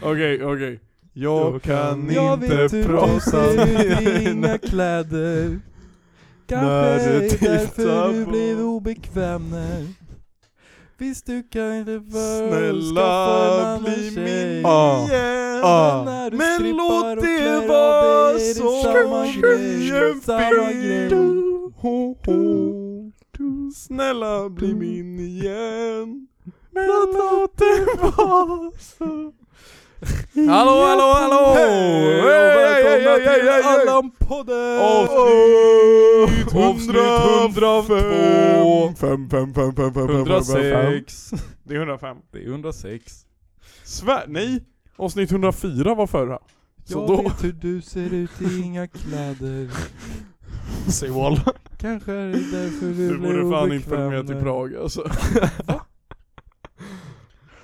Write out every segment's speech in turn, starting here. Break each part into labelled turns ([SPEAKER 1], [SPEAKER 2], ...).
[SPEAKER 1] Okej, okej.
[SPEAKER 2] Jag kan
[SPEAKER 3] Jag
[SPEAKER 2] inte
[SPEAKER 3] vet hur du
[SPEAKER 2] prata
[SPEAKER 3] ser ut i
[SPEAKER 2] mer
[SPEAKER 3] dina kläder. Kanske
[SPEAKER 2] När du
[SPEAKER 3] är
[SPEAKER 2] tittar
[SPEAKER 3] därför du
[SPEAKER 2] på-
[SPEAKER 3] blir obekväm när. Visst du kan inte
[SPEAKER 2] Snälla
[SPEAKER 3] förskaffa en
[SPEAKER 2] bli
[SPEAKER 3] annan
[SPEAKER 2] min
[SPEAKER 3] tjej.
[SPEAKER 2] ah.
[SPEAKER 3] Men
[SPEAKER 2] ah.
[SPEAKER 3] när du
[SPEAKER 2] Men
[SPEAKER 3] strippar
[SPEAKER 2] låt
[SPEAKER 3] och
[SPEAKER 2] det
[SPEAKER 3] klär av
[SPEAKER 2] vara
[SPEAKER 3] dig är det
[SPEAKER 2] så.
[SPEAKER 3] samma grej,
[SPEAKER 2] Tjejen
[SPEAKER 3] samma
[SPEAKER 2] fin.
[SPEAKER 3] grej.
[SPEAKER 2] Ho, ho. Snälla bli min igen Men låt det vara så
[SPEAKER 1] Hallå, hallå, hallå!
[SPEAKER 2] Hej och välkomna till
[SPEAKER 3] Allan-podden!
[SPEAKER 2] Avsnitt
[SPEAKER 1] Avsnitt
[SPEAKER 2] 102 5, 5, 5, 5,
[SPEAKER 1] 106.
[SPEAKER 2] Det är 105
[SPEAKER 1] Det är 106.
[SPEAKER 2] Svär, nej! Avsnitt 104 var förra Så
[SPEAKER 3] Jag
[SPEAKER 2] då,
[SPEAKER 3] vet hur du ser ut i inga kläder.
[SPEAKER 2] säg Wall
[SPEAKER 3] Kanske är det därför du,
[SPEAKER 2] Du
[SPEAKER 3] blir
[SPEAKER 2] borde fan inte
[SPEAKER 3] obekväm
[SPEAKER 2] följa med till
[SPEAKER 3] när-
[SPEAKER 2] Prag alltså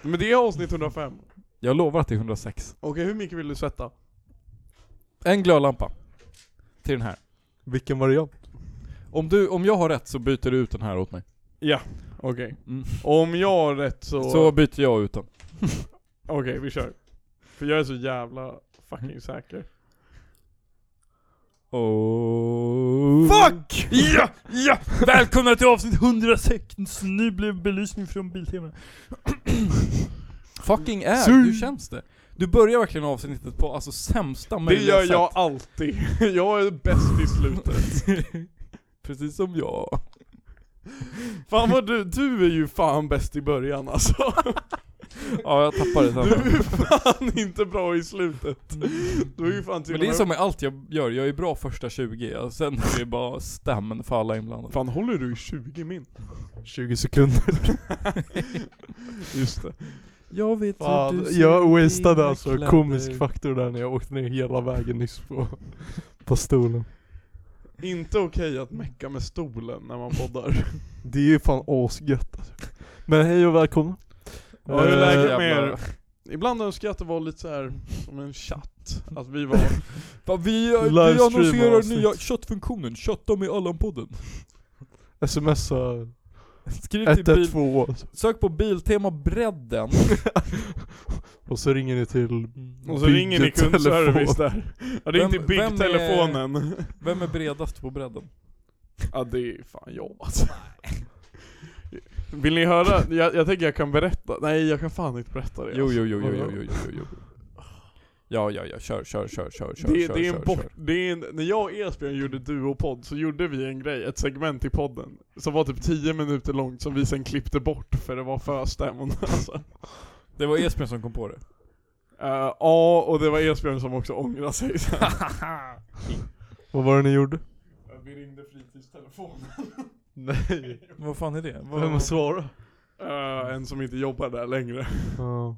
[SPEAKER 2] Men det är avsnitt 105
[SPEAKER 1] Jag lovar att det är 106.
[SPEAKER 2] Okej, hur mycket vill du sätta?
[SPEAKER 1] En glödlampa. Till den här.
[SPEAKER 2] Vilken variant?
[SPEAKER 1] Om, du, om jag har rätt så byter du ut den här åt mig.
[SPEAKER 2] Okej.
[SPEAKER 1] Mm.
[SPEAKER 2] Om jag har rätt så...
[SPEAKER 1] Så byter jag ut den.
[SPEAKER 2] Okej, vi kör. För jag är så jävla fucking säker.
[SPEAKER 1] Oh.
[SPEAKER 2] Fuck!
[SPEAKER 1] Ja! Ja! Välkomna till avsnitt 106. Nu blev belysning från Biltema. Fucking är, hur känns det? Du börjar verkligen avsnittet på alltså sämsta
[SPEAKER 2] Det
[SPEAKER 1] möjliga
[SPEAKER 2] gör
[SPEAKER 1] sätt.
[SPEAKER 2] jag alltid. Jag är bäst i slutet.
[SPEAKER 1] Precis som jag.
[SPEAKER 2] Fan vad du, du är ju fan bäst i början alltså.
[SPEAKER 1] Ja, jag tappar det
[SPEAKER 2] Du
[SPEAKER 1] sen.
[SPEAKER 2] är fan inte bra i slutet. Du är ju fan till
[SPEAKER 1] Men det är
[SPEAKER 2] och
[SPEAKER 1] som med allt jag gör, jag är bra första 20, ja. sen är det bara stämmen för alla inblandade.
[SPEAKER 2] Fan håller du i 20 min? 20 sekunder. Just det.
[SPEAKER 3] Jag vet hur
[SPEAKER 4] Fan,
[SPEAKER 3] du ser
[SPEAKER 4] jag
[SPEAKER 3] ut i
[SPEAKER 4] wastade
[SPEAKER 3] dina
[SPEAKER 4] alltså
[SPEAKER 3] kläder.
[SPEAKER 4] komisk faktor där när jag åkte ner hela vägen nyss på, på stolen.
[SPEAKER 2] Inte okej att mecka med stolen när man poddar.
[SPEAKER 4] Det är ju fan asgött alltså. Men hej och välkomna.
[SPEAKER 2] Ja, hur är
[SPEAKER 4] Eh,
[SPEAKER 2] läget med
[SPEAKER 1] jävlar.
[SPEAKER 2] er? Ibland önskar jag att det var lite så här som en chatt. Att vi var...
[SPEAKER 1] Fan, vi,
[SPEAKER 4] Livestream
[SPEAKER 1] vi annonserar
[SPEAKER 4] avsnitt.
[SPEAKER 1] nya köttfunktionen, kötta med Allan-podden.
[SPEAKER 4] Smsa
[SPEAKER 1] Skriv till bil,
[SPEAKER 4] 112
[SPEAKER 1] sök på Biltema bredden.
[SPEAKER 4] och så ringer ni till
[SPEAKER 2] Mm. Och så ringer ni kundservice
[SPEAKER 4] byggtelefon.
[SPEAKER 2] där. Ja det är
[SPEAKER 1] Vem-
[SPEAKER 2] inte
[SPEAKER 1] vem är-
[SPEAKER 2] byggtelefonen.
[SPEAKER 1] Vem är bredast på bredden?
[SPEAKER 2] Ja det är fan jag alltså. Vill ni höra? Jag, jag tänker jag kan berätta. Nej jag kan fan inte berätta det.
[SPEAKER 1] Jo,
[SPEAKER 2] alltså.
[SPEAKER 1] jo, jo, jo, jo, jo, jo, jo. Ja, ja, ja, kör, kör, kör, kör, kör,
[SPEAKER 2] Det,
[SPEAKER 1] kör,
[SPEAKER 2] det är en
[SPEAKER 1] kör,
[SPEAKER 2] bort,
[SPEAKER 1] kör.
[SPEAKER 2] det är en, när jag och Esbjörn gjorde duopodd så gjorde vi en grej, ett segment i podden Som var typ 10 minuter långt som vi sen klippte bort för det var för stämande alltså.
[SPEAKER 1] Det var Esbjörn som kom på det.
[SPEAKER 2] Eh, Ja, och det var Esbjörn som också ångrade sig sen
[SPEAKER 4] Vad var det ni gjorde?
[SPEAKER 2] Vi ringde fritidstelefonen.
[SPEAKER 4] Nej,
[SPEAKER 1] Vad fan är det? Vad-
[SPEAKER 4] vem svarade?
[SPEAKER 2] Uh, en som inte jobbar där längre.
[SPEAKER 4] Ja.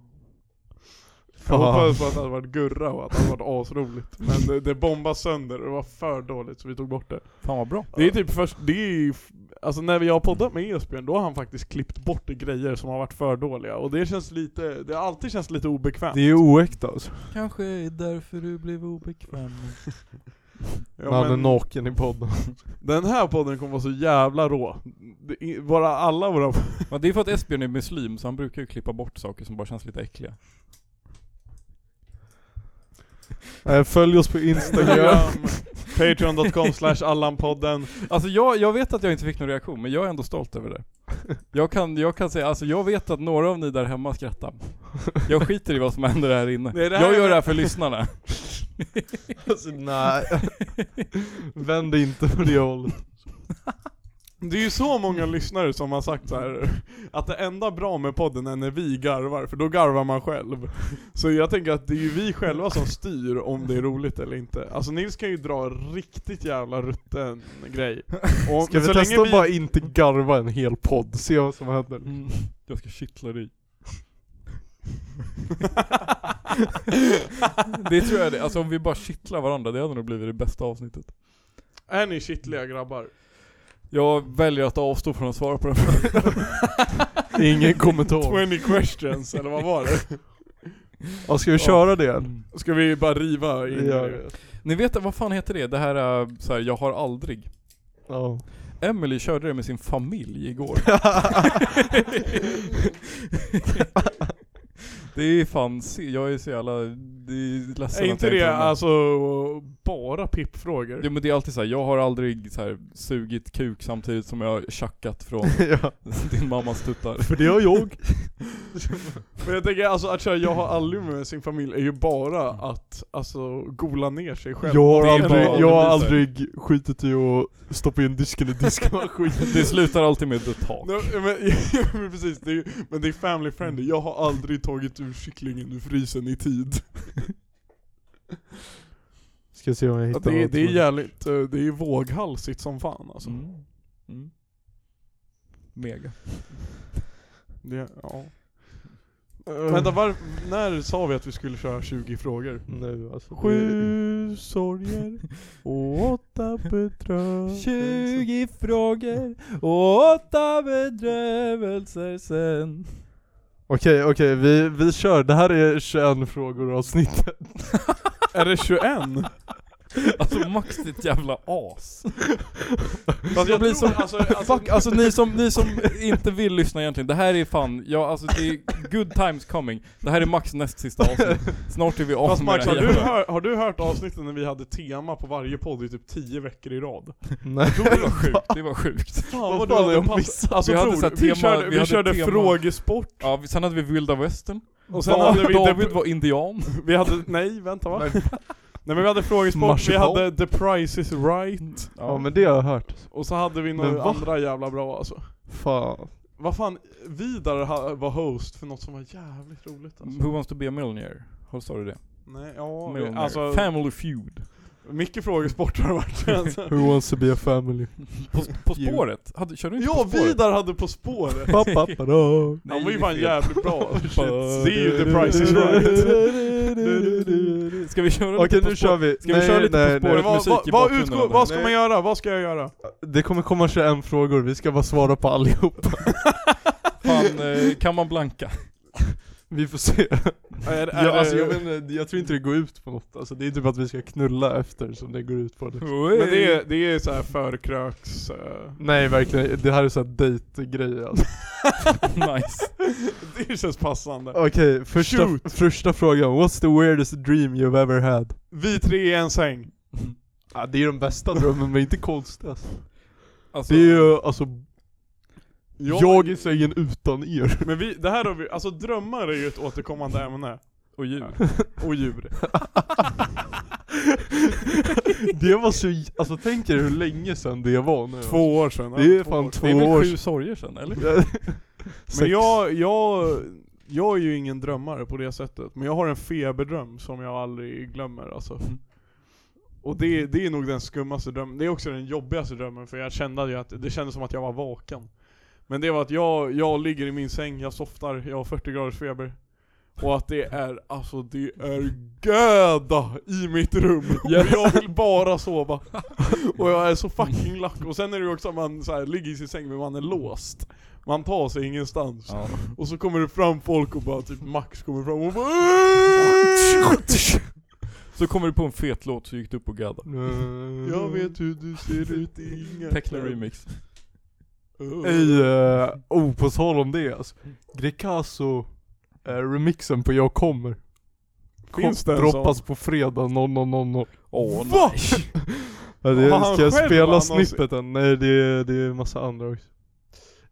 [SPEAKER 2] Jag
[SPEAKER 4] Fan.
[SPEAKER 2] hoppades på att det hade varit Gurra och att det hade varit asroligt. Men det, det bombas sönder och det var för dåligt så vi tog bort det.
[SPEAKER 1] Fan vad bra.
[SPEAKER 2] Det är typ först, det är ju f- Alltså när jag har poddat med Esbjörn, då har han faktiskt klippt bort grejer som har varit för dåliga. Och det känns lite, det har alltid känts lite obekvämt.
[SPEAKER 4] Det är ju oäkta alltså.
[SPEAKER 3] Kanske är det därför du blev obekväm.
[SPEAKER 2] Ja,
[SPEAKER 4] Han är
[SPEAKER 2] men
[SPEAKER 4] naken i podden.
[SPEAKER 2] den här podden kommer vara så jävla rå. Det, är- bara alla våra...
[SPEAKER 1] Men det är för att Esbjörn är muslim så han brukar ju klippa bort saker som bara känns lite äckliga.
[SPEAKER 4] Eh, Följ oss på Instagram.
[SPEAKER 2] Instagram, Patreon.com slash Allanpodden.
[SPEAKER 1] Alltså jag, jag vet att jag inte fick någon reaktion, men jag är ändå stolt över det. Jag kan, jag kan säga, alltså jag vet att några av ni där hemma skrattar. Jag skiter i vad som händer här inne.
[SPEAKER 2] Nej, det här
[SPEAKER 1] jag
[SPEAKER 2] är-
[SPEAKER 1] gör det här för lyssnarna.
[SPEAKER 4] alltså, nej. Vänd dig inte på det hållet.
[SPEAKER 2] Det är ju så många lyssnare som har sagt så här att det enda bra med podden är när vi garvar, för då garvar man själv. Så jag tänker att det är ju vi själva som styr om det är roligt eller inte. Alltså Nils kan ju dra riktigt jävla rutten grej. Och
[SPEAKER 4] Ska vi
[SPEAKER 2] så
[SPEAKER 4] testa
[SPEAKER 2] länge
[SPEAKER 4] att bara inte garva en hel podd? Se vad som händer.
[SPEAKER 2] Mm.
[SPEAKER 1] Jag ska kittla dig. Det tror jag det, alltså om vi bara kittlar varandra, det hade nog blivit det bästa avsnittet.
[SPEAKER 2] Är ni kittliga grabbar?
[SPEAKER 1] Jag väljer att avstå från att svara på den frågan.
[SPEAKER 4] Ingen kommentar.
[SPEAKER 2] 20 questions, eller vad var det?
[SPEAKER 4] Ja, ska vi köra det?
[SPEAKER 2] Ska vi bara riva in
[SPEAKER 4] Ja.
[SPEAKER 2] det?
[SPEAKER 1] Ni vet, vad fan heter det? Det här är så här, jag har aldrig.
[SPEAKER 4] Ja.
[SPEAKER 1] Emily körde det med sin familj igår. Det är fan, se- jag är så jävla, det är ledsen
[SPEAKER 2] Är
[SPEAKER 1] att
[SPEAKER 2] inte
[SPEAKER 1] jag
[SPEAKER 2] det
[SPEAKER 1] kan-
[SPEAKER 2] alltså bara pippfrågor?
[SPEAKER 1] Jo men det är alltid så här, jag har aldrig så här, sugit kuk samtidigt som jag har tjackat från
[SPEAKER 4] ja.
[SPEAKER 1] din mammas tuttar.
[SPEAKER 4] För det har jag.
[SPEAKER 2] Men jag tänker alltså att köra jag har aldrig med sin familj är ju bara att alltså gola ner sig själv.
[SPEAKER 4] Jag har
[SPEAKER 1] Det är
[SPEAKER 4] aldrig,
[SPEAKER 1] bra.
[SPEAKER 4] jag har
[SPEAKER 1] Det blir
[SPEAKER 4] aldrig skitit i att stoppa in disken i diskmaskinen.
[SPEAKER 1] Det slutar alltid med the talk.
[SPEAKER 2] Nej, men, men precis, det är, ju- men det är family friendly. Jag har aldrig tagit ur kycklingen ur frysen i tid.
[SPEAKER 4] Ska se om jag
[SPEAKER 2] Ja,
[SPEAKER 4] hittar
[SPEAKER 2] Det,
[SPEAKER 4] något
[SPEAKER 2] det är
[SPEAKER 4] som-
[SPEAKER 2] jävligt, eh, det är våghalsigt som fan alltså.
[SPEAKER 1] Mm. Mm. Mega.
[SPEAKER 2] Det, ja.
[SPEAKER 1] Eh.
[SPEAKER 2] Vänta, var, när sa vi att vi skulle köra 20 frågor? Mm.
[SPEAKER 4] Nu alltså.
[SPEAKER 2] Sju sorger och åtta bedrövelser.
[SPEAKER 1] 20 frågor och 8 bedrövelser sen.
[SPEAKER 4] Okej, okej, vi, vi kör. Det här är 21 frågor avsnittet.
[SPEAKER 2] Är det 21?
[SPEAKER 1] Alltså Max ditt jävla as.
[SPEAKER 2] Fast
[SPEAKER 1] jag blir
[SPEAKER 2] tror-
[SPEAKER 1] så-
[SPEAKER 2] alltså, alltså,
[SPEAKER 1] Fuck, alltså ni som, ni som inte vill lyssna egentligen, det här är fan, ja alltså det är good times coming. Det här är Max näst sista avsnitt. Snart är vi av
[SPEAKER 2] Fast
[SPEAKER 1] med
[SPEAKER 2] Max,
[SPEAKER 1] det
[SPEAKER 2] har
[SPEAKER 1] här
[SPEAKER 2] du,
[SPEAKER 1] jävla-
[SPEAKER 2] hör, har du hört avsnitten när vi hade tema på varje podd i typ 10 veckor i rad?
[SPEAKER 4] Nej.
[SPEAKER 2] Då var
[SPEAKER 1] Det var sjukt, det var sjukt.
[SPEAKER 2] Fan
[SPEAKER 4] Vad
[SPEAKER 2] vad
[SPEAKER 4] fan
[SPEAKER 2] du
[SPEAKER 4] har
[SPEAKER 2] hade
[SPEAKER 4] jag
[SPEAKER 2] jag
[SPEAKER 4] missat?
[SPEAKER 2] Alltså
[SPEAKER 1] Vi
[SPEAKER 2] vi
[SPEAKER 1] hade
[SPEAKER 2] tror
[SPEAKER 1] så
[SPEAKER 2] du?
[SPEAKER 1] här
[SPEAKER 2] vi
[SPEAKER 1] tema-
[SPEAKER 2] körde,
[SPEAKER 1] vi
[SPEAKER 2] vi
[SPEAKER 1] hade
[SPEAKER 2] körde
[SPEAKER 1] tema.
[SPEAKER 2] frågesport
[SPEAKER 1] Ja, vi- sen hade vi vilda västern.
[SPEAKER 2] och sen
[SPEAKER 1] Sen
[SPEAKER 2] hade vi,
[SPEAKER 1] David
[SPEAKER 2] the,
[SPEAKER 1] var indian.
[SPEAKER 2] vi hade, nej vänta va?
[SPEAKER 4] Nej.
[SPEAKER 2] Nej men vi hade frågesport, vi
[SPEAKER 4] Marsipan.
[SPEAKER 2] hade the price is right,
[SPEAKER 4] Ja men det har jag hört.
[SPEAKER 2] och så hade vi
[SPEAKER 4] Men
[SPEAKER 2] några
[SPEAKER 4] va?
[SPEAKER 2] andra jävla bra alltså.
[SPEAKER 4] Fan.
[SPEAKER 2] Vad fan, Vidar ha- var host för något som var jävligt roligt alltså.
[SPEAKER 1] Who wants to be a millionaire? Har sa du det?
[SPEAKER 2] Nej, ja, vi,
[SPEAKER 1] Millionaire.
[SPEAKER 2] alltså
[SPEAKER 1] Family feud.
[SPEAKER 2] mycket frågesport har det varit alltså.
[SPEAKER 4] Who wants to be a family?
[SPEAKER 1] På, på
[SPEAKER 4] Feud.
[SPEAKER 1] spåret? Hade, körde du inte
[SPEAKER 2] Ja,
[SPEAKER 1] på spåret?
[SPEAKER 2] Vidar hade På spåret!
[SPEAKER 4] Pappapada.
[SPEAKER 2] Han var ju fan jävligt bra. Shit.
[SPEAKER 1] Ba-
[SPEAKER 2] Det är ju the price is right.
[SPEAKER 1] Ska vi köra
[SPEAKER 4] Okej
[SPEAKER 1] lite på
[SPEAKER 4] nu
[SPEAKER 1] spåret?
[SPEAKER 4] kör vi.
[SPEAKER 1] Ska vi köra lite på spåret?
[SPEAKER 2] Men Vad,
[SPEAKER 1] musik i
[SPEAKER 2] vad, vad,
[SPEAKER 1] bakgrunden
[SPEAKER 2] utgår,
[SPEAKER 1] av det
[SPEAKER 2] vad ska
[SPEAKER 4] här.
[SPEAKER 2] man göra? Vad ska jag göra?
[SPEAKER 4] Det kommer komma 21 frågor, vi ska bara svara på allihop.
[SPEAKER 1] Fan, eh, kan man blanka?
[SPEAKER 4] Vi får se.
[SPEAKER 2] Är, är,
[SPEAKER 4] Ja, alltså,
[SPEAKER 2] det-
[SPEAKER 4] jag, vet inte, jag tror inte det går ut på något. Alltså, det är typ att vi ska knulla efter som det går ut på. Liksom.
[SPEAKER 2] men det är, det är så här förkröks... eh,
[SPEAKER 4] Nej verkligen, det här är såhär dejtgrej alltså.
[SPEAKER 1] nice.
[SPEAKER 2] det känns passande.
[SPEAKER 4] Okej, första,
[SPEAKER 2] Shoot.
[SPEAKER 4] första frågan. What's the weirdest dream you've ever had?
[SPEAKER 2] Vi tre i en säng.
[SPEAKER 4] Ja, det är den bästa drömmen men inte konstigast.
[SPEAKER 1] Alltså,
[SPEAKER 4] Det är ju alltså,
[SPEAKER 2] Jag-
[SPEAKER 4] jag i sängen utan er.
[SPEAKER 2] Men vi, det här har vi, alltså drömmar är ju ett återkommande ämne.
[SPEAKER 1] och djur.
[SPEAKER 2] Och djur.
[SPEAKER 4] Det var så, j- alltså tänk er hur länge sedan det var nu.
[SPEAKER 2] Två år sedan. ja,
[SPEAKER 4] Det är fan
[SPEAKER 2] år sedan.
[SPEAKER 4] två
[SPEAKER 1] Det är
[SPEAKER 4] år
[SPEAKER 1] väl sju sorger sen, eller?
[SPEAKER 4] Sex.
[SPEAKER 2] Men jag, jag, jag är ju ingen drömmare på det sättet. Men jag har en feberdröm som jag aldrig glömmer alltså.
[SPEAKER 4] Mm.
[SPEAKER 2] Och det, det är nog den skummaste drömmen, det är också den jobbigaste drömmen för jag kände ju att, det kändes som att jag var vaken. Men det var att jag, jag ligger i min säng, jag softar, jag har 40 graders feber. Och att det är, alltså det är göda i mitt rum. Och jag vill bara sova. Och jag är så fucking lack. Och sen är det ju också att man så här, ligger i sin säng men man är låst. Man tar sig ingenstans.
[SPEAKER 1] Ja.
[SPEAKER 2] Och så kommer det fram folk och bara typ Max kommer fram och bara
[SPEAKER 1] Så kommer du på en fet låt så gick du upp och gaddade.
[SPEAKER 2] "Äh, Jag vet hur du ser
[SPEAKER 4] Mm.
[SPEAKER 2] ut Äh. i inget
[SPEAKER 1] Techno remix.
[SPEAKER 4] Ey, eh, oh på tal om det alltså. Grecaso eh, remixen på Jag kommer. Kom,
[SPEAKER 2] Finns det en
[SPEAKER 4] droppas på fredag 00.00.
[SPEAKER 1] Åh
[SPEAKER 2] Va?
[SPEAKER 1] nej.
[SPEAKER 4] Ja, det,
[SPEAKER 2] Har han
[SPEAKER 4] ska jag
[SPEAKER 2] själv
[SPEAKER 4] spela
[SPEAKER 2] annons-
[SPEAKER 4] snippeten? Nej det, är- det är massa andra också.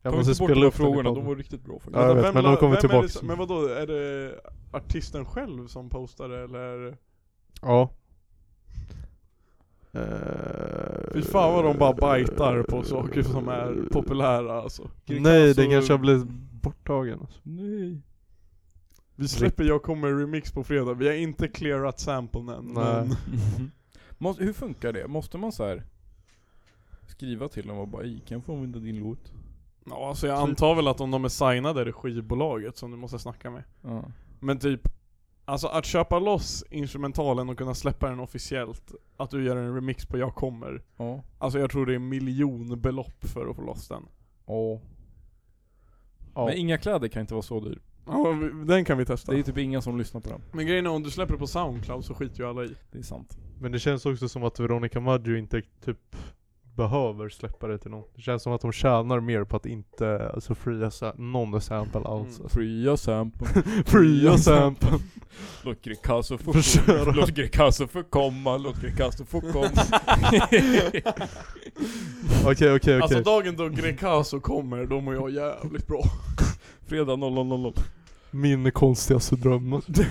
[SPEAKER 4] Jag
[SPEAKER 1] Ta
[SPEAKER 4] måste
[SPEAKER 1] inte bort
[SPEAKER 4] spela
[SPEAKER 1] de
[SPEAKER 4] upp den i
[SPEAKER 1] frågorna, de
[SPEAKER 4] podden.
[SPEAKER 1] var riktigt bra faktiskt.
[SPEAKER 4] Ja, jag vet,
[SPEAKER 2] Vem
[SPEAKER 4] men de
[SPEAKER 2] la-
[SPEAKER 4] kommer
[SPEAKER 2] vem är
[SPEAKER 4] tillbaka.
[SPEAKER 2] det som- Men vadå, är det artisten själv som postar det eller?
[SPEAKER 4] Ja.
[SPEAKER 2] Fy fan vad de bara bajtar på saker som är populära alltså.
[SPEAKER 4] Nej den
[SPEAKER 2] Alltså,
[SPEAKER 4] kanske har blivit borttagen alltså.
[SPEAKER 1] Nej.
[SPEAKER 2] Vi släpper Jag kommer remix på fredag, vi har inte clearat samplen än.
[SPEAKER 4] Nej.
[SPEAKER 2] Mm. Men...
[SPEAKER 1] Mm-hmm. Måste, hur funkar det? Måste man så här skriva till dem och bara "Ey, kan jag få använda din låt?
[SPEAKER 2] Ja, alltså jag antar väl att om de är signade är det skivbolaget som du måste snacka med.
[SPEAKER 1] Ja.
[SPEAKER 2] Men typ, alltså att köpa loss instrumentalen och kunna släppa den officiellt, att du gör en remix på Jag kommer.
[SPEAKER 1] Ja.
[SPEAKER 2] Alltså jag tror det är miljonbelopp för att få loss den.
[SPEAKER 1] ja. Men inga kläder kan inte vara så dyr.
[SPEAKER 2] Ja, vi- den kan vi testa.
[SPEAKER 1] Det är typ inga som lyssnar på den.
[SPEAKER 2] Men grejen är om du släpper det på Soundcloud så skiter ju alla i.
[SPEAKER 1] Det är sant.
[SPEAKER 4] Men det känns också som att Veronica Maggio inte typ behöver släppa det till någon. Det känns som att de tjänar mer på att inte alltså, fria sa- någon sample alls. Alltså.
[SPEAKER 1] Fria sample.
[SPEAKER 4] Fria
[SPEAKER 2] Alltså,
[SPEAKER 4] sample.
[SPEAKER 1] Låt Greekazo få
[SPEAKER 4] Förstöra.
[SPEAKER 1] Låt Greekazo få komma, låt Greekazo få komma.
[SPEAKER 4] Okej okej
[SPEAKER 2] Alltså
[SPEAKER 4] okej.
[SPEAKER 2] dagen då Greekazo kommer, då mår jag jävligt bra.
[SPEAKER 1] Fredag 00.00.
[SPEAKER 4] Min konstigaste dröm. alltså.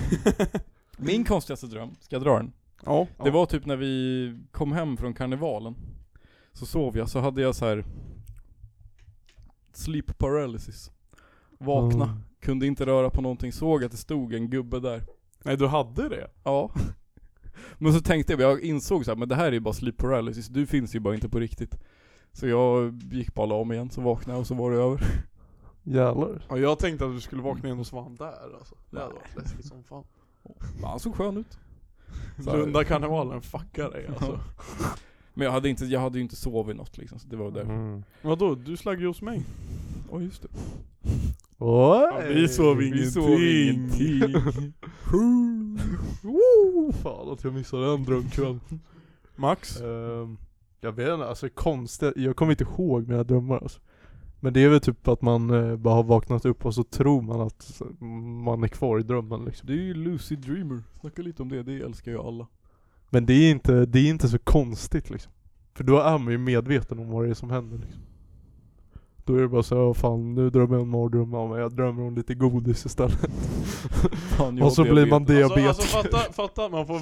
[SPEAKER 1] Min konstigaste dröm, ska jag dra den?
[SPEAKER 2] Ja.
[SPEAKER 1] Det var typ när vi kom hem från karnevalen. Så sov jag, så hade jag så här Sleep paralysis. Vakna,
[SPEAKER 4] Mm.
[SPEAKER 1] kunde inte röra på någonting, såg att det stod en gubbe där.
[SPEAKER 2] Nej du hade det?
[SPEAKER 1] Ja. Men så tänkte jag, jag insåg så här, men det här är ju bara sleep paralysis, du finns ju bara inte på riktigt. Så jag gick bara och la om igen, så vaknade jag och så var det över.
[SPEAKER 4] Jävlar.
[SPEAKER 2] Ja, jag tänkte att du skulle vakna igen och så var han där alltså. Det hade varit läskigt som fan.
[SPEAKER 1] Men han såg skön ut. Så här-
[SPEAKER 2] Lunda karnevalen fuckar dig alltså.
[SPEAKER 1] Men jag hade, inte, jag hade ju inte sovit något liksom, så det var därför.
[SPEAKER 4] Mm.
[SPEAKER 2] Vadå? Du slagg ju hos mig.
[SPEAKER 1] Åh just det. Eh,
[SPEAKER 4] Ja,
[SPEAKER 2] vi sov ingenting.
[SPEAKER 1] Vi sov ingenting.
[SPEAKER 4] Woo, fan att jag missade den drömkvällen.
[SPEAKER 2] Max?
[SPEAKER 4] Ehm, jag vet inte, alltså konstigt. Jag kommer inte ihåg mina drömmar alltså. Men det är väl typ att man eh, bara har vaknat upp och så tror man att man är kvar i drömmen liksom.
[SPEAKER 1] Det är ju Lucid Dreamer, snacka lite om det, det älskar ju alla.
[SPEAKER 4] Men det är inte, det är inte så konstigt liksom. För då är man ju medveten om vad det är som händer liksom. Då är det bara så här, "Åh, fan nu drömmer jag en mardröm, ja, men jag drömmer om lite godis istället.
[SPEAKER 1] Fan, jag
[SPEAKER 4] och så
[SPEAKER 1] har
[SPEAKER 4] blir man
[SPEAKER 1] diabetes.
[SPEAKER 4] diabetiker.
[SPEAKER 2] Alltså, alltså fatta, fatta man, får,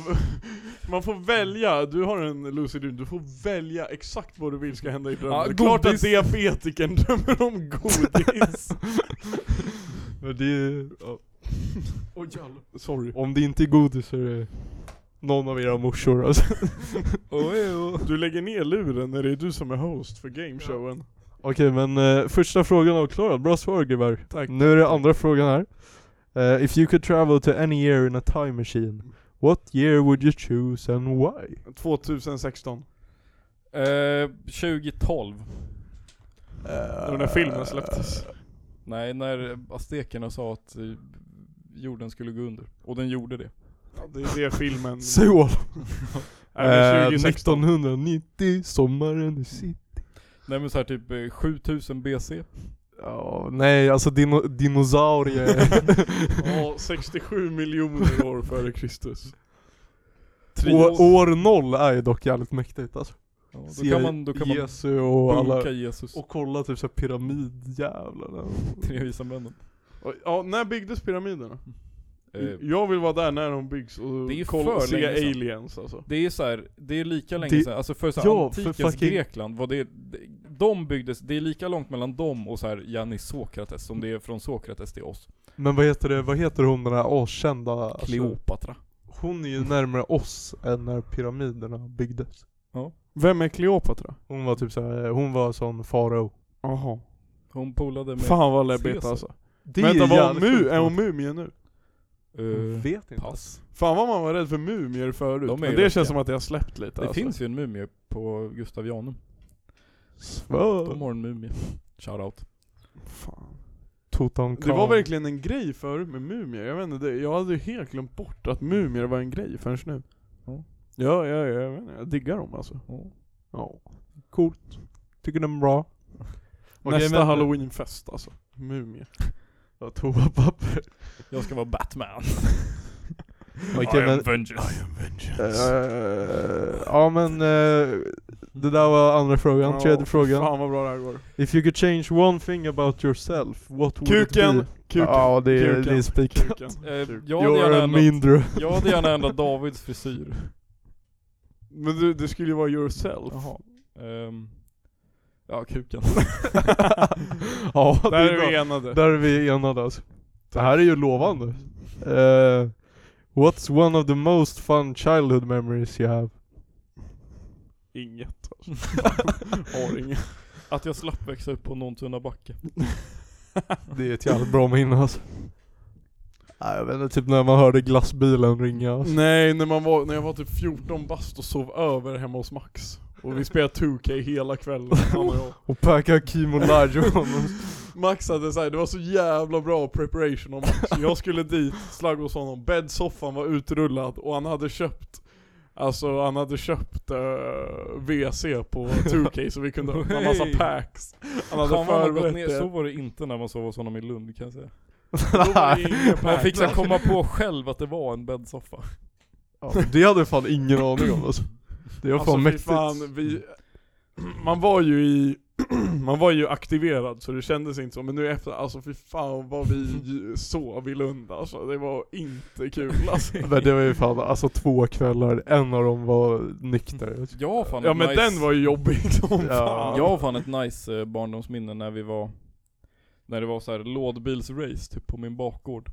[SPEAKER 2] man får välja, du har en lucid dream, du får välja exakt vad du vill ska hända i drömmen.
[SPEAKER 1] Ja,
[SPEAKER 2] det är klart att
[SPEAKER 1] godis.
[SPEAKER 2] diabetikern drömmer om godis.
[SPEAKER 4] Men det är, ja.
[SPEAKER 2] Oj jävlar. Sorry.
[SPEAKER 4] Om det inte är godis så är det någon av era morsor alltså.
[SPEAKER 2] Du lägger ner luren när det är du som är host för gameshowen.
[SPEAKER 4] Okej men eh, första frågan avklarad, bra svar gubbar.
[SPEAKER 2] Tack.
[SPEAKER 4] Nu är det andra frågan här. Eh, if you could travel to any year in a time machine, what year would you choose and why?
[SPEAKER 2] Mm. 2016.
[SPEAKER 1] Eh, 2012. Eh,
[SPEAKER 2] När den här filmen släpptes.
[SPEAKER 1] Nej, när aztekerna sa att eh, jorden skulle gå under. Och den gjorde det.
[SPEAKER 2] Ja, det är det filmen...
[SPEAKER 4] Så!
[SPEAKER 2] Nej, men
[SPEAKER 4] Eh,
[SPEAKER 2] 2016.
[SPEAKER 4] 1990, sommaren i sitt.
[SPEAKER 1] Nej men såhär typ eh, 7000 BC.
[SPEAKER 4] Ja, nej alltså dino dinosaurier.
[SPEAKER 2] Ja, 67 miljoner år före Kristus.
[SPEAKER 4] Å- år noll är ju dock jävligt mäktigt alltså.
[SPEAKER 1] Ja, då
[SPEAKER 4] Se
[SPEAKER 1] kan man, då kan man
[SPEAKER 4] Jesu och alla.
[SPEAKER 1] bunka Jesus.
[SPEAKER 4] Och kolla typ såhär pyramidjävlarna.
[SPEAKER 1] tre visa männen.
[SPEAKER 2] Och- Ja, när byggdes pyramiderna?
[SPEAKER 4] Mm.
[SPEAKER 1] Eh,
[SPEAKER 2] Jag vill vara där när de byggs och
[SPEAKER 1] Det är ju
[SPEAKER 2] kolla,
[SPEAKER 1] för
[SPEAKER 2] se
[SPEAKER 1] länge sedan.
[SPEAKER 2] aliens alltså.
[SPEAKER 1] det är så här, det är lika länge
[SPEAKER 4] Det-
[SPEAKER 1] sedan, alltså för så här,
[SPEAKER 4] Ja, för
[SPEAKER 1] antikens
[SPEAKER 4] fucking-
[SPEAKER 1] Grekland, vad det, de byggdes, det är lika långt mellan dem och så här Jannis Sokrates som det är från Sokrates till oss.
[SPEAKER 4] Men vad heter det, vad heter hon den här askända? alltså-
[SPEAKER 1] Kleopatra.
[SPEAKER 4] Hon är ju närmare oss än när pyramiderna byggdes.
[SPEAKER 2] Vem är Kleopatra?
[SPEAKER 4] Hon var typ såhär, hon var sån farao.
[SPEAKER 2] Jaha.
[SPEAKER 1] Hon polade med...
[SPEAKER 2] Fan vad läbbigt
[SPEAKER 1] läbbigt,
[SPEAKER 2] alltså.
[SPEAKER 1] alltså.
[SPEAKER 4] Det
[SPEAKER 2] Vänta,
[SPEAKER 4] är
[SPEAKER 2] var hon
[SPEAKER 4] jävligt
[SPEAKER 2] mu-
[SPEAKER 4] sjukt.
[SPEAKER 2] är hon mumie nu?
[SPEAKER 1] eh,
[SPEAKER 4] Vet inte.
[SPEAKER 1] pass.
[SPEAKER 2] Fan vad man var rädd för mumier förut.
[SPEAKER 1] De är
[SPEAKER 2] men
[SPEAKER 1] ju
[SPEAKER 2] det
[SPEAKER 1] rätt
[SPEAKER 2] känns
[SPEAKER 1] jävla-
[SPEAKER 2] som att jag har släppt lite
[SPEAKER 1] Det
[SPEAKER 2] alltså.
[SPEAKER 1] finns ju en mumie på Gustav Janum. De
[SPEAKER 4] Svär.
[SPEAKER 1] har en mumie. Shoutout.
[SPEAKER 2] Fan.
[SPEAKER 4] Tutankhamun.
[SPEAKER 2] Det var verkligen en grej förut med mumier, jag vet inte, det, jag hade ju helt glömt bort att mumier var en grej förrän nu.
[SPEAKER 1] Ja.
[SPEAKER 2] Ja, ja, ja, jag vet inte, jag diggar dem alltså.
[SPEAKER 4] Ja. Coolt. Tycker den är bra. Okej,
[SPEAKER 2] Nästa
[SPEAKER 4] men-
[SPEAKER 2] halloweenfest alltså. Mumier.
[SPEAKER 4] Ja, toapapper.
[SPEAKER 1] Jag ska vara Batman.
[SPEAKER 4] Okej,
[SPEAKER 1] I
[SPEAKER 4] men-
[SPEAKER 1] am vengeance.
[SPEAKER 4] Eh, ja men eh, det där var andra frågan.
[SPEAKER 2] Ja,
[SPEAKER 4] Tredje frågan.
[SPEAKER 2] Fan vad bra det här går.
[SPEAKER 4] If you could change one thing about yourself, what would
[SPEAKER 2] Kuken!
[SPEAKER 4] it be?
[SPEAKER 2] Kuken!
[SPEAKER 4] Ja det är,
[SPEAKER 2] Kuken.
[SPEAKER 4] det är spikat.
[SPEAKER 2] Kuken.
[SPEAKER 1] Eh, jag, hade
[SPEAKER 4] You're
[SPEAKER 1] gärna
[SPEAKER 4] a
[SPEAKER 1] ändrat,
[SPEAKER 4] mindre.
[SPEAKER 1] jag hade gärna ändrat Davids frisyr.
[SPEAKER 2] Men du, det skulle ju vara yourself.
[SPEAKER 1] Ehm, ja, kuken.
[SPEAKER 4] ja det
[SPEAKER 2] Där
[SPEAKER 4] är
[SPEAKER 2] är
[SPEAKER 4] bra.
[SPEAKER 2] vi enade.
[SPEAKER 4] Där är vi enade alltså. Det här är ju lovande. Eh, what's one of the most fun childhood memories you have?
[SPEAKER 2] Inget alltså. Har inget.
[SPEAKER 1] Att jag slapp växa upp på Nåntuna backe.
[SPEAKER 4] Det är ett jävligt bra minne alltså. Nej, jag vet inte, typ när man hörde glassbilen ringa alltså.
[SPEAKER 2] Nej, när, man var, när jag var typ 14 bast och sov över hemma hos Max. Och vi spelade 2K hela kvällen, han och jag.
[SPEAKER 4] Och packa Kim och Lajo.
[SPEAKER 2] Max hade såhär, det var så jävla bra preparation av Max. Jag skulle dit, slagg hos honom, bäddsoffan var utrullad och han hade köpt Alltså han hade köpt eh, VC på 2K så vi kunde öppna massa
[SPEAKER 1] Hey.
[SPEAKER 2] packs. Han
[SPEAKER 1] Fan,
[SPEAKER 2] hade
[SPEAKER 1] man har gått
[SPEAKER 2] förberett
[SPEAKER 1] ner. Så
[SPEAKER 2] det.
[SPEAKER 1] var det inte när man sov hos honom i Lund kan jag säga.
[SPEAKER 2] Då var det inga
[SPEAKER 1] Man
[SPEAKER 2] packs.
[SPEAKER 1] fick så här komma på själv att det var en bäddsoffa.
[SPEAKER 4] Ja, det hade jag fan ingen aning om alltså. Det var
[SPEAKER 2] Alltså,
[SPEAKER 4] fan
[SPEAKER 2] fy
[SPEAKER 4] mäktigt.
[SPEAKER 2] Fan, vi, man var ju i man var ju aktiverad så det kändes inte så, men nu efter, alltså fy fan vad vi sov i Lund alltså, det var inte kul alltså.
[SPEAKER 4] Men det var ju fan alltså två kvällar, en av dem var
[SPEAKER 2] Mm.
[SPEAKER 4] nykter. alltså.
[SPEAKER 1] Jag har fan
[SPEAKER 2] Ja
[SPEAKER 1] ett
[SPEAKER 2] men
[SPEAKER 1] nice,
[SPEAKER 2] den var ju jobbig som
[SPEAKER 4] Ja.
[SPEAKER 2] fan.
[SPEAKER 1] Jag har fan ett nice eh, barndomsminne när vi var när det var så här lådbilsrace typ på min bakgård.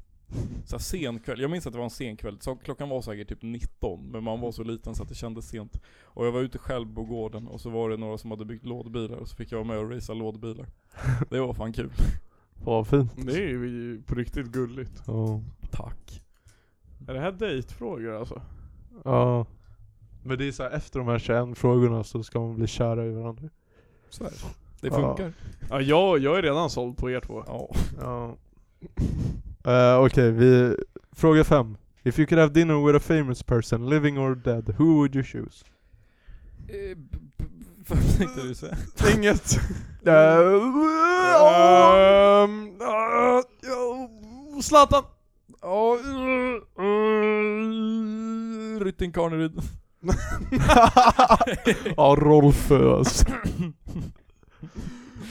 [SPEAKER 1] Så här sen kväll. Jag minns att det var en sen kväll. Så klockan var säkert typ 19, men man var så liten så att det kändes sent. Och jag var ute själv på gården och så var det några som hade byggt lådbilar och så fick jag vara med och racea lådbilar. Det var fan kul.
[SPEAKER 4] Vad fint.
[SPEAKER 2] Det är ju på riktigt gulligt.
[SPEAKER 4] Ja.
[SPEAKER 1] Tack.
[SPEAKER 2] Är det här dejtfrågor alltså?
[SPEAKER 4] ja. Men det är så här, efter de här 21 frågorna så ska man bli kära i varandra.
[SPEAKER 1] Så är det. Det
[SPEAKER 4] Ja.
[SPEAKER 1] funkar.
[SPEAKER 2] Ja jag, jag är redan såld på er två.
[SPEAKER 1] Ja.
[SPEAKER 4] Ja. Eh, Okej, vi... Fråga fem. If you could have dinner with a famous person, living or dead, who would you choose?
[SPEAKER 1] Eh, b- b- Vad tänkte du säga?
[SPEAKER 2] Inget. Eh,
[SPEAKER 4] Uh,
[SPEAKER 2] Ehm, ah, ja, Zlatan!
[SPEAKER 1] Ja, eh, eh, Rytting Karneryd.
[SPEAKER 4] ja, Rolf alltså.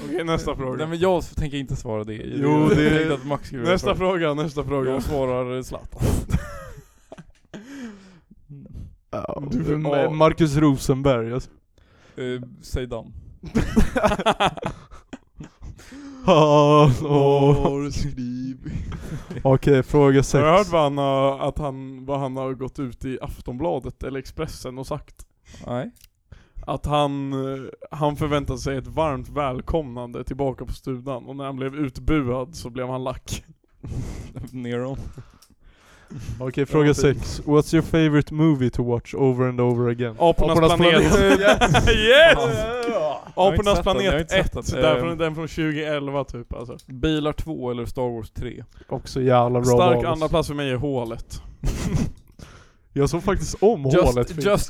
[SPEAKER 2] Okej nästa fråga.
[SPEAKER 1] Nej men jag tänker inte svara det.
[SPEAKER 4] Jo, det-
[SPEAKER 1] Jag tänkte att Max skulle vilja
[SPEAKER 2] Nästa
[SPEAKER 1] svara.
[SPEAKER 2] fråga, nästa fråga.
[SPEAKER 1] Jag svarar Zlatan.
[SPEAKER 4] Ja,
[SPEAKER 2] Du får-
[SPEAKER 4] Ma- Marcus Rosenberg alltså.
[SPEAKER 1] Eh, Zeidan.
[SPEAKER 4] Hallå. Okej, fråga
[SPEAKER 2] Har
[SPEAKER 4] sex.
[SPEAKER 2] du hört vad han, har- att han, vad han har gått ut i Aftonbladet eller Expressen och sagt?
[SPEAKER 1] Nej.
[SPEAKER 2] Att han, eh, han förväntade sig ett varmt välkomnande tillbaka på studan och när han blev utbuad så blev han lack.
[SPEAKER 1] Neron.
[SPEAKER 4] Okej, fråga sex. What's your favorite movie to watch over and over again?
[SPEAKER 2] Apornas,
[SPEAKER 4] Apornas
[SPEAKER 2] planet.
[SPEAKER 4] planet.
[SPEAKER 2] yes!
[SPEAKER 1] Jag har inte
[SPEAKER 2] Apornas
[SPEAKER 1] sett den, jag har
[SPEAKER 2] planet
[SPEAKER 1] inte sett
[SPEAKER 2] 1,
[SPEAKER 1] den.
[SPEAKER 2] där
[SPEAKER 1] Eh,
[SPEAKER 2] från, den från 2011 typ alltså.
[SPEAKER 1] Bilar 2 eller Star Wars 3?
[SPEAKER 4] Också jävla bra
[SPEAKER 2] Stark
[SPEAKER 4] val.
[SPEAKER 2] andra
[SPEAKER 4] alltså.
[SPEAKER 2] plats för mig är hålet.
[SPEAKER 4] Jag såg faktiskt om hålet. för-
[SPEAKER 1] just,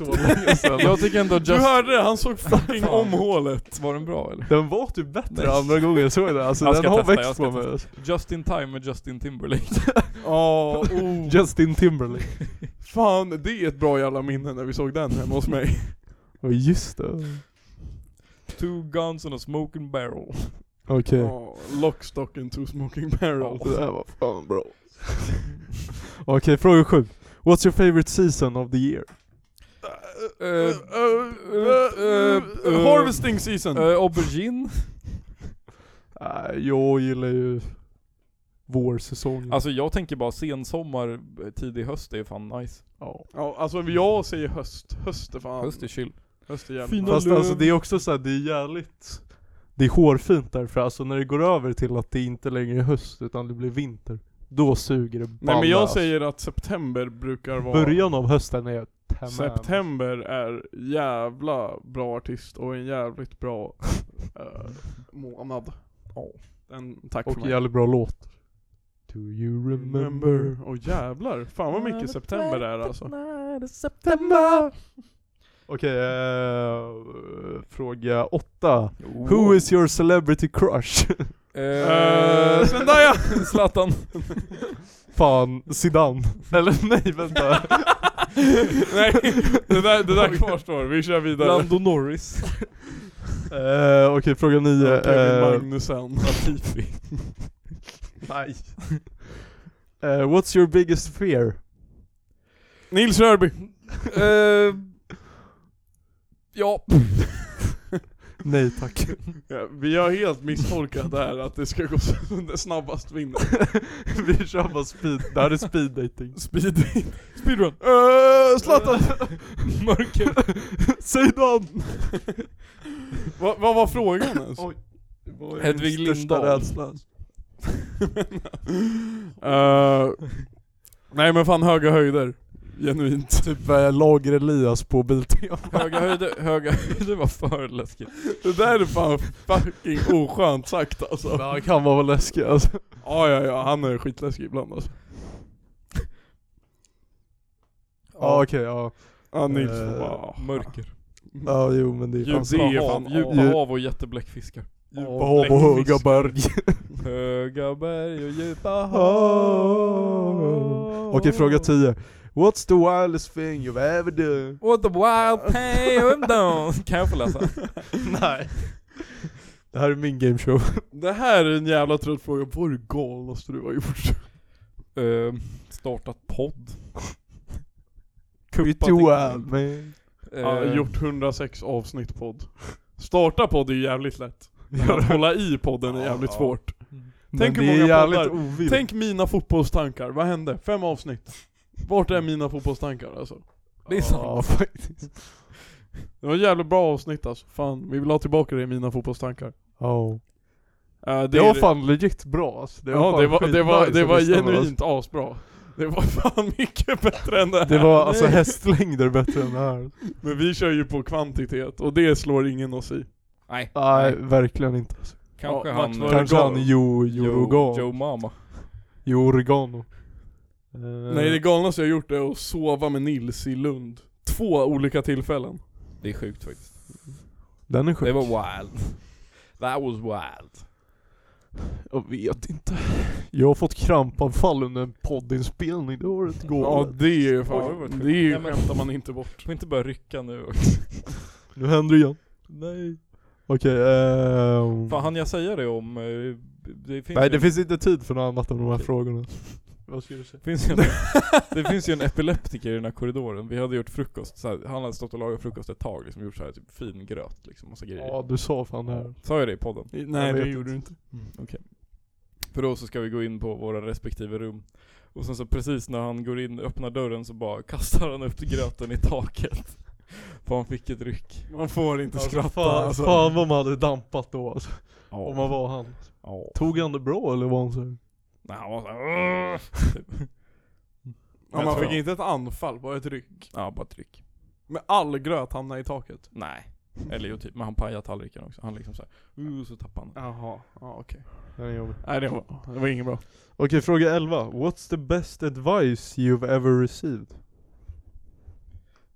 [SPEAKER 1] Jag tycker ändå
[SPEAKER 2] Du
[SPEAKER 1] Just...
[SPEAKER 2] hörde det, han såg fucking
[SPEAKER 1] Fan.
[SPEAKER 2] om hålet.
[SPEAKER 1] Var den bra eller?
[SPEAKER 4] Den var typ bättre
[SPEAKER 1] Nej.
[SPEAKER 4] andra gången jag såg den. Alltså
[SPEAKER 1] Jag
[SPEAKER 4] den
[SPEAKER 1] ska
[SPEAKER 4] har
[SPEAKER 1] testa, jag
[SPEAKER 4] växt
[SPEAKER 1] ska
[SPEAKER 4] på mig. Alltså.
[SPEAKER 1] Just in time med Justin Timberlake.
[SPEAKER 2] Ja, oh.
[SPEAKER 4] Justin Timberlake.
[SPEAKER 2] Fan, det är ett bra jävla minne när vi såg den hemma hos mig.
[SPEAKER 4] Ja just det.
[SPEAKER 1] Two guns and a smoking barrel.
[SPEAKER 4] Okej.
[SPEAKER 2] Ja, Lockstock and two smoking barrels.
[SPEAKER 4] Det där var fan bra. Okej, fråga sju. What's your favorite season of the year?
[SPEAKER 2] Eh, eh, eh, Harvesting season!
[SPEAKER 1] Eh, aubergine.
[SPEAKER 4] Uh, jag gillar ju vårsäsongen.
[SPEAKER 1] Alltså jag tänker bara sensommar, eh, tidig höst är fan nice.
[SPEAKER 4] ja.
[SPEAKER 2] Ja, alltså jag säger höst. Höst är fan.
[SPEAKER 1] Höst är chill.
[SPEAKER 2] höst är jävligt
[SPEAKER 1] Fina
[SPEAKER 2] bra.
[SPEAKER 4] Fast alltså det är också såhär, det är jävligt Det är hårfint därför alltså när det går över till att det inte längre är höst utan det blir vinter Då suger det
[SPEAKER 2] Nej men
[SPEAKER 4] balla,
[SPEAKER 2] jag
[SPEAKER 4] alltså.
[SPEAKER 2] säger att september brukar vara...
[SPEAKER 4] Början av hösten är tamam.
[SPEAKER 2] September är jävla bra artist och en jävligt bra eh, månad. Ja. Den, tack för
[SPEAKER 4] Och
[SPEAKER 2] mig.
[SPEAKER 4] jävligt bra låt Do you remember?
[SPEAKER 2] Åh jävlar, fan vad mycket september det är alltså.
[SPEAKER 4] September! Okej, eh, fråga åtta Who is your celebrity crush?
[SPEAKER 1] Eh,
[SPEAKER 2] Eh, Zendaya!
[SPEAKER 1] Zlatan.
[SPEAKER 4] Fan, Zidane Eller nej vänta
[SPEAKER 2] Nej, det där, det där kvarstår. Vi kör vidare.
[SPEAKER 1] Lando Norris.
[SPEAKER 4] Eh, Okej, fråga nio
[SPEAKER 2] Kevin
[SPEAKER 4] eh,
[SPEAKER 2] Magnusson.
[SPEAKER 1] Latifi.
[SPEAKER 4] Nej. Eh, what's your biggest fear?
[SPEAKER 2] Nils Rörby.
[SPEAKER 1] Eh, ja.
[SPEAKER 4] Nej tack.
[SPEAKER 2] Ja, vi har helt misstolkat det här att det ska gå så- det snabbast vinner.
[SPEAKER 4] Vi kör bara speed. Det här är speed dating.
[SPEAKER 1] Speed. Speedrun.
[SPEAKER 4] Uh, Zlatan!
[SPEAKER 1] Mörker.
[SPEAKER 4] Zidane!
[SPEAKER 2] Vad vad var frågan ens?
[SPEAKER 4] Oj. Det var ju
[SPEAKER 1] Hedvig
[SPEAKER 4] min största
[SPEAKER 1] Lindahl.
[SPEAKER 4] rädsla.
[SPEAKER 2] Eh, nej men fan höga höjder. Genuint.
[SPEAKER 4] Typ eh, Lager Elias på Biltema.
[SPEAKER 1] Höga höjder, höga höjder var för läskigt.
[SPEAKER 2] Det där är fan fucking oskönt sagt alltså.
[SPEAKER 4] Han kan vara läskig alltså.
[SPEAKER 2] Ja ja ja, han är skitläskig ibland alltså.
[SPEAKER 4] Ja okej, ja.
[SPEAKER 2] Ja Nils
[SPEAKER 4] Eh,
[SPEAKER 2] bara...
[SPEAKER 1] Mörker.
[SPEAKER 4] Ja jo men det är fan
[SPEAKER 1] Djupa,
[SPEAKER 2] Ljud- det är fan
[SPEAKER 1] hav, djupa
[SPEAKER 4] av-
[SPEAKER 1] hav och jättebläckfiskar.
[SPEAKER 2] djupa
[SPEAKER 4] på hav och höga berg.
[SPEAKER 1] Höga berg och djupa hav.
[SPEAKER 4] Okej fråga 10. What's the wildest thing you've ever done?
[SPEAKER 1] What the wild thing I've done. Kan jag få läsa?
[SPEAKER 4] Nej. Det här är min gameshow.
[SPEAKER 2] Det här är en jävla trött fråga, vad är det galnaste du har gjort?
[SPEAKER 1] Eh, startat podd.
[SPEAKER 4] Pretty
[SPEAKER 1] in-
[SPEAKER 4] wild man.
[SPEAKER 2] Ja,
[SPEAKER 1] Eh,
[SPEAKER 2] gjort 106 avsnitt podd. Starta podd är ju jävligt lätt. Men att hålla i podden är jävligt
[SPEAKER 1] Ja.
[SPEAKER 2] svårt.
[SPEAKER 4] Men
[SPEAKER 2] Tänk hur
[SPEAKER 4] det är
[SPEAKER 2] många
[SPEAKER 4] jävligt
[SPEAKER 2] poddar.
[SPEAKER 4] ovilt.
[SPEAKER 2] Tänk mina fotbollstankar, vad hände? Fem avsnitt. Vart är mina fotbollstankar alltså?
[SPEAKER 1] Det är sant.
[SPEAKER 4] Ja faktiskt.
[SPEAKER 2] Det var ett jävligt bra avsnitt alltså. Fan, vi vill ha tillbaka det i mina fotbollstankar.
[SPEAKER 4] Ja.
[SPEAKER 2] Eh,
[SPEAKER 4] Det var fan legit bra alltså.
[SPEAKER 2] det var, ja,
[SPEAKER 4] fan
[SPEAKER 2] det var, det var,
[SPEAKER 4] skitnice
[SPEAKER 2] det var
[SPEAKER 4] att lyssna på, alltså.
[SPEAKER 2] genuint asbra. Det var fan mycket bättre än det här.
[SPEAKER 4] Det var alltså
[SPEAKER 2] Nej.
[SPEAKER 4] hästlängder bättre än det här.
[SPEAKER 2] Men vi kör ju på kvantitet och det slår ingen oss
[SPEAKER 4] Eh.
[SPEAKER 2] i.
[SPEAKER 1] Nej,
[SPEAKER 4] Nej verkligen inte. alltså.
[SPEAKER 1] kanske
[SPEAKER 2] Ja,
[SPEAKER 1] han...
[SPEAKER 2] Max var det
[SPEAKER 4] Kanske
[SPEAKER 2] gal-
[SPEAKER 4] han Jo
[SPEAKER 1] Joe, Joe
[SPEAKER 4] Jorogano.
[SPEAKER 1] Mama.
[SPEAKER 4] Jorogano.
[SPEAKER 2] Nej
[SPEAKER 4] Eh,
[SPEAKER 2] det galnaste jag gjort är att sova med Nils i Lund. Två olika tillfällen.
[SPEAKER 1] Det är sjukt faktiskt.
[SPEAKER 4] Den är sjuk.
[SPEAKER 1] Det var wild. That was wild.
[SPEAKER 4] Jag vet inte. Jag har fått krampanfall under en poddinspelning, det var ett
[SPEAKER 2] Ja
[SPEAKER 4] galet.
[SPEAKER 2] det är ju
[SPEAKER 1] Ja, det var
[SPEAKER 2] fan,
[SPEAKER 1] sjukt.
[SPEAKER 2] det är ju
[SPEAKER 1] Nej, men-
[SPEAKER 2] skämtar man inte bort. Mm.
[SPEAKER 1] Får inte börja rycka nu.
[SPEAKER 4] Nu händer det igen.
[SPEAKER 1] Nej.
[SPEAKER 4] Okej, ehm...
[SPEAKER 1] Fan, hann jag säga det om... eh, Det finns
[SPEAKER 4] Nej
[SPEAKER 1] ju-
[SPEAKER 4] det finns inte tid för något annat än de här
[SPEAKER 1] Okej.
[SPEAKER 4] frågorna. Vad ska du säga?
[SPEAKER 1] Finns ju en, det finns ju en epileptiker i den här korridoren. Vi hade gjort frukost, så här, han hade stått och lagat frukost ett tag, liksom gjort så här, typ fin gröt liksom, massa grejer.
[SPEAKER 4] Ja du sa fan det här.
[SPEAKER 1] Sa jag det i podden?
[SPEAKER 2] Nej
[SPEAKER 4] Jag
[SPEAKER 2] det
[SPEAKER 4] vet
[SPEAKER 2] gjorde du inte.
[SPEAKER 1] För då så ska vi gå in på våra respektive rum. Och sen så precis när han går in, öppnar dörren så bara kastar han upp gröten i taket. För han fick ett ryck.
[SPEAKER 2] Man får inte skratta
[SPEAKER 4] fan,
[SPEAKER 2] alltså.
[SPEAKER 4] fan vad man hade dampat då alltså.
[SPEAKER 1] Ja.
[SPEAKER 4] Om man var han.
[SPEAKER 1] Ja.
[SPEAKER 4] Tog han det bra eller var han så?
[SPEAKER 1] Nej, han var såhär
[SPEAKER 2] Ja,
[SPEAKER 1] Jag
[SPEAKER 2] man
[SPEAKER 1] tror-
[SPEAKER 2] fick inte ett anfall, bara ett ryck.
[SPEAKER 1] Ja, bara ett ryck.
[SPEAKER 2] Med all gröt hamnade i taket.
[SPEAKER 1] Nej. Eller jo typ, men han pajade tallriken också. Han liksom såhär, uh, så tappade han den.
[SPEAKER 2] Jaha, ja okej.
[SPEAKER 4] Den är jobbig.
[SPEAKER 2] Nej det var, det var inget bra.
[SPEAKER 4] Okej fråga 11. What's the best advice you've ever received?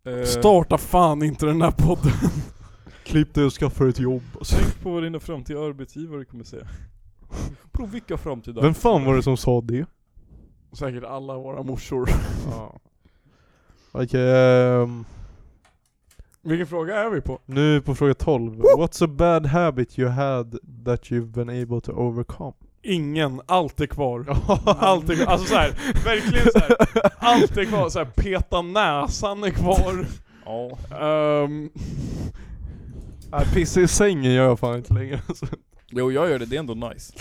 [SPEAKER 1] Eh,
[SPEAKER 2] Starta fan inte den där podden.
[SPEAKER 4] Klipp dig och skaffa dig ett jobb alltså.
[SPEAKER 1] Tänk på vad dina framtida arbetsgivare kommer säga. Prova vilka framtida
[SPEAKER 4] Vem fan var det som sa det?
[SPEAKER 2] Säkert alla våra morsor.
[SPEAKER 4] Ja. Okej, ehm,
[SPEAKER 2] Vilken fråga är vi på?
[SPEAKER 4] nu på fråga 12. What's a bad habit you had that you've been able to overcome?
[SPEAKER 2] Ingen, allt är kvar. Allt är, alltså såhär, verkligen såhär, allt är kvar. Såhär, peta näsan är kvar.
[SPEAKER 1] Ja.
[SPEAKER 2] Ehm,
[SPEAKER 4] Nej, pissa Äh, i sängen gör jag fan inte längre alltså.
[SPEAKER 1] Jo jag gör det, det är ändå nice.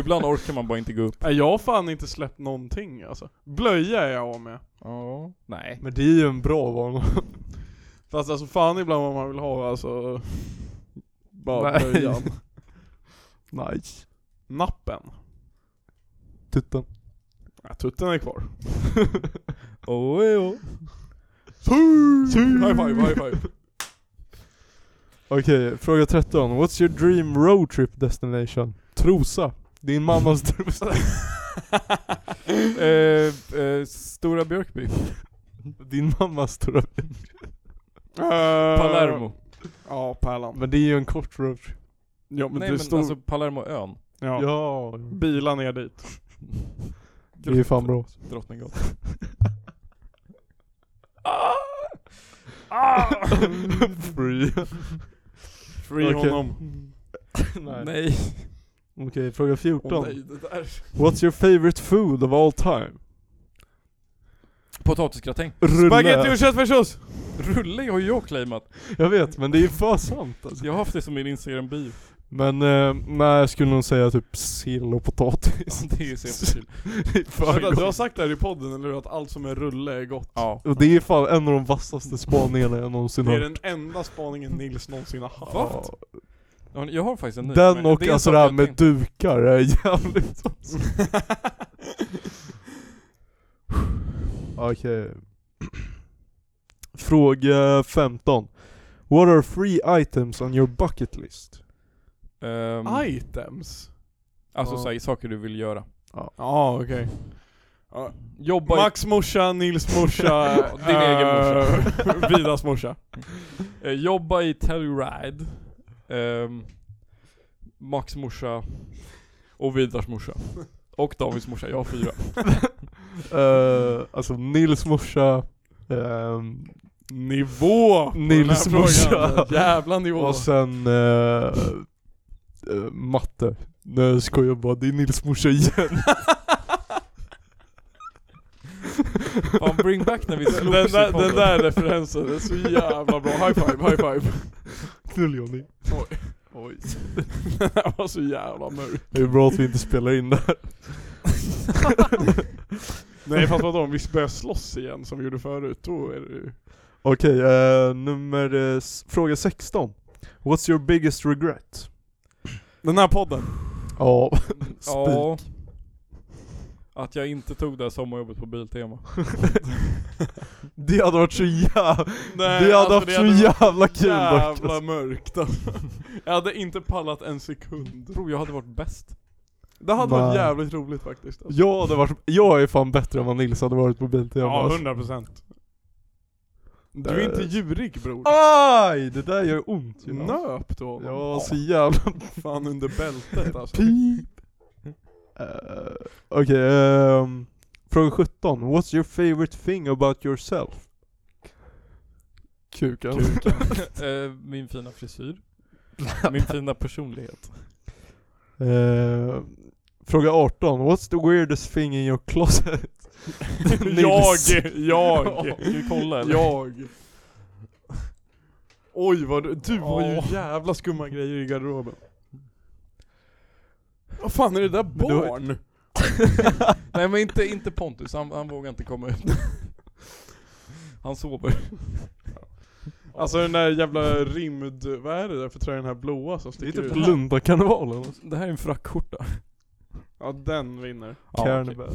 [SPEAKER 1] Ibland orkar man bara inte gå upp.
[SPEAKER 2] nej, jag har fan inte släppt någonting alltså. Blöja är jag av med.
[SPEAKER 1] Ja. Nej.
[SPEAKER 4] Men det är ju en bra vana.
[SPEAKER 2] Fast alltså fan ibland vad man vill ha alltså. Bara
[SPEAKER 4] Nej.
[SPEAKER 2] blöjan.
[SPEAKER 4] Nice.
[SPEAKER 2] Nappen.
[SPEAKER 4] Tutten.
[SPEAKER 2] Ja, tutten är kvar.
[SPEAKER 1] Oh, oh.
[SPEAKER 2] High five, high five.
[SPEAKER 4] Okej, fråga 13. What's your dream road trip destination? Trosa. Din mammas trosa.
[SPEAKER 1] eh, eh, Stora Björkby.
[SPEAKER 4] Din mammas trosa.
[SPEAKER 2] Ehm,
[SPEAKER 1] Palermo.
[SPEAKER 2] Ja, Pärlan.
[SPEAKER 4] Men det är ju en kort road trip.
[SPEAKER 2] Ja men
[SPEAKER 1] Nej
[SPEAKER 2] det
[SPEAKER 1] men
[SPEAKER 2] stod...
[SPEAKER 1] alltså Palermoön.
[SPEAKER 2] ja.
[SPEAKER 4] Ja.
[SPEAKER 2] Bila ner dit.
[SPEAKER 4] Det är ju fan bra.
[SPEAKER 1] Drottninggatan.
[SPEAKER 4] Free.
[SPEAKER 2] Free
[SPEAKER 4] Okej.
[SPEAKER 2] honom.
[SPEAKER 4] Nej.
[SPEAKER 1] Nej.
[SPEAKER 4] Okej, fråga 14.
[SPEAKER 2] Åh nej, det där.
[SPEAKER 4] What's your favorite food of all time?
[SPEAKER 1] Potatisgratäng.
[SPEAKER 4] Rulle.
[SPEAKER 2] Spagetti och köttfärssås!
[SPEAKER 1] Rulle har ju jag claimat.
[SPEAKER 4] Jag vet, men det är ju för sant alltså.
[SPEAKER 1] Jag har haft det som min Instagram-bio.
[SPEAKER 4] Men eh, nej, jag skulle nog säga typ sill och potatis.
[SPEAKER 1] Det är ju så jävla kul.
[SPEAKER 4] Det är fan
[SPEAKER 2] Vänta,
[SPEAKER 4] gott.
[SPEAKER 2] du har sagt det här i podden eller hur? Att allt som är rulle är gott.
[SPEAKER 1] Ja.
[SPEAKER 4] Och det är fan en av de vassaste spaningarna jag någonsin
[SPEAKER 2] Det är
[SPEAKER 4] har.
[SPEAKER 2] den enda spaningen Nils någonsin har haft.
[SPEAKER 1] Va? Ja, Jag har faktiskt en ny.
[SPEAKER 4] Den
[SPEAKER 1] men
[SPEAKER 4] och
[SPEAKER 1] är
[SPEAKER 4] alltså
[SPEAKER 1] en
[SPEAKER 4] det här
[SPEAKER 1] sak jag
[SPEAKER 4] med
[SPEAKER 1] tänkt-
[SPEAKER 4] dukar är jävligt alltså. Okej. Fråga 15. What are three items on your bucket list?
[SPEAKER 1] Ehm,
[SPEAKER 2] Items?
[SPEAKER 1] Alltså
[SPEAKER 4] Ja.
[SPEAKER 1] såhär, saker du vill göra.
[SPEAKER 2] Ja, okej. Ja.
[SPEAKER 1] Jobba i
[SPEAKER 2] Max morsa, Nils morsa,
[SPEAKER 4] Äh,
[SPEAKER 1] Din egen
[SPEAKER 2] morsa. Vidas morsa.
[SPEAKER 1] Eh, jobba i Telluride. Ehm, Max morsa. Och Vidars morsa. Och Davids morsa, jag har fyra.
[SPEAKER 4] Eh, alltså Nils morsa, ehm,
[SPEAKER 2] Nivå! på
[SPEAKER 4] Nils
[SPEAKER 2] den här frågan.
[SPEAKER 4] morsa.
[SPEAKER 2] Jävla nivå.
[SPEAKER 4] och sen eh, eh, matte. Nej jag skojar bara, det är Nils morsa igen.
[SPEAKER 1] Fan bring back när vi
[SPEAKER 2] Den
[SPEAKER 1] slogs i
[SPEAKER 2] där,
[SPEAKER 1] podden.
[SPEAKER 2] den där referensen är så jävla bra. High five, high five.
[SPEAKER 4] Knull Johnny.
[SPEAKER 2] Oj. Den här var så jävla mörk.
[SPEAKER 4] Det är bra att vi inte spelar in det här.
[SPEAKER 2] Nej fast vadå, om vi börjar slåss igen som vi gjorde förut, då är det ju...
[SPEAKER 4] Okej, eh, nummer, eh, s- fråga 16. What's your biggest regret?
[SPEAKER 2] Den här podden.
[SPEAKER 4] Ja,
[SPEAKER 1] Ja. Att jag inte tog det här sommarjobbet på Biltema.
[SPEAKER 4] det hade varit så jävla,
[SPEAKER 2] Nej,
[SPEAKER 4] det hade
[SPEAKER 2] alltså,
[SPEAKER 4] haft
[SPEAKER 2] det
[SPEAKER 4] så
[SPEAKER 2] hade varit
[SPEAKER 4] jävla kul Marcus.
[SPEAKER 2] Jävla mörkt alltså. Jag hade inte pallat en sekund.
[SPEAKER 1] Tror jag hade varit bäst.
[SPEAKER 2] Det hade varit
[SPEAKER 4] Nej.
[SPEAKER 2] jävligt roligt faktiskt. Alltså.
[SPEAKER 4] Jag hade varit, jag är fan bättre än vad Nils hade varit på Biltema
[SPEAKER 2] Ja,
[SPEAKER 4] alltså.
[SPEAKER 2] 100 procent. Du är inte djurig bror.
[SPEAKER 4] Ah, Aj! Det där gör ont Jonas.
[SPEAKER 2] Nöp då honom.
[SPEAKER 4] Jag var så jävla
[SPEAKER 2] Fan under bältet alltså.
[SPEAKER 4] pip. Typ. Eh, Okej, ehm, fråga 17. What's your favorite thing about yourself? Kuken.
[SPEAKER 1] Eh, min fina frisyr. Min fina personlighet.
[SPEAKER 4] Eh, fråga 18. What's the weirdest thing in your closet?
[SPEAKER 2] jag,
[SPEAKER 4] Nils.
[SPEAKER 2] jag,
[SPEAKER 1] Ska vi kolla eller?
[SPEAKER 2] jag. Oj vad du, du har ju
[SPEAKER 4] Ah.
[SPEAKER 1] Ja.
[SPEAKER 2] jävla skumma grejer i garderoben. Vad fan är det där
[SPEAKER 4] Men du har-
[SPEAKER 2] barn?
[SPEAKER 1] Nej men inte, inte Pontus, han, han vågar inte komma ut. Han sover.
[SPEAKER 2] Alltså den där jävla rymd, vad är det där för tröja den här blåa som
[SPEAKER 4] Det är
[SPEAKER 2] sticker
[SPEAKER 4] typ
[SPEAKER 2] ut?
[SPEAKER 4] Lundakarnevalen. alltså.
[SPEAKER 1] Det här är en frackskjorta.
[SPEAKER 2] Ja den vinner.
[SPEAKER 4] Carnival.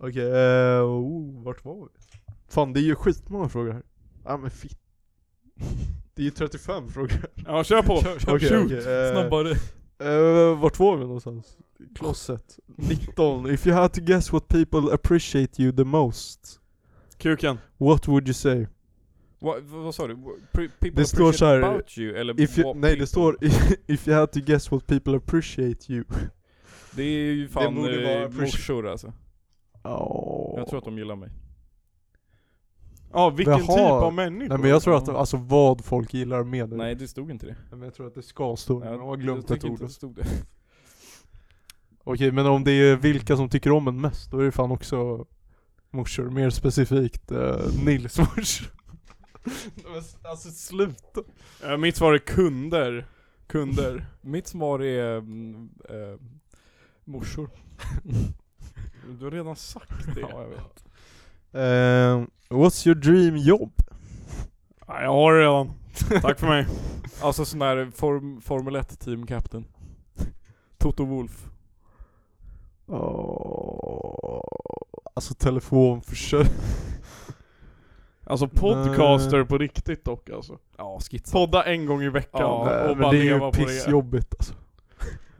[SPEAKER 4] Okej, eh, oh, vart var vi? Fan det är ju skitmånga frågor här. Ja men fitt. Det är ju 35 frågor.
[SPEAKER 2] Ja kör på!
[SPEAKER 1] Kör, kör,
[SPEAKER 4] Okej,
[SPEAKER 1] shoot.
[SPEAKER 4] okej, eh,
[SPEAKER 1] Snabbare.
[SPEAKER 4] eh, vart var vi någonstans? Klosset. 19. If you had to guess what people appreciate you the most,
[SPEAKER 2] Kuken.
[SPEAKER 4] what would you say?
[SPEAKER 1] Vad vad sa du? Pre- People
[SPEAKER 4] Det står
[SPEAKER 1] appreciate
[SPEAKER 4] så här,
[SPEAKER 1] about you eller
[SPEAKER 4] If you,
[SPEAKER 1] what
[SPEAKER 4] nej
[SPEAKER 1] people-
[SPEAKER 4] det står if you had to guess what people appreciate you.
[SPEAKER 1] Det är ju fan
[SPEAKER 4] borde
[SPEAKER 1] eh,
[SPEAKER 4] vara appreci-
[SPEAKER 1] morsor alltså.
[SPEAKER 4] Oh.
[SPEAKER 1] Jag tror att de gillar mig.
[SPEAKER 2] Ja vilken
[SPEAKER 4] Jaha.
[SPEAKER 2] typ av människor?
[SPEAKER 4] Nej men jag tror att, alltså vad folk gillar med dig.
[SPEAKER 1] Nej det stod inte det.
[SPEAKER 4] men jag tror att det ska stå det, men de har glömt
[SPEAKER 1] jag
[SPEAKER 4] ett
[SPEAKER 1] tycker
[SPEAKER 4] ord.
[SPEAKER 1] inte det stod det.
[SPEAKER 4] Okej, men om det är vilka som tycker om en mest, då är det fan också morsor. Mer specifikt eh, Nils morsa. Men s- alltså sluta.
[SPEAKER 2] Eh, Mitt svar är kunder. Kunder.
[SPEAKER 1] Mitt svar är mm, eh, morsor. du har redan sagt det. Ja, jag vet.
[SPEAKER 4] Eh, what's your dream job?
[SPEAKER 2] Ja, jag har det redan. Tack för mig.
[SPEAKER 1] Alltså sån här form, Formel 1 team captain. Toto Wolf.
[SPEAKER 4] Oh, alltså telefonförsörj.
[SPEAKER 2] Alltså podcaster på riktigt dock alltså.
[SPEAKER 1] Ja, skitsa.
[SPEAKER 2] Podda en gång i veckan
[SPEAKER 1] Ja,
[SPEAKER 4] Nej,
[SPEAKER 2] och bara
[SPEAKER 4] Eh, men det
[SPEAKER 2] leva
[SPEAKER 4] är ju
[SPEAKER 2] på det.
[SPEAKER 4] pissjobbigt alltså.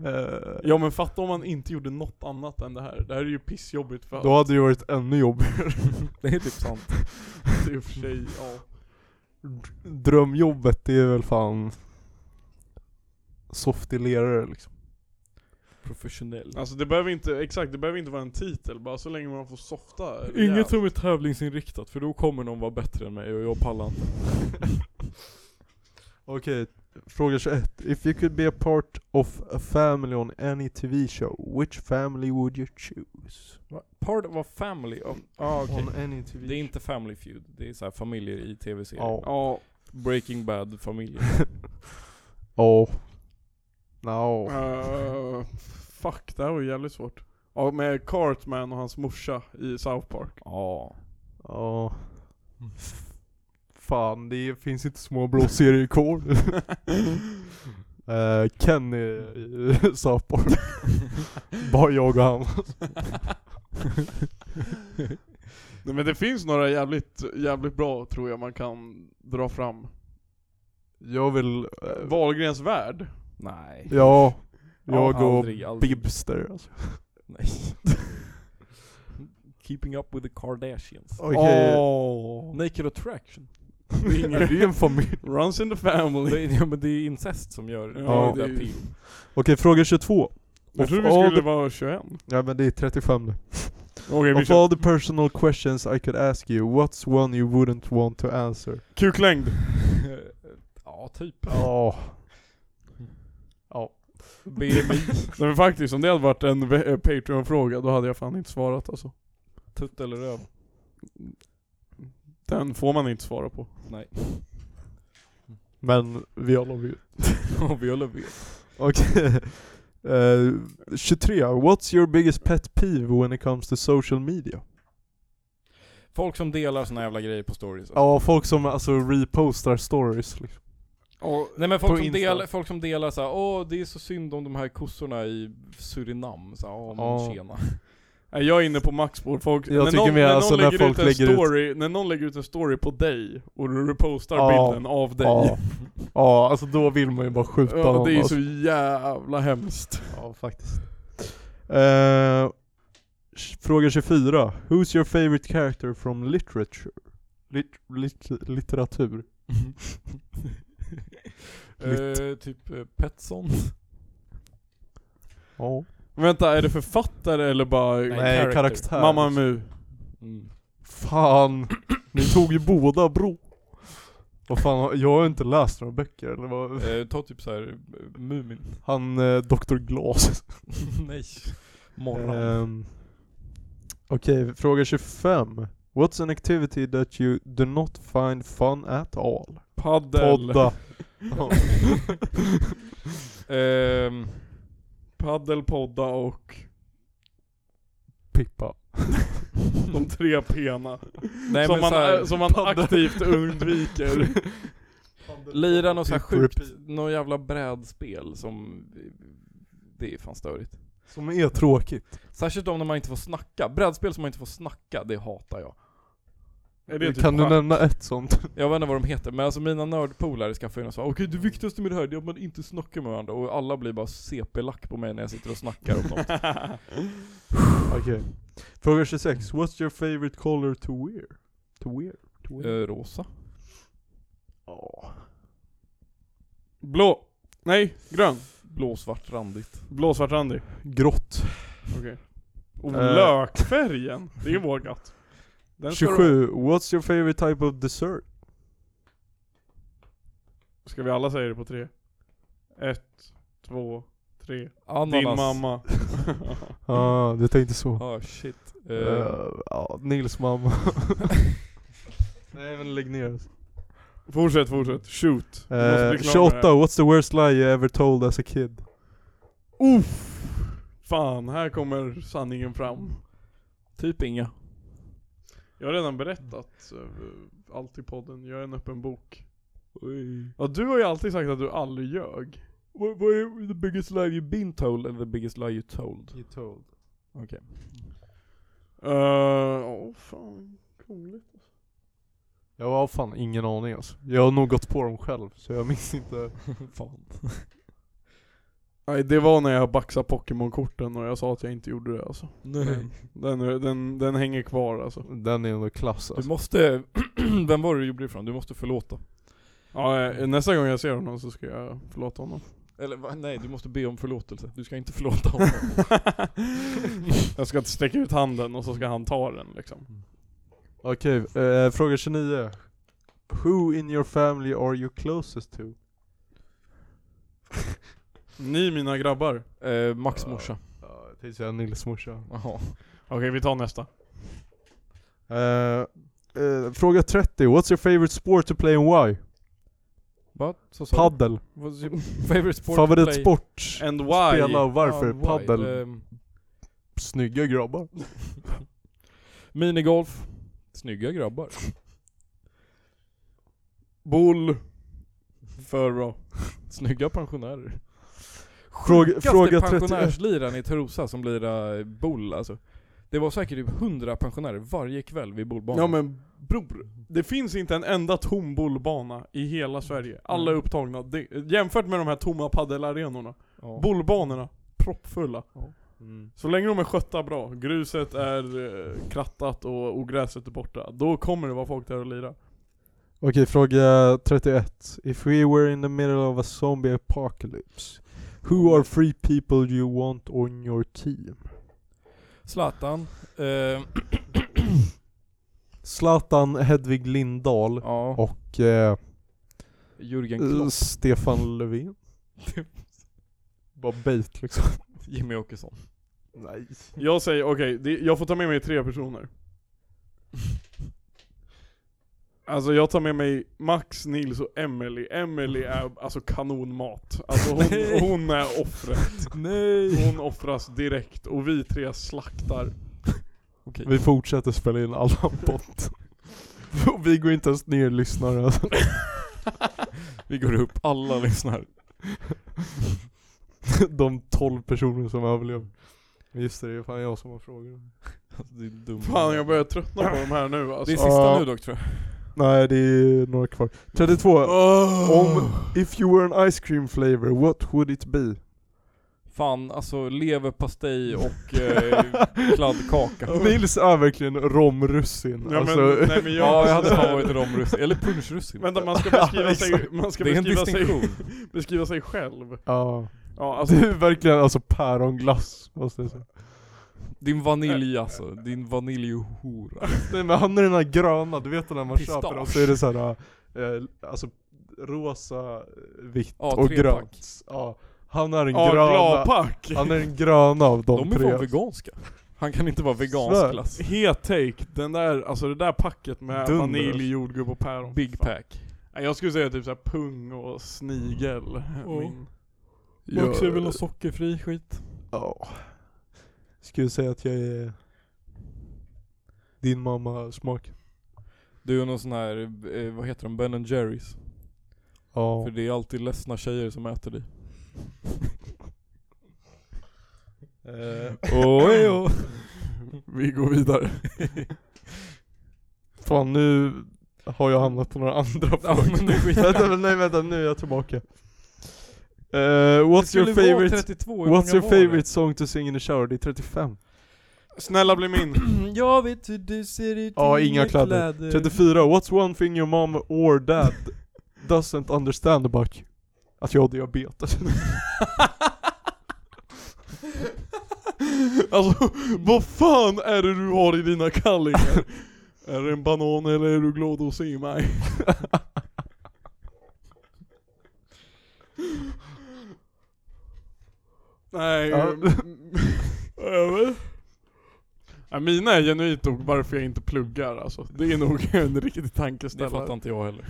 [SPEAKER 4] Eh,
[SPEAKER 2] Ja men fatta om man inte gjorde något annat än det här. Det här är ju pissjobbigt för
[SPEAKER 4] då hade det ju varit ännu jobbigare.
[SPEAKER 1] Det är typ sant.
[SPEAKER 2] allt i och för sig. Ja.
[SPEAKER 4] Drömjobbet det är väl fan softig lärare liksom.
[SPEAKER 1] Professionell.
[SPEAKER 2] Alltså det behöver inte, exakt det behöver inte vara en titel bara så länge man får softa.
[SPEAKER 1] Inget som är tävlingsinriktat för då kommer någon vara bättre än mig och jag pallar inte.
[SPEAKER 4] Okej, fråga 21. If you could be a part of a family on any TV show, which family would you choose?
[SPEAKER 1] Part of a family. Ja, ah, okej.
[SPEAKER 4] On any TV
[SPEAKER 1] Det är inte family feud, det är så här familjer i tv-serier.
[SPEAKER 4] Ja.
[SPEAKER 2] Ja.
[SPEAKER 1] Breaking bad familjer.
[SPEAKER 4] Ja. No.
[SPEAKER 2] eh, fuck det här var ju jävligt svårt. Ja med Cartman och hans morsa i South Park.
[SPEAKER 1] Ja.
[SPEAKER 4] Ja. Fan, det finns inte så många blå serier kvar nu. Eh, Kenny i South Park. Bara jag och han.
[SPEAKER 2] Nej men det finns några jävligt, jävligt bra tror jag man kan dra fram.
[SPEAKER 4] Jag vill... eh,
[SPEAKER 2] Wahlgrens värld.
[SPEAKER 1] Nej.
[SPEAKER 4] ja. Jag och
[SPEAKER 1] aldrig, aldrig.
[SPEAKER 4] Bibster alltså.
[SPEAKER 1] Nej. Keeping Up With The Kardashians.
[SPEAKER 4] Okej.
[SPEAKER 2] Åh.
[SPEAKER 1] Naked Attraction.
[SPEAKER 2] Det är
[SPEAKER 4] Det
[SPEAKER 2] ingen-
[SPEAKER 4] är ju en familj.
[SPEAKER 2] Runs in the family.
[SPEAKER 1] Det är, ja, men det är incest som gör det.
[SPEAKER 2] Ja,
[SPEAKER 1] det, är
[SPEAKER 2] det är-
[SPEAKER 1] appeal.
[SPEAKER 4] Okej, fråga 22.
[SPEAKER 2] Jag trodde vi
[SPEAKER 4] Of all
[SPEAKER 2] skulle
[SPEAKER 4] the-
[SPEAKER 2] vara 21. Okej
[SPEAKER 4] Ja men det är 35 nu.
[SPEAKER 2] vi
[SPEAKER 4] Of
[SPEAKER 2] kör.
[SPEAKER 4] all the personal questions I could ask you, what's one you wouldn't want to answer?
[SPEAKER 2] Kuklängd.
[SPEAKER 1] ja, typ.
[SPEAKER 4] Ja.
[SPEAKER 1] BMI,
[SPEAKER 2] Nej men faktiskt, om det hade varit en ve- eh, Patreon-fråga då hade jag fan inte svarat alltså.
[SPEAKER 1] tutt eller röv.
[SPEAKER 2] Den får man inte svara på.
[SPEAKER 1] Nej.
[SPEAKER 4] Men vi alla vet.
[SPEAKER 1] Och Viola vet.
[SPEAKER 4] Okej. Eh, 23. What's your biggest pet peeve when it comes to social media?
[SPEAKER 1] Folk som delar såna jävla grejer på stories.
[SPEAKER 4] Ja, folk som alltså repostar stories liksom.
[SPEAKER 1] Nej men
[SPEAKER 4] på
[SPEAKER 1] folk som,
[SPEAKER 4] Insta.
[SPEAKER 1] delar, folk som delar såhär, åh det är så synd om de här kossorna i Surinam. Så, här, åh men
[SPEAKER 4] Ja.
[SPEAKER 1] tjena.
[SPEAKER 2] Nej, jag är inne på maxspår. Folk,
[SPEAKER 4] Jag tycker mer alltså när folk
[SPEAKER 2] en
[SPEAKER 4] lägger ut-
[SPEAKER 2] story, När någon lägger ut en story på dig och du repostar
[SPEAKER 4] Ja.
[SPEAKER 2] bilden av dig.
[SPEAKER 4] Ja. ja, alltså då vill man ju bara skjuta
[SPEAKER 2] Ja,
[SPEAKER 4] någon.
[SPEAKER 2] det är
[SPEAKER 4] alltså.
[SPEAKER 2] så jävla hemskt.
[SPEAKER 4] Ja, faktiskt. Eh, fråga 24. Who's your favorite character from literature? Lit- lit- litteratur? Litt.
[SPEAKER 1] Eh, typ eh, Petson.
[SPEAKER 4] Ja.
[SPEAKER 2] Vänta, är det författare eller bara...
[SPEAKER 1] Nej,
[SPEAKER 4] Nej,
[SPEAKER 1] character.
[SPEAKER 4] karaktär.
[SPEAKER 2] Mamma Mu.
[SPEAKER 1] Mm.
[SPEAKER 4] Fan, ni tog ju båda bro. Vad fan, jag har inte läst några böcker eller vad?
[SPEAKER 1] Eh, ta typ såhär, eh, Mumin.
[SPEAKER 4] Han, eh, Dr. Glas.
[SPEAKER 1] Nej. Morran.
[SPEAKER 4] Ehm, Okej, fråga 25. What's an activity that you do not find fun at all?
[SPEAKER 2] Paddel.
[SPEAKER 4] Podda. Ja.
[SPEAKER 1] Ehm,
[SPEAKER 2] Paddel, podda och
[SPEAKER 4] Pippa.
[SPEAKER 2] de tre pena.
[SPEAKER 1] nej
[SPEAKER 2] som,
[SPEAKER 1] men
[SPEAKER 2] man,
[SPEAKER 1] såhär,
[SPEAKER 2] eh, som man aktivt undviker.
[SPEAKER 1] lira något såhär
[SPEAKER 4] Pippa
[SPEAKER 1] sjukt, något jävla brädspel som, det är fan störigt.
[SPEAKER 4] Som är tråkigt.
[SPEAKER 1] Särskilt om när man inte får snacka. Brädspel som man inte får snacka, det hatar jag.
[SPEAKER 2] Är det typ
[SPEAKER 4] kan du
[SPEAKER 2] schack?
[SPEAKER 4] nämna ett sånt?
[SPEAKER 1] Jag vet inte vad de heter, men alltså mina nördpolare skaffar ju något sånt. Okej det viktigaste med det här det är att man inte snackar med varandra och alla blir bara CP-lack på mig när jag sitter och snackar om något.
[SPEAKER 4] Okej. Fråga 26. What's your favorite color to wear? To wear? To wear?
[SPEAKER 1] Eh, rosa.
[SPEAKER 4] Ja.
[SPEAKER 2] Blå. Nej, grön.
[SPEAKER 1] Blåsvart, randigt.
[SPEAKER 2] Blå, svart, randig.
[SPEAKER 4] Grått.
[SPEAKER 2] Okej. Och
[SPEAKER 4] Eh.
[SPEAKER 2] lökfärgen. Det är vågat. Den ska du-
[SPEAKER 4] 27. What's your favorite type of dessert?
[SPEAKER 2] Ska vi alla säga det på tre? Ett, två, tre.
[SPEAKER 1] Ananas.
[SPEAKER 2] Din mamma.
[SPEAKER 4] Ja, ah, du tänkte så.
[SPEAKER 1] Ah shit. Eh,
[SPEAKER 4] Eh, ja, Nils mamma. Nej men lägg ner.
[SPEAKER 2] fortsätt, fortsätt. Shoot. Vi måste
[SPEAKER 4] Uh,
[SPEAKER 2] bli klara med det
[SPEAKER 4] 28.
[SPEAKER 2] här.
[SPEAKER 4] What's the worst lie you ever told as a kid?
[SPEAKER 2] Uff. Fan, här kommer sanningen fram.
[SPEAKER 1] typ inga.
[SPEAKER 2] Jag har redan berättat eh, allt i podden. Jag är en öppen bok. Ja, du har ju alltid sagt att du aldrig ljög.
[SPEAKER 1] What, what are the biggest lie you've been told and the biggest lie you told?
[SPEAKER 4] You told.
[SPEAKER 1] Okej.
[SPEAKER 2] Eh, Ja, fan. Kungligt.
[SPEAKER 4] Jag har fan ingen aning alltså. Jag har nog gått på dem själv så jag minns inte.
[SPEAKER 1] Fan.
[SPEAKER 2] Nej, det var när jag baxade Pokémon-korten och jag sa att jag inte gjorde det alltså.
[SPEAKER 1] Nej.
[SPEAKER 2] Den, den, den hänger kvar alltså.
[SPEAKER 4] Den är ändå klass
[SPEAKER 1] Du
[SPEAKER 4] alltså.
[SPEAKER 1] måste, vem var det du gjorde det ifrån? Du måste förlåta.
[SPEAKER 2] Ja, eh, nästa gång jag ser honom så ska jag förlåta honom.
[SPEAKER 1] Eller va? nej, du måste be om förlåtelse. Du ska inte förlåta honom.
[SPEAKER 2] jag ska sträcka ut handen och så ska han ta den liksom.
[SPEAKER 4] Okej, eh, fråga 29. Who in your family are you closest to?
[SPEAKER 2] Ni mina grabbar.
[SPEAKER 1] eh,
[SPEAKER 4] Ehm.
[SPEAKER 1] Max morsa.
[SPEAKER 4] Ja, jag tänkte säga Nils morsa.
[SPEAKER 1] Jaha.
[SPEAKER 2] Okej, vi tar nästa.
[SPEAKER 4] Eh, eh, fråga 30. What's your favorite sport to play and why?
[SPEAKER 1] Va? Så sa du?
[SPEAKER 4] Paddel.
[SPEAKER 1] What's your favorite sport to play?
[SPEAKER 4] Favoritsport.
[SPEAKER 2] And why?
[SPEAKER 4] Spela och varför?
[SPEAKER 1] Ja, why?
[SPEAKER 4] Paddel.
[SPEAKER 1] Ehm,
[SPEAKER 4] Snygga grabbar.
[SPEAKER 1] minigolf. Snygga grabbar.
[SPEAKER 2] Bull. För bra.
[SPEAKER 1] Snygga pensionärer.
[SPEAKER 4] Fråga, fråga
[SPEAKER 1] Sjukaste
[SPEAKER 4] 31.
[SPEAKER 1] pensionärsliraren i Trosa som lirar boll alltså. Det var säkert typ 100 pensionärer varje kväll vid bollbanan.
[SPEAKER 2] Ja men bror. Det finns inte en enda tom bollbana i hela Sverige. Alla är
[SPEAKER 1] Mm.
[SPEAKER 2] upptagna. Det, jämfört med de här tomma paddelarenorna.
[SPEAKER 1] Ja.
[SPEAKER 2] Bollbanorna. Proppfulla.
[SPEAKER 4] Mm.
[SPEAKER 2] Så länge de är skötta bra, gruset är eh, krattat och ogräset är borta, då kommer det vara folk där och lira.
[SPEAKER 4] Okej, fråga 31. If we were in the middle of a zombie apocalypse, who are three people you want on your team?
[SPEAKER 1] Zlatan. Eh,
[SPEAKER 4] Zlatan, Hedvig Lindahl
[SPEAKER 1] ja.
[SPEAKER 4] och eh,
[SPEAKER 1] Jürgen
[SPEAKER 4] eh,
[SPEAKER 1] Klopp.
[SPEAKER 4] Stefan Löfven. Bara bait liksom.
[SPEAKER 1] Jimmy Åkesson.
[SPEAKER 4] Nej.
[SPEAKER 2] Jag säger okej, det- jag får ta med mig tre personer. Alltså jag tar med mig Max, Nils och Emily. Emily är alltså kanonmat. Alltså hon,
[SPEAKER 1] Nej.
[SPEAKER 2] hon är offret.
[SPEAKER 1] Nej!
[SPEAKER 2] Hon offras direkt och vi tre slaktar.
[SPEAKER 1] Okej.
[SPEAKER 4] Vi fortsätter spela in alla bott. Vi går inte ens ner lyssnare. alltså.
[SPEAKER 1] Vi går upp, alla lyssnar.
[SPEAKER 4] De 12 personer som överlever. Just det, det är fan jag som har frågor.
[SPEAKER 1] Alltså, det är dumt.
[SPEAKER 2] Fan jag börjar tröttna på de här nu
[SPEAKER 1] Det
[SPEAKER 2] alltså.
[SPEAKER 1] är
[SPEAKER 4] alltså.
[SPEAKER 1] sista
[SPEAKER 4] Ja.
[SPEAKER 1] nu dock tror jag.
[SPEAKER 4] Nej det är några kvar. 32. Om, if you were an ice cream flavor, what would it be?
[SPEAKER 1] Fan, alltså leverpastej och eh, kladdkaka.
[SPEAKER 4] Nils är verkligen romrussin.
[SPEAKER 2] Ja,
[SPEAKER 4] alltså,
[SPEAKER 2] men, nej, men jag,
[SPEAKER 1] Ja, jag hade fan varit romrussin. Eller punschrussin.
[SPEAKER 2] Vänta man ska beskriva sig,
[SPEAKER 4] Exakt.
[SPEAKER 2] man ska
[SPEAKER 1] Det är en
[SPEAKER 2] beskriva sig,
[SPEAKER 1] distinktion.
[SPEAKER 2] beskriva sig själv.
[SPEAKER 4] ja.
[SPEAKER 2] Ja alltså
[SPEAKER 4] Det är verkligen alltså päronglass måste jag säga.
[SPEAKER 1] Din vanilj alltså. Din vaniljhora.
[SPEAKER 4] Nej men han är den här gröna, du vet den här man
[SPEAKER 1] Pistage.
[SPEAKER 4] köper och så är det så här, eh, alltså rosa, eh, vitt
[SPEAKER 1] Ja,
[SPEAKER 4] och
[SPEAKER 1] trepack.
[SPEAKER 4] grönt. Ja, han är den
[SPEAKER 2] ja,
[SPEAKER 4] gröna.
[SPEAKER 2] gladpack.
[SPEAKER 4] Han är den gröna av de,
[SPEAKER 1] De är
[SPEAKER 4] tre.
[SPEAKER 1] fan veganska. Han kan inte vara
[SPEAKER 4] Svär.
[SPEAKER 1] vegansk glass.
[SPEAKER 2] Het take, den där, alltså det där packet med
[SPEAKER 4] Dunder.
[SPEAKER 2] vanilj, jordgubb och päron.
[SPEAKER 1] Big
[SPEAKER 2] Fan.
[SPEAKER 1] pack.
[SPEAKER 2] Nej, Jag skulle säga typ såhär pung och snigel.
[SPEAKER 1] Ja.
[SPEAKER 2] Min.
[SPEAKER 4] Jag-
[SPEAKER 1] Max är väl någon sockerfri skit?
[SPEAKER 4] Ja. Skulle säga att jag är din mamma smak.
[SPEAKER 1] Du är någon sån här, eh, vad heter de, Ben Jerrys?
[SPEAKER 4] Ja.
[SPEAKER 1] För det är alltid ledsna tjejer som äter dig.
[SPEAKER 4] Eh,
[SPEAKER 1] Oj, oj.
[SPEAKER 2] Vi går vidare.
[SPEAKER 4] Fan nu har jag hamnat på några andra
[SPEAKER 1] Ja
[SPEAKER 4] frågor.
[SPEAKER 1] men nu skiter
[SPEAKER 4] vänta, nej vänta, nu är jag tillbaka. Eh, what's your favorite,
[SPEAKER 1] 32, hur
[SPEAKER 4] what's
[SPEAKER 1] många
[SPEAKER 4] your
[SPEAKER 1] var
[SPEAKER 4] favorite song to sing in the shower? Det är 35.
[SPEAKER 2] Snälla bli min.
[SPEAKER 1] det? Jag vet hur du ser ut
[SPEAKER 4] Ja,
[SPEAKER 1] i
[SPEAKER 4] inga
[SPEAKER 1] dina
[SPEAKER 4] kläder. 34. What's one thing your mom or dad doesn't understand about you? Att jag har diabetes.
[SPEAKER 2] Alltså vad fan är det du har i dina kallingar? är det en banan eller är du glad att se mig? Nej,
[SPEAKER 4] Ja.
[SPEAKER 2] mm, jag vet. Ja, mina är genuint nog varför jag inte pluggar alltså. Det är nog en riktig
[SPEAKER 1] Det fattar
[SPEAKER 2] tankeställare.
[SPEAKER 1] inte jag heller.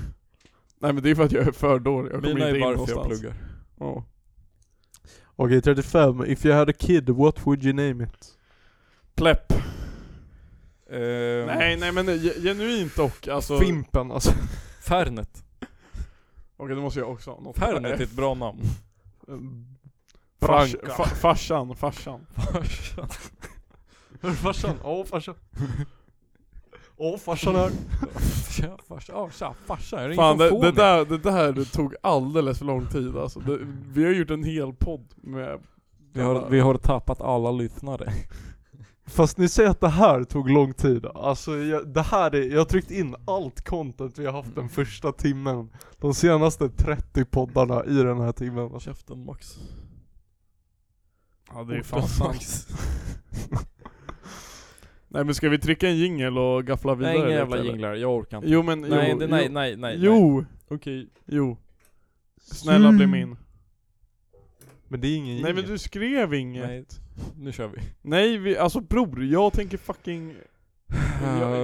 [SPEAKER 2] Nej men det är för att jag är för dålig, jag kommer
[SPEAKER 1] Mina
[SPEAKER 2] inte
[SPEAKER 1] är
[SPEAKER 2] in
[SPEAKER 1] varför
[SPEAKER 2] någonstans.
[SPEAKER 1] jag pluggar.
[SPEAKER 2] Ja.
[SPEAKER 4] Okej, 35. If you had a kid, what would you name it?
[SPEAKER 2] Plepp.
[SPEAKER 1] Ehm,
[SPEAKER 2] Nej nej men ge- genuint och alltså.
[SPEAKER 4] Fimpen alltså.
[SPEAKER 1] Färnet.
[SPEAKER 2] Okej, då måste jag också ha något.
[SPEAKER 1] Färnet är ett bra namn.
[SPEAKER 2] Fars,
[SPEAKER 4] Franka.
[SPEAKER 2] fa, farsan, farsan.
[SPEAKER 1] Farsan.
[SPEAKER 4] Farsan, åh farsan. Åh farsan här.
[SPEAKER 1] Tja farsan, ja tja farsan. Jag ringer
[SPEAKER 2] Fan
[SPEAKER 1] från
[SPEAKER 2] det, det,
[SPEAKER 1] Fåning.
[SPEAKER 2] där, det där tog alldeles för lång tid alltså. det, Vi har gjort en hel podd med...
[SPEAKER 1] Vi har, vi har tappat alla lyssnare.
[SPEAKER 4] Fast ni säger att det här tog lång tid. Alltså jag, det här är, jag har tryckt in allt content vi har haft den första timmen. De senaste 30 poddarna i den här timmen. Alltså.
[SPEAKER 1] Käften Max.
[SPEAKER 2] Ja det
[SPEAKER 1] Det
[SPEAKER 2] är fan sant. Nej men ska vi trycka en jingel och gaffla vidare?
[SPEAKER 1] Nej inga
[SPEAKER 2] lite,
[SPEAKER 1] jävla
[SPEAKER 2] eller?
[SPEAKER 1] jinglar, jag orkar inte.
[SPEAKER 2] Jo men,
[SPEAKER 1] nej,
[SPEAKER 2] jo,
[SPEAKER 1] det, nej,
[SPEAKER 2] jo,
[SPEAKER 1] nej, nej, nej.
[SPEAKER 2] jo,
[SPEAKER 1] Okej.
[SPEAKER 2] jo. Snälla bli min.
[SPEAKER 4] Men det är ingen
[SPEAKER 2] Nej
[SPEAKER 4] jingel.
[SPEAKER 2] men du skrev inget. Nej,
[SPEAKER 1] Nej, nu kör vi.
[SPEAKER 2] vi, alltså bror, jag tänker fucking... Jag-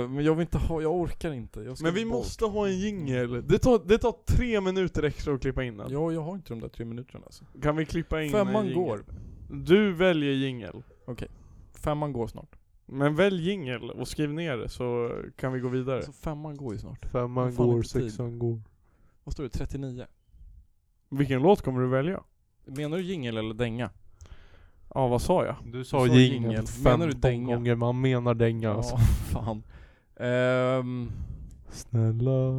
[SPEAKER 1] Eh, Men jag vill inte ha, jag orkar inte. Jag ska
[SPEAKER 2] Men vi
[SPEAKER 1] bort.
[SPEAKER 2] måste ha en jingel. Det tar, det tar tre minuter extra att klippa in den.
[SPEAKER 1] Ja, jag har inte de där tre minuterna alltså.
[SPEAKER 2] Kan vi klippa in en
[SPEAKER 1] Femman
[SPEAKER 2] jingel?
[SPEAKER 1] går.
[SPEAKER 2] Du väljer jingel.
[SPEAKER 1] Femman går snart.
[SPEAKER 2] Men välj jingel och skriv ner det så kan vi gå vidare.
[SPEAKER 1] Alltså femman går ju snart.
[SPEAKER 4] Femman
[SPEAKER 1] Fan, inte
[SPEAKER 4] går,
[SPEAKER 1] tid.
[SPEAKER 4] sexan går.
[SPEAKER 1] Vad står det? 39?
[SPEAKER 2] Vilken låt kommer du välja?
[SPEAKER 1] Menar du jingel eller dänga?
[SPEAKER 2] Ja, vad sa jag?
[SPEAKER 4] Du
[SPEAKER 1] sa
[SPEAKER 4] sa
[SPEAKER 1] jingel.
[SPEAKER 4] jingel
[SPEAKER 1] Menar du
[SPEAKER 4] 15
[SPEAKER 1] dänga?
[SPEAKER 4] gånger, man menar dänga alltså.
[SPEAKER 1] fan. Ehm,
[SPEAKER 4] Snälla.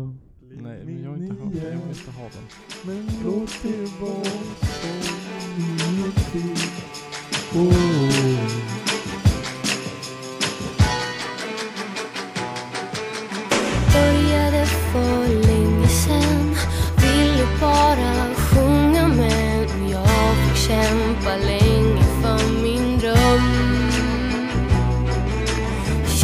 [SPEAKER 1] nej, men jag vill inte ha, jag vill inte ha den.
[SPEAKER 4] Men låt det vara så.
[SPEAKER 5] Började för länge sen Ville bara sjunga men jag fick kämpa länge för min dröm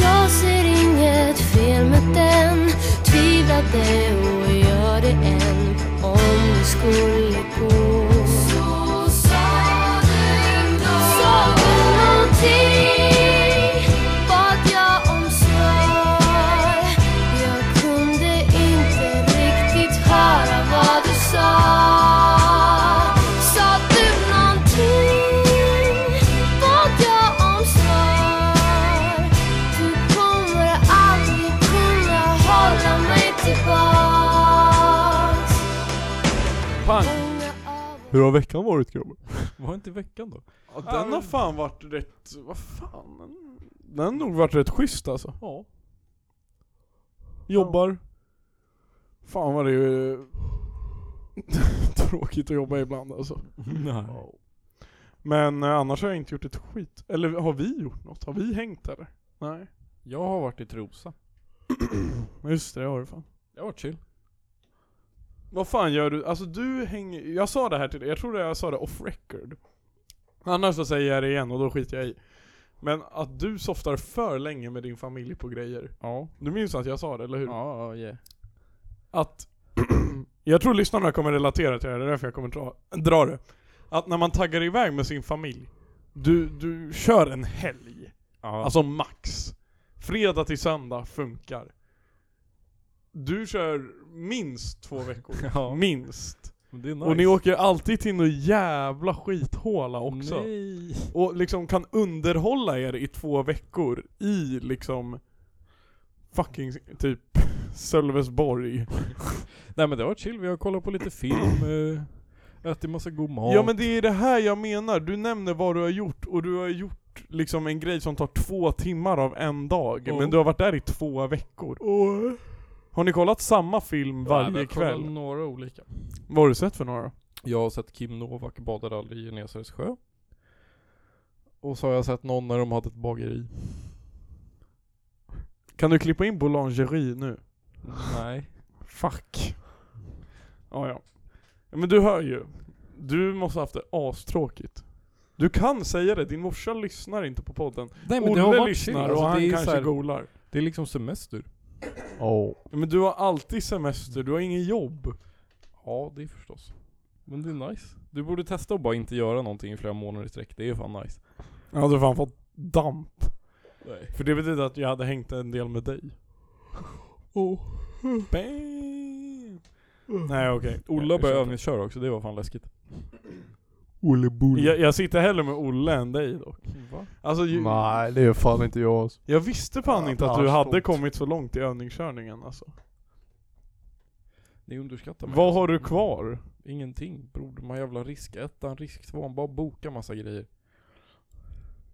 [SPEAKER 5] Jag ser inget fel med den Tvivlade och gör det än på om det skulle gå Så sa den då Sa du någonting? Bad jag om svar jag kunde inte riktigt höra vad du sa Sa du någonting? Bad jag om svar Du kommer aldrig kunna hålla mig tillbaks
[SPEAKER 2] Pang!
[SPEAKER 5] Många av
[SPEAKER 4] Hur har veckan varit grabbar?
[SPEAKER 1] Var inte veckan då?
[SPEAKER 2] Ja, den har fan varit rätt, vad fan? den- Den har nog varit rätt schysst alltså.
[SPEAKER 1] Ja.
[SPEAKER 2] Jobbar. Fan vad det är tråkigt att jobba ibland alltså.
[SPEAKER 1] Nej.
[SPEAKER 2] Men eh, annars har jag inte gjort ett skit. Eller har vi gjort något? Har vi hängt eller? Nej.
[SPEAKER 1] Jag har varit i Trosa.
[SPEAKER 2] Just det, det har du fan.
[SPEAKER 1] Jag har varit chill.
[SPEAKER 2] Vad fan gör du? Alltså du hänger... Jag sa det här till dig, jag tror det jag sa det off record. Annars så säger jag det igen och då skiter jag i. Men att du softar för länge med din familj på grejer.
[SPEAKER 1] Ja.
[SPEAKER 2] Du minns att jag sa det, eller hur?
[SPEAKER 1] Ja, ja, yeah.
[SPEAKER 2] Att... jag tror lyssnarna kommer relatera till det, det är därför jag kommer dra, dra det. Att när man taggar iväg med sin familj, du, du kör en helg.
[SPEAKER 1] Ja.
[SPEAKER 2] Alltså max. Fredag till söndag funkar. Du kör minst två veckor.
[SPEAKER 1] Ja.
[SPEAKER 2] Minst.
[SPEAKER 1] men det är nice.
[SPEAKER 2] Och ni åker alltid till någon jävla skithåla också.
[SPEAKER 1] Nej.
[SPEAKER 2] Och liksom kan underhålla er i två veckor i liksom fucking typ Sölvesborg.
[SPEAKER 1] Nej men det har varit chill. Vi har kollat på lite film, eh, ätit massa god mat.
[SPEAKER 2] Ja men det är det här jag menar, du nämner vad du har gjort och du har gjort liksom en grej som tar två timmar av en dag,
[SPEAKER 1] Ja.
[SPEAKER 2] men du har varit där i två veckor. Har ni kollat samma film
[SPEAKER 1] Ja, vi
[SPEAKER 2] varje
[SPEAKER 1] har kollat
[SPEAKER 2] kväll?
[SPEAKER 1] Några olika.
[SPEAKER 2] Vad har du sett för några?
[SPEAKER 1] Jag har sett Kim Novak badar aldrig i Genesarets sjö. Och så har jag sett någon när de hade ett bageri.
[SPEAKER 2] Kan du klippa in Boulangerie nu?
[SPEAKER 1] Nej.
[SPEAKER 2] Fuck. Ja, ja. Men du hör ju. Du måste ha haft det astråkigt. Du kan säga det, din morsa lyssnar inte på podden.
[SPEAKER 1] Nej men
[SPEAKER 2] Olle
[SPEAKER 1] det har varit chill.
[SPEAKER 2] lyssnar
[SPEAKER 1] Alltså,
[SPEAKER 2] och han
[SPEAKER 1] det, är så
[SPEAKER 2] kanske
[SPEAKER 1] här,
[SPEAKER 2] golar.
[SPEAKER 1] det är liksom semester.
[SPEAKER 4] Ja.
[SPEAKER 2] Men du har alltid semester, du har ingen jobb.
[SPEAKER 1] Ja det är förstås. Men det är nice. Du borde testa att bara inte göra någonting i flera månader i sträck. Det är fan nice.
[SPEAKER 2] Jag hade fan fått damp.
[SPEAKER 1] Nej.
[SPEAKER 2] För det betyder att jag hade hängt en del med dig. Oh. Bam. Nej okej.
[SPEAKER 1] Olle har börjat övningsköra också, det var fan läskigt.
[SPEAKER 4] Olle Bull.
[SPEAKER 2] jag, jag sitter hellre med Olle än dig dock.
[SPEAKER 1] Va?
[SPEAKER 2] Alltså, ju-
[SPEAKER 4] Nej det är fan inte jag alltså.
[SPEAKER 2] Jag visste fan
[SPEAKER 4] Ja,
[SPEAKER 2] inte att du
[SPEAKER 4] ja,
[SPEAKER 2] hade
[SPEAKER 4] stort.
[SPEAKER 2] kommit så långt i övningskörningen alltså.
[SPEAKER 1] Ni underskattar mig.
[SPEAKER 2] Vad
[SPEAKER 1] alltså.
[SPEAKER 2] har du kvar?
[SPEAKER 1] Ingenting bror. De har jävla riskettan, risktvåan, bara boka massa grejer.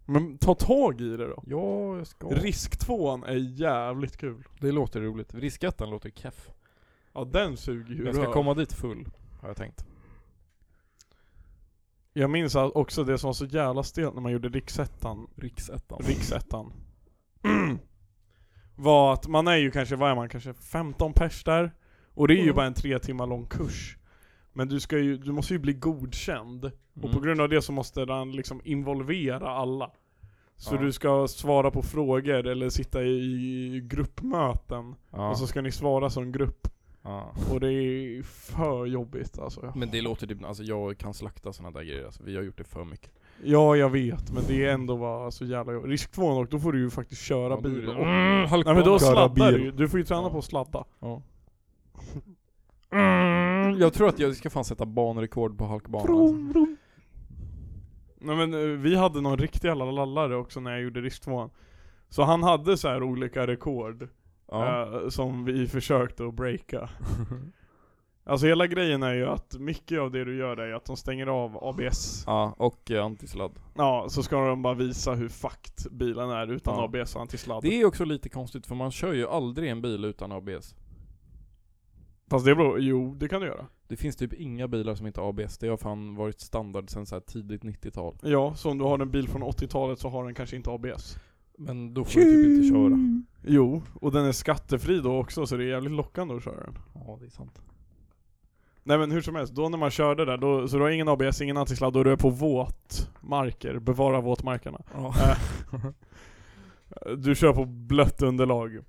[SPEAKER 2] Men ta tag i det då.
[SPEAKER 1] Ja, jag ska.
[SPEAKER 2] Risktvåan är jävligt kul.
[SPEAKER 1] det låter roligt. Riskettan låter keff.
[SPEAKER 2] Ja den suger ju
[SPEAKER 1] Jag ska
[SPEAKER 2] rör.
[SPEAKER 1] komma dit full, har jag tänkt.
[SPEAKER 2] jag minns att också det som var så jävla stelt när man gjorde riksettan,
[SPEAKER 1] Riksettan.
[SPEAKER 2] riksettan. var att man är ju kanske, vad är man, kanske 15 pers där. Och det är ju
[SPEAKER 1] Mm.
[SPEAKER 2] bara en tre timmar lång kurs. Men du ska ju, du måste ju bli godkänd. Och
[SPEAKER 1] Mm.
[SPEAKER 2] på grund av det så måste den liksom involvera alla. Så
[SPEAKER 1] Ja.
[SPEAKER 2] du ska svara på frågor eller sitta i gruppmöten.
[SPEAKER 1] ja.
[SPEAKER 2] Och så ska ni svara som grupp.
[SPEAKER 1] ja.
[SPEAKER 2] Och det är för jobbigt alltså.
[SPEAKER 1] Men det låter typ, alltså jag kan slakta såna där grejer alltså. Vi har gjort det för mycket.
[SPEAKER 2] Ja, jag vet. Men det är ändå bara så jävla jobbigt. Risk 2 dock, då får du ju faktiskt köra
[SPEAKER 1] Ja, då är
[SPEAKER 2] bil.
[SPEAKER 1] det-
[SPEAKER 2] Och...
[SPEAKER 1] Mm, halkbana.
[SPEAKER 2] Nej men då
[SPEAKER 4] Köra
[SPEAKER 2] sladdar
[SPEAKER 4] bil.
[SPEAKER 2] du ju. Du får ju träna
[SPEAKER 1] Ja.
[SPEAKER 2] på att sladda.
[SPEAKER 1] Ja. Mm, jag tror att jag ska fan sätta banrekord på halkbanan. Alltså.
[SPEAKER 2] Nej men eh, vi hade någon riktig jävla lallare också när jag gjorde risk 2 Så han hade så här olika rekord.
[SPEAKER 1] Ja.
[SPEAKER 2] eh, som vi försökte att breaka. Alltså hela grejen är ju att mycket av det du gör är ju att de stänger av ABS.
[SPEAKER 1] ja, och eh, antisladd.
[SPEAKER 2] Ja, så ska de bara visa hur fucked bilen är utan
[SPEAKER 1] Ja.
[SPEAKER 2] ABS och antisladd.
[SPEAKER 1] Det är också lite konstigt för man kör ju aldrig en bil utan ABS.
[SPEAKER 2] Fast det beror, jo det kan du göra.
[SPEAKER 1] Det Det finns typ inga bilar som inte har ABS. Det har fan varit standard sedan så här tidigt 90-tal.
[SPEAKER 2] Ja, så om du har en bil från 80-talet så har den kanske inte ABS.
[SPEAKER 1] Men då får du typ inte köra.
[SPEAKER 2] Jo, och den är skattefri då också så det är jävligt lockande att köra den.
[SPEAKER 1] Ja, det är sant.
[SPEAKER 2] Nej men hur som helst, då när man körde där, då, så du har ingen ABS, ingen antisladd och du är på våtmarker, bevara våtmarkerna.
[SPEAKER 1] Ja.
[SPEAKER 2] Du kör på blött underlag.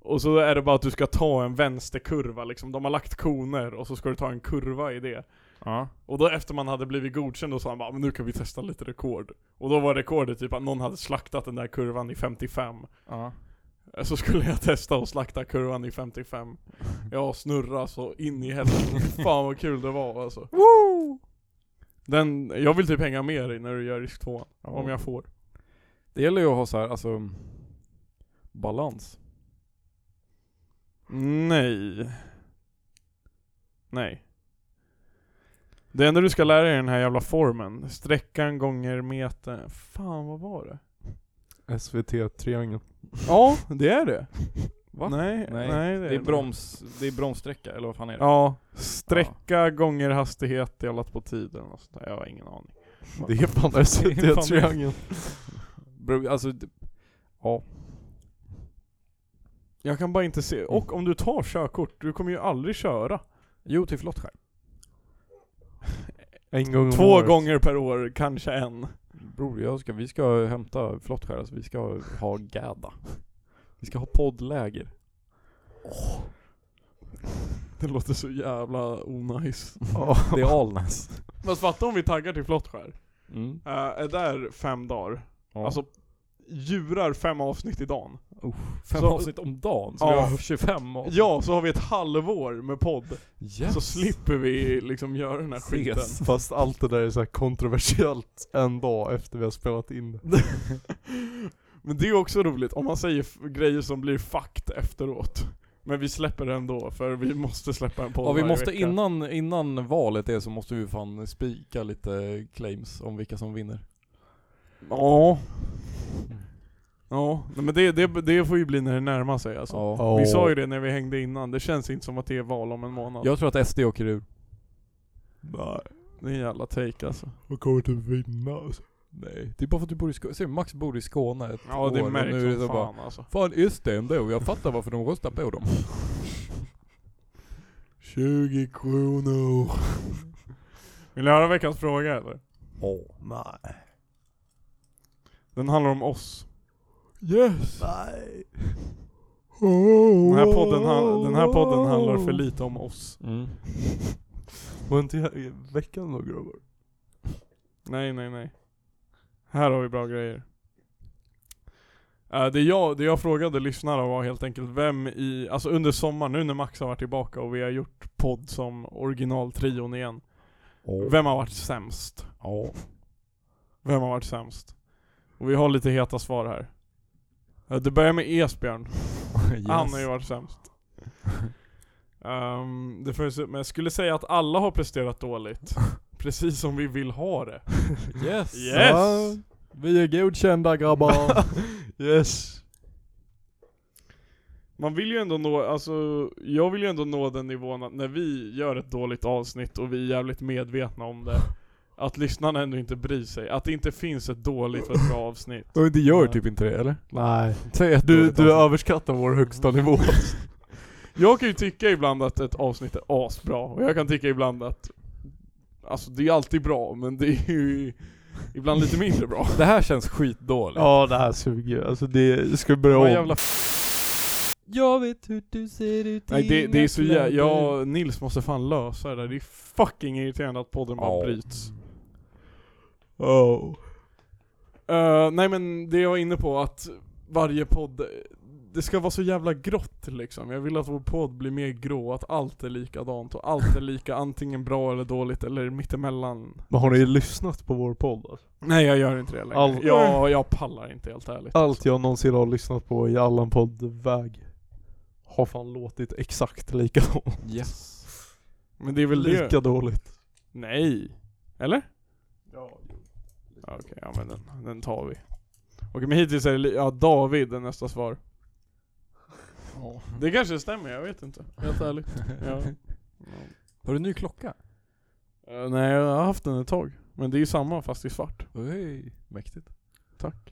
[SPEAKER 2] Och så är det bara att du ska ta en vänsterkurva liksom, de har lagt koner och så ska du ta en kurva i det.
[SPEAKER 1] ja.
[SPEAKER 2] Och då efter man hade blivit godkänd då sa han bara "Men nu kan vi testa lite rekord. Och då var rekordet typ att någon hade slaktat den där kurvan i 55.
[SPEAKER 1] ja.
[SPEAKER 2] Så skulle jag testa att slakta kurvan i 55. Jag snurra så in i helvete. Fan vad kul det var alltså.
[SPEAKER 1] Woo!
[SPEAKER 2] Den, jag vill typ hänga med dig när du gör risk 2. Om jag får.
[SPEAKER 1] Det gäller ju att ha så här, alltså balans.
[SPEAKER 2] Nej. Nej. Det enda du ska lära dig är den här jävla formen. Sträckan gånger meter. Fan vad var det?
[SPEAKER 4] SVT-triangeln.
[SPEAKER 2] Ja, det är det.
[SPEAKER 1] Va?
[SPEAKER 2] Nej, nej,
[SPEAKER 1] Nej,
[SPEAKER 2] det är
[SPEAKER 1] Det är
[SPEAKER 2] inte.
[SPEAKER 1] broms, det är bromssträcka eller vad fan är det?
[SPEAKER 2] Ja, sträcka gånger hastighet delat på tiden. och sånt där. Jag har ingen aning.
[SPEAKER 4] Det är fan SVT-triangeln.
[SPEAKER 1] Bro, alltså, d- ja.
[SPEAKER 2] Jag kan bara inte se. Och om du tar körkort, du kommer ju aldrig köra.
[SPEAKER 1] Jo, till flottskärm.
[SPEAKER 4] En gång om
[SPEAKER 2] Två
[SPEAKER 4] året.
[SPEAKER 2] gånger per år, kanske en.
[SPEAKER 1] Bror, jag ska, vi ska hämta flottskär, alltså vi ska ha gädda. Vi ska ha poddläger.
[SPEAKER 2] Det låter så jävla onajs.
[SPEAKER 4] Ja.
[SPEAKER 1] Det är Alnäs.
[SPEAKER 2] Fast fatta om vi taggar till Flottskär.
[SPEAKER 1] Mm.
[SPEAKER 2] Eh, är där fem dagar.
[SPEAKER 1] Ja.
[SPEAKER 2] Alltså, djurar fem avsnitt i dagen.
[SPEAKER 1] Fem
[SPEAKER 2] så-
[SPEAKER 1] avsnitt om dagen, så
[SPEAKER 2] Ja.
[SPEAKER 1] vi har 25 avsnitt.
[SPEAKER 2] Ja, så har vi ett halvår med podd.
[SPEAKER 1] Yes.
[SPEAKER 2] Så slipper vi liksom göra den här
[SPEAKER 1] Ses.
[SPEAKER 2] skiten.
[SPEAKER 4] Fast allt det där är så här kontroversiellt en dag efter vi har spelat in det.
[SPEAKER 2] Men det är också roligt om man säger f- grejer som blir fucked efteråt. Men vi släpper den då, för vi måste släppa en podd
[SPEAKER 1] Ja vi
[SPEAKER 2] varje
[SPEAKER 1] måste
[SPEAKER 2] vecka.
[SPEAKER 1] innan, innan valet är så måste vi fan spika lite claims om vilka som vinner.
[SPEAKER 2] Ja. Ja, nej, men det, det, det får ju bli när det närmar sig alltså.
[SPEAKER 1] Ja.
[SPEAKER 4] Ja.
[SPEAKER 2] Vi sa ju det när vi hängde innan, det känns inte som att det är val om en månad.
[SPEAKER 1] Jag tror att SD åker ur.
[SPEAKER 2] Nej. Det är en jävla take alltså.
[SPEAKER 4] Jag kommer inte vinna alltså.
[SPEAKER 1] Nej. Det är bara för att du bor i Skåne. Ser du, Max bor i Skåne ett
[SPEAKER 2] Ja det
[SPEAKER 1] år, och
[SPEAKER 2] märks
[SPEAKER 1] nu är det
[SPEAKER 2] som
[SPEAKER 1] så bara,
[SPEAKER 2] fan alltså.
[SPEAKER 1] Fan SD ändå, jag fattar varför de röstar på dem.
[SPEAKER 2] 20 kronor. Vill ni höra veckans fråga eller?
[SPEAKER 1] Oh.
[SPEAKER 4] Nej.
[SPEAKER 2] Den handlar om oss.
[SPEAKER 1] Yes!
[SPEAKER 4] Nej.
[SPEAKER 2] Den här podden, han, den här podden handlar för lite om oss.
[SPEAKER 1] Mm.
[SPEAKER 4] Var inte jag i veckan då grabbar?
[SPEAKER 2] Nej nej nej. Här har vi bra grejer. Eh, Det jag, det jag frågade lyssnare var helt enkelt vem i, alltså under sommaren nu när Max har varit tillbaka och vi har gjort podd som originaltrion igen. Vem har varit sämst?
[SPEAKER 1] Ja.
[SPEAKER 2] Vem har varit sämst? Och vi har lite heta svar här. Eh, Det börjar med Esbjörn.
[SPEAKER 1] Yes.
[SPEAKER 2] Han har ju varit sämst. Ehm, det finns, men jag skulle säga att alla har presterat dåligt. Precis som vi vill ha det.
[SPEAKER 1] Yes!
[SPEAKER 2] Yes!
[SPEAKER 1] Vi är godkända grabbar.
[SPEAKER 4] Yes.
[SPEAKER 2] Man vill ju ändå nå, alltså jag vill ju ändå nå den nivån att när vi gör ett dåligt avsnitt och vi är jävligt medvetna om det, att lyssnarna ändå inte bryr sig. Att det inte finns ett dåligt och ett bra avsnitt.
[SPEAKER 1] De inte gör typ inte det eller?
[SPEAKER 4] Nej.
[SPEAKER 1] Säg att
[SPEAKER 4] Du, du överskattar vår högsta nivå.
[SPEAKER 2] Jag kan ju tycka ibland att ett avsnitt är asbra, och jag kan tycka ibland att, alltså det är alltid bra, men det är ju ibland lite mindre bra.
[SPEAKER 1] Det här känns skitdåligt.
[SPEAKER 4] ja det här suger. Alltså det, ska vi börja
[SPEAKER 1] Vad
[SPEAKER 4] om?
[SPEAKER 1] jävla
[SPEAKER 3] Jag vet hur du ser ut
[SPEAKER 2] Nej det, det är så
[SPEAKER 3] jävla...
[SPEAKER 2] jä- jag, Nils måste fan lösa det där. Det är fucking irriterande att podden bara
[SPEAKER 1] Ja.
[SPEAKER 2] bryts.
[SPEAKER 4] Oh.
[SPEAKER 2] Eh, nej men det jag var inne på att varje podd, det ska vara så jävla grått liksom. Jag vill att vår podd blir mer grå, att allt är likadant och allt är lika antingen bra eller dåligt eller mittemellan.
[SPEAKER 4] Men har ni lyssnat på vår podd? Alltså?
[SPEAKER 2] Nej jag gör inte det längre.
[SPEAKER 4] Allt-
[SPEAKER 2] Jag, jag pallar inte helt ärligt.
[SPEAKER 4] Allt jag någonsin har lyssnat på i allan poddväg har fan låtit exakt likadant.
[SPEAKER 1] Yes.
[SPEAKER 2] Men det är väl det.
[SPEAKER 4] Lika dåligt.
[SPEAKER 2] Nej. Eller? Ja. Okej, ja men den, den tar vi. Okej men hittills är det, li- ja David är nästa svar. Det kanske stämmer, jag vet inte. Helt ärligt. Ja. Ja.
[SPEAKER 1] Har du en ny klocka?
[SPEAKER 2] Eh, nej, jag har haft den ett tag. Men det är ju samma fast i svart.
[SPEAKER 1] Oj, mäktigt.
[SPEAKER 2] Tack.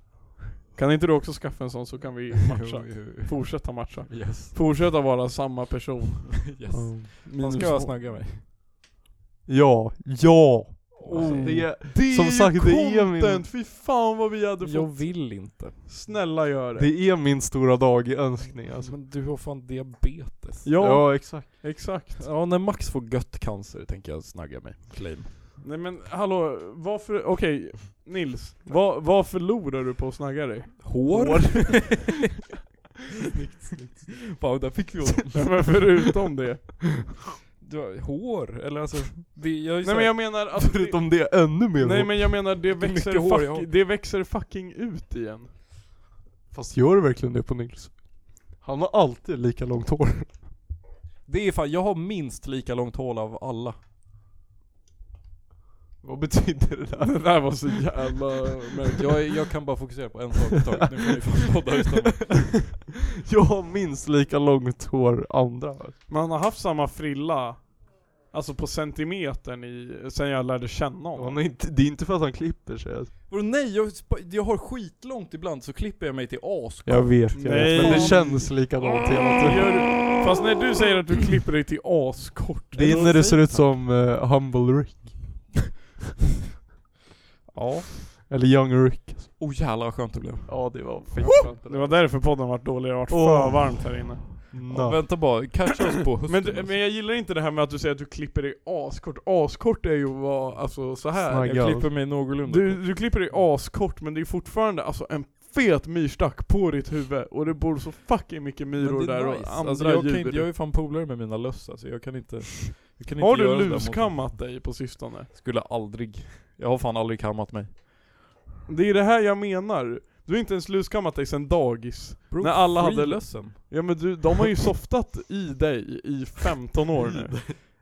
[SPEAKER 2] Kan inte du också skaffa en sån så kan vi matcha? Fortsätta matcha.
[SPEAKER 1] Yes.
[SPEAKER 2] Fortsätta vara samma person.
[SPEAKER 1] yes.
[SPEAKER 4] Mm.
[SPEAKER 1] Man ska
[SPEAKER 2] Minus
[SPEAKER 1] vara
[SPEAKER 2] två.
[SPEAKER 1] snagga mig.
[SPEAKER 4] Ja, ja!
[SPEAKER 2] Oh.
[SPEAKER 4] Alltså, Det är,
[SPEAKER 2] Det är
[SPEAKER 4] Som
[SPEAKER 2] ju
[SPEAKER 4] sagt, det är min-
[SPEAKER 2] content! Fy fan vad vi hade fått.
[SPEAKER 1] Jag vill inte.
[SPEAKER 2] Snälla gör det.
[SPEAKER 4] det är min stora dag-önskning alltså.
[SPEAKER 1] Men du har fan diabetes.
[SPEAKER 2] Ja,
[SPEAKER 4] ja exakt.
[SPEAKER 2] exakt.
[SPEAKER 1] Ja, när Max får gött cancer tänker jag snagga mig. Typ. Claim.
[SPEAKER 2] Nej men hallå, varför, okej Nils. Vad, vad förlorar du på att snagga dig?
[SPEAKER 1] Hår? snyggt, snyggt. Fan, där fick vi honom.
[SPEAKER 2] Nej, men förutom det.
[SPEAKER 1] Du har hår? Eller alltså, det, jag är ju
[SPEAKER 2] Nej men jag menar att
[SPEAKER 4] Förutom Alltså, det, ännu mer
[SPEAKER 2] det, Nej
[SPEAKER 4] hår.
[SPEAKER 2] men jag menar det växer,
[SPEAKER 1] mycket hår jag har.
[SPEAKER 2] fuck, det växer fucking ut igen.
[SPEAKER 4] Fast gör det verkligen det på Nils? Han har alltid lika långt hår.
[SPEAKER 1] det är fan, jag har minst lika långt hår av alla.
[SPEAKER 4] Vad betyder det där?
[SPEAKER 2] Det där var så jävla märkligt.
[SPEAKER 1] Jag, är- jag kan bara fokusera på en sak i taget, nu får ni fan podda utan mig.
[SPEAKER 4] Jag har minst lika långt hår andra.
[SPEAKER 2] Man har haft samma frilla, alltså på centimetern i, sen jag lärde känna
[SPEAKER 4] Han
[SPEAKER 2] honom.
[SPEAKER 4] är inte, det är inte för att han klipper sig. alltså.
[SPEAKER 1] Vadå nej, jag, sp- jag har skitlångt ibland så klipper jag mig till as.
[SPEAKER 4] Jag vet, jag vet. Men
[SPEAKER 2] Nej.
[SPEAKER 4] det känns likadant hela tiden.
[SPEAKER 2] Gör du- Fast när du säger att du klipper dig till askort.
[SPEAKER 4] Det är när det ser ut som eh, Humble Rick.
[SPEAKER 1] Ja.
[SPEAKER 4] Eller Young Rick. alltså.
[SPEAKER 1] Oh jävlar vad skönt det blev.
[SPEAKER 4] Ja det var fint skönt det
[SPEAKER 2] Det
[SPEAKER 4] där.
[SPEAKER 2] var därför podden varit dålig, det har varit för
[SPEAKER 4] Åh.
[SPEAKER 2] varmt här inne.
[SPEAKER 1] Ja,
[SPEAKER 4] Nå.
[SPEAKER 1] vänta bara, catcha oss på hösten.
[SPEAKER 2] Men, du, men jag gillar inte det här med att du säger att du klipper dig askort. Askort är ju att vara, alltså så här.
[SPEAKER 4] Snagg.
[SPEAKER 1] jag klipper mig någorlunda.
[SPEAKER 2] Du, du klipper dig askort men det är fortfarande alltså en fet myrstack på ditt huvud och det bor så fucking mycket myror
[SPEAKER 1] Men det är
[SPEAKER 2] där
[SPEAKER 1] nice.
[SPEAKER 2] och andra
[SPEAKER 1] alltså, jag, kan,
[SPEAKER 2] djur.
[SPEAKER 1] inte- jag är ju fan polare med mina löss alltså, jag kan inte... Jag kan
[SPEAKER 2] Har
[SPEAKER 1] inte göra
[SPEAKER 2] du
[SPEAKER 1] det där mot dem.
[SPEAKER 2] luskammat dig på sistone?
[SPEAKER 1] Skulle aldrig. Jag har fan aldrig kammat mig.
[SPEAKER 2] Det är det här jag menar. Du har inte ens luskammat dig sen dagis.
[SPEAKER 1] Bro,
[SPEAKER 2] När alla
[SPEAKER 1] free
[SPEAKER 2] hade-
[SPEAKER 1] lössen.
[SPEAKER 2] Ja men du, de har ju softat i dig i 15 år nu.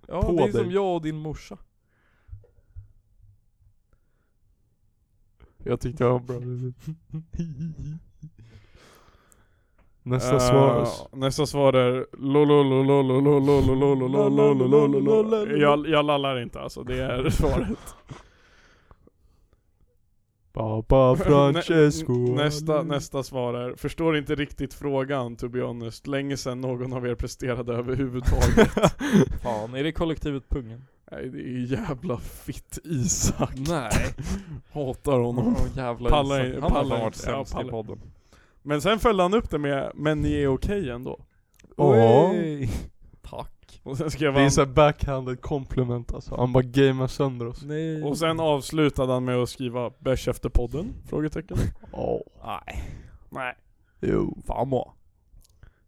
[SPEAKER 1] Ja,
[SPEAKER 4] På
[SPEAKER 1] det är
[SPEAKER 4] dig.
[SPEAKER 1] som jag och din morsa.
[SPEAKER 4] Jag tyckte jag var bra. Nästa
[SPEAKER 2] Eh,
[SPEAKER 4] svar.
[SPEAKER 2] Nästa svar är lololololololololololololololololololololololololololololololololololololololololololololololololololololololololololololololololololol. Jag- Jag lallar inte alltså, det är svaret.
[SPEAKER 4] Papa Francesco.
[SPEAKER 2] Nä- Nästa, nästa svar är, förstår inte riktigt frågan to be honest, länge sedan någon av er presterade överhuvudtaget.
[SPEAKER 1] Fan, är det kollektivet Pungen?
[SPEAKER 2] Nej det är jävla fitt Isak.
[SPEAKER 1] Nej.
[SPEAKER 2] Hatar honom.
[SPEAKER 1] Åh jävlar
[SPEAKER 2] Pallar
[SPEAKER 1] Isak.
[SPEAKER 2] in-
[SPEAKER 1] Han har
[SPEAKER 2] pallar
[SPEAKER 1] fan
[SPEAKER 2] in-
[SPEAKER 1] varit
[SPEAKER 2] ja,
[SPEAKER 1] sämst i
[SPEAKER 2] pallar.
[SPEAKER 1] podden.
[SPEAKER 2] Men sen följde han upp det med 'Men ni är okej ändå'
[SPEAKER 4] Ja.
[SPEAKER 1] Tack.
[SPEAKER 2] Och sen skrev
[SPEAKER 4] Det är
[SPEAKER 2] han,
[SPEAKER 4] såhär backhanded compliment alltså. Han bara gamear sönder oss.
[SPEAKER 1] Nej.
[SPEAKER 2] och sen avslutade han med att skriva 'Bärs efter podden?' Frågetecken.
[SPEAKER 4] Ja.
[SPEAKER 1] Nej.
[SPEAKER 2] Nej.
[SPEAKER 4] Jo.
[SPEAKER 1] Fan må.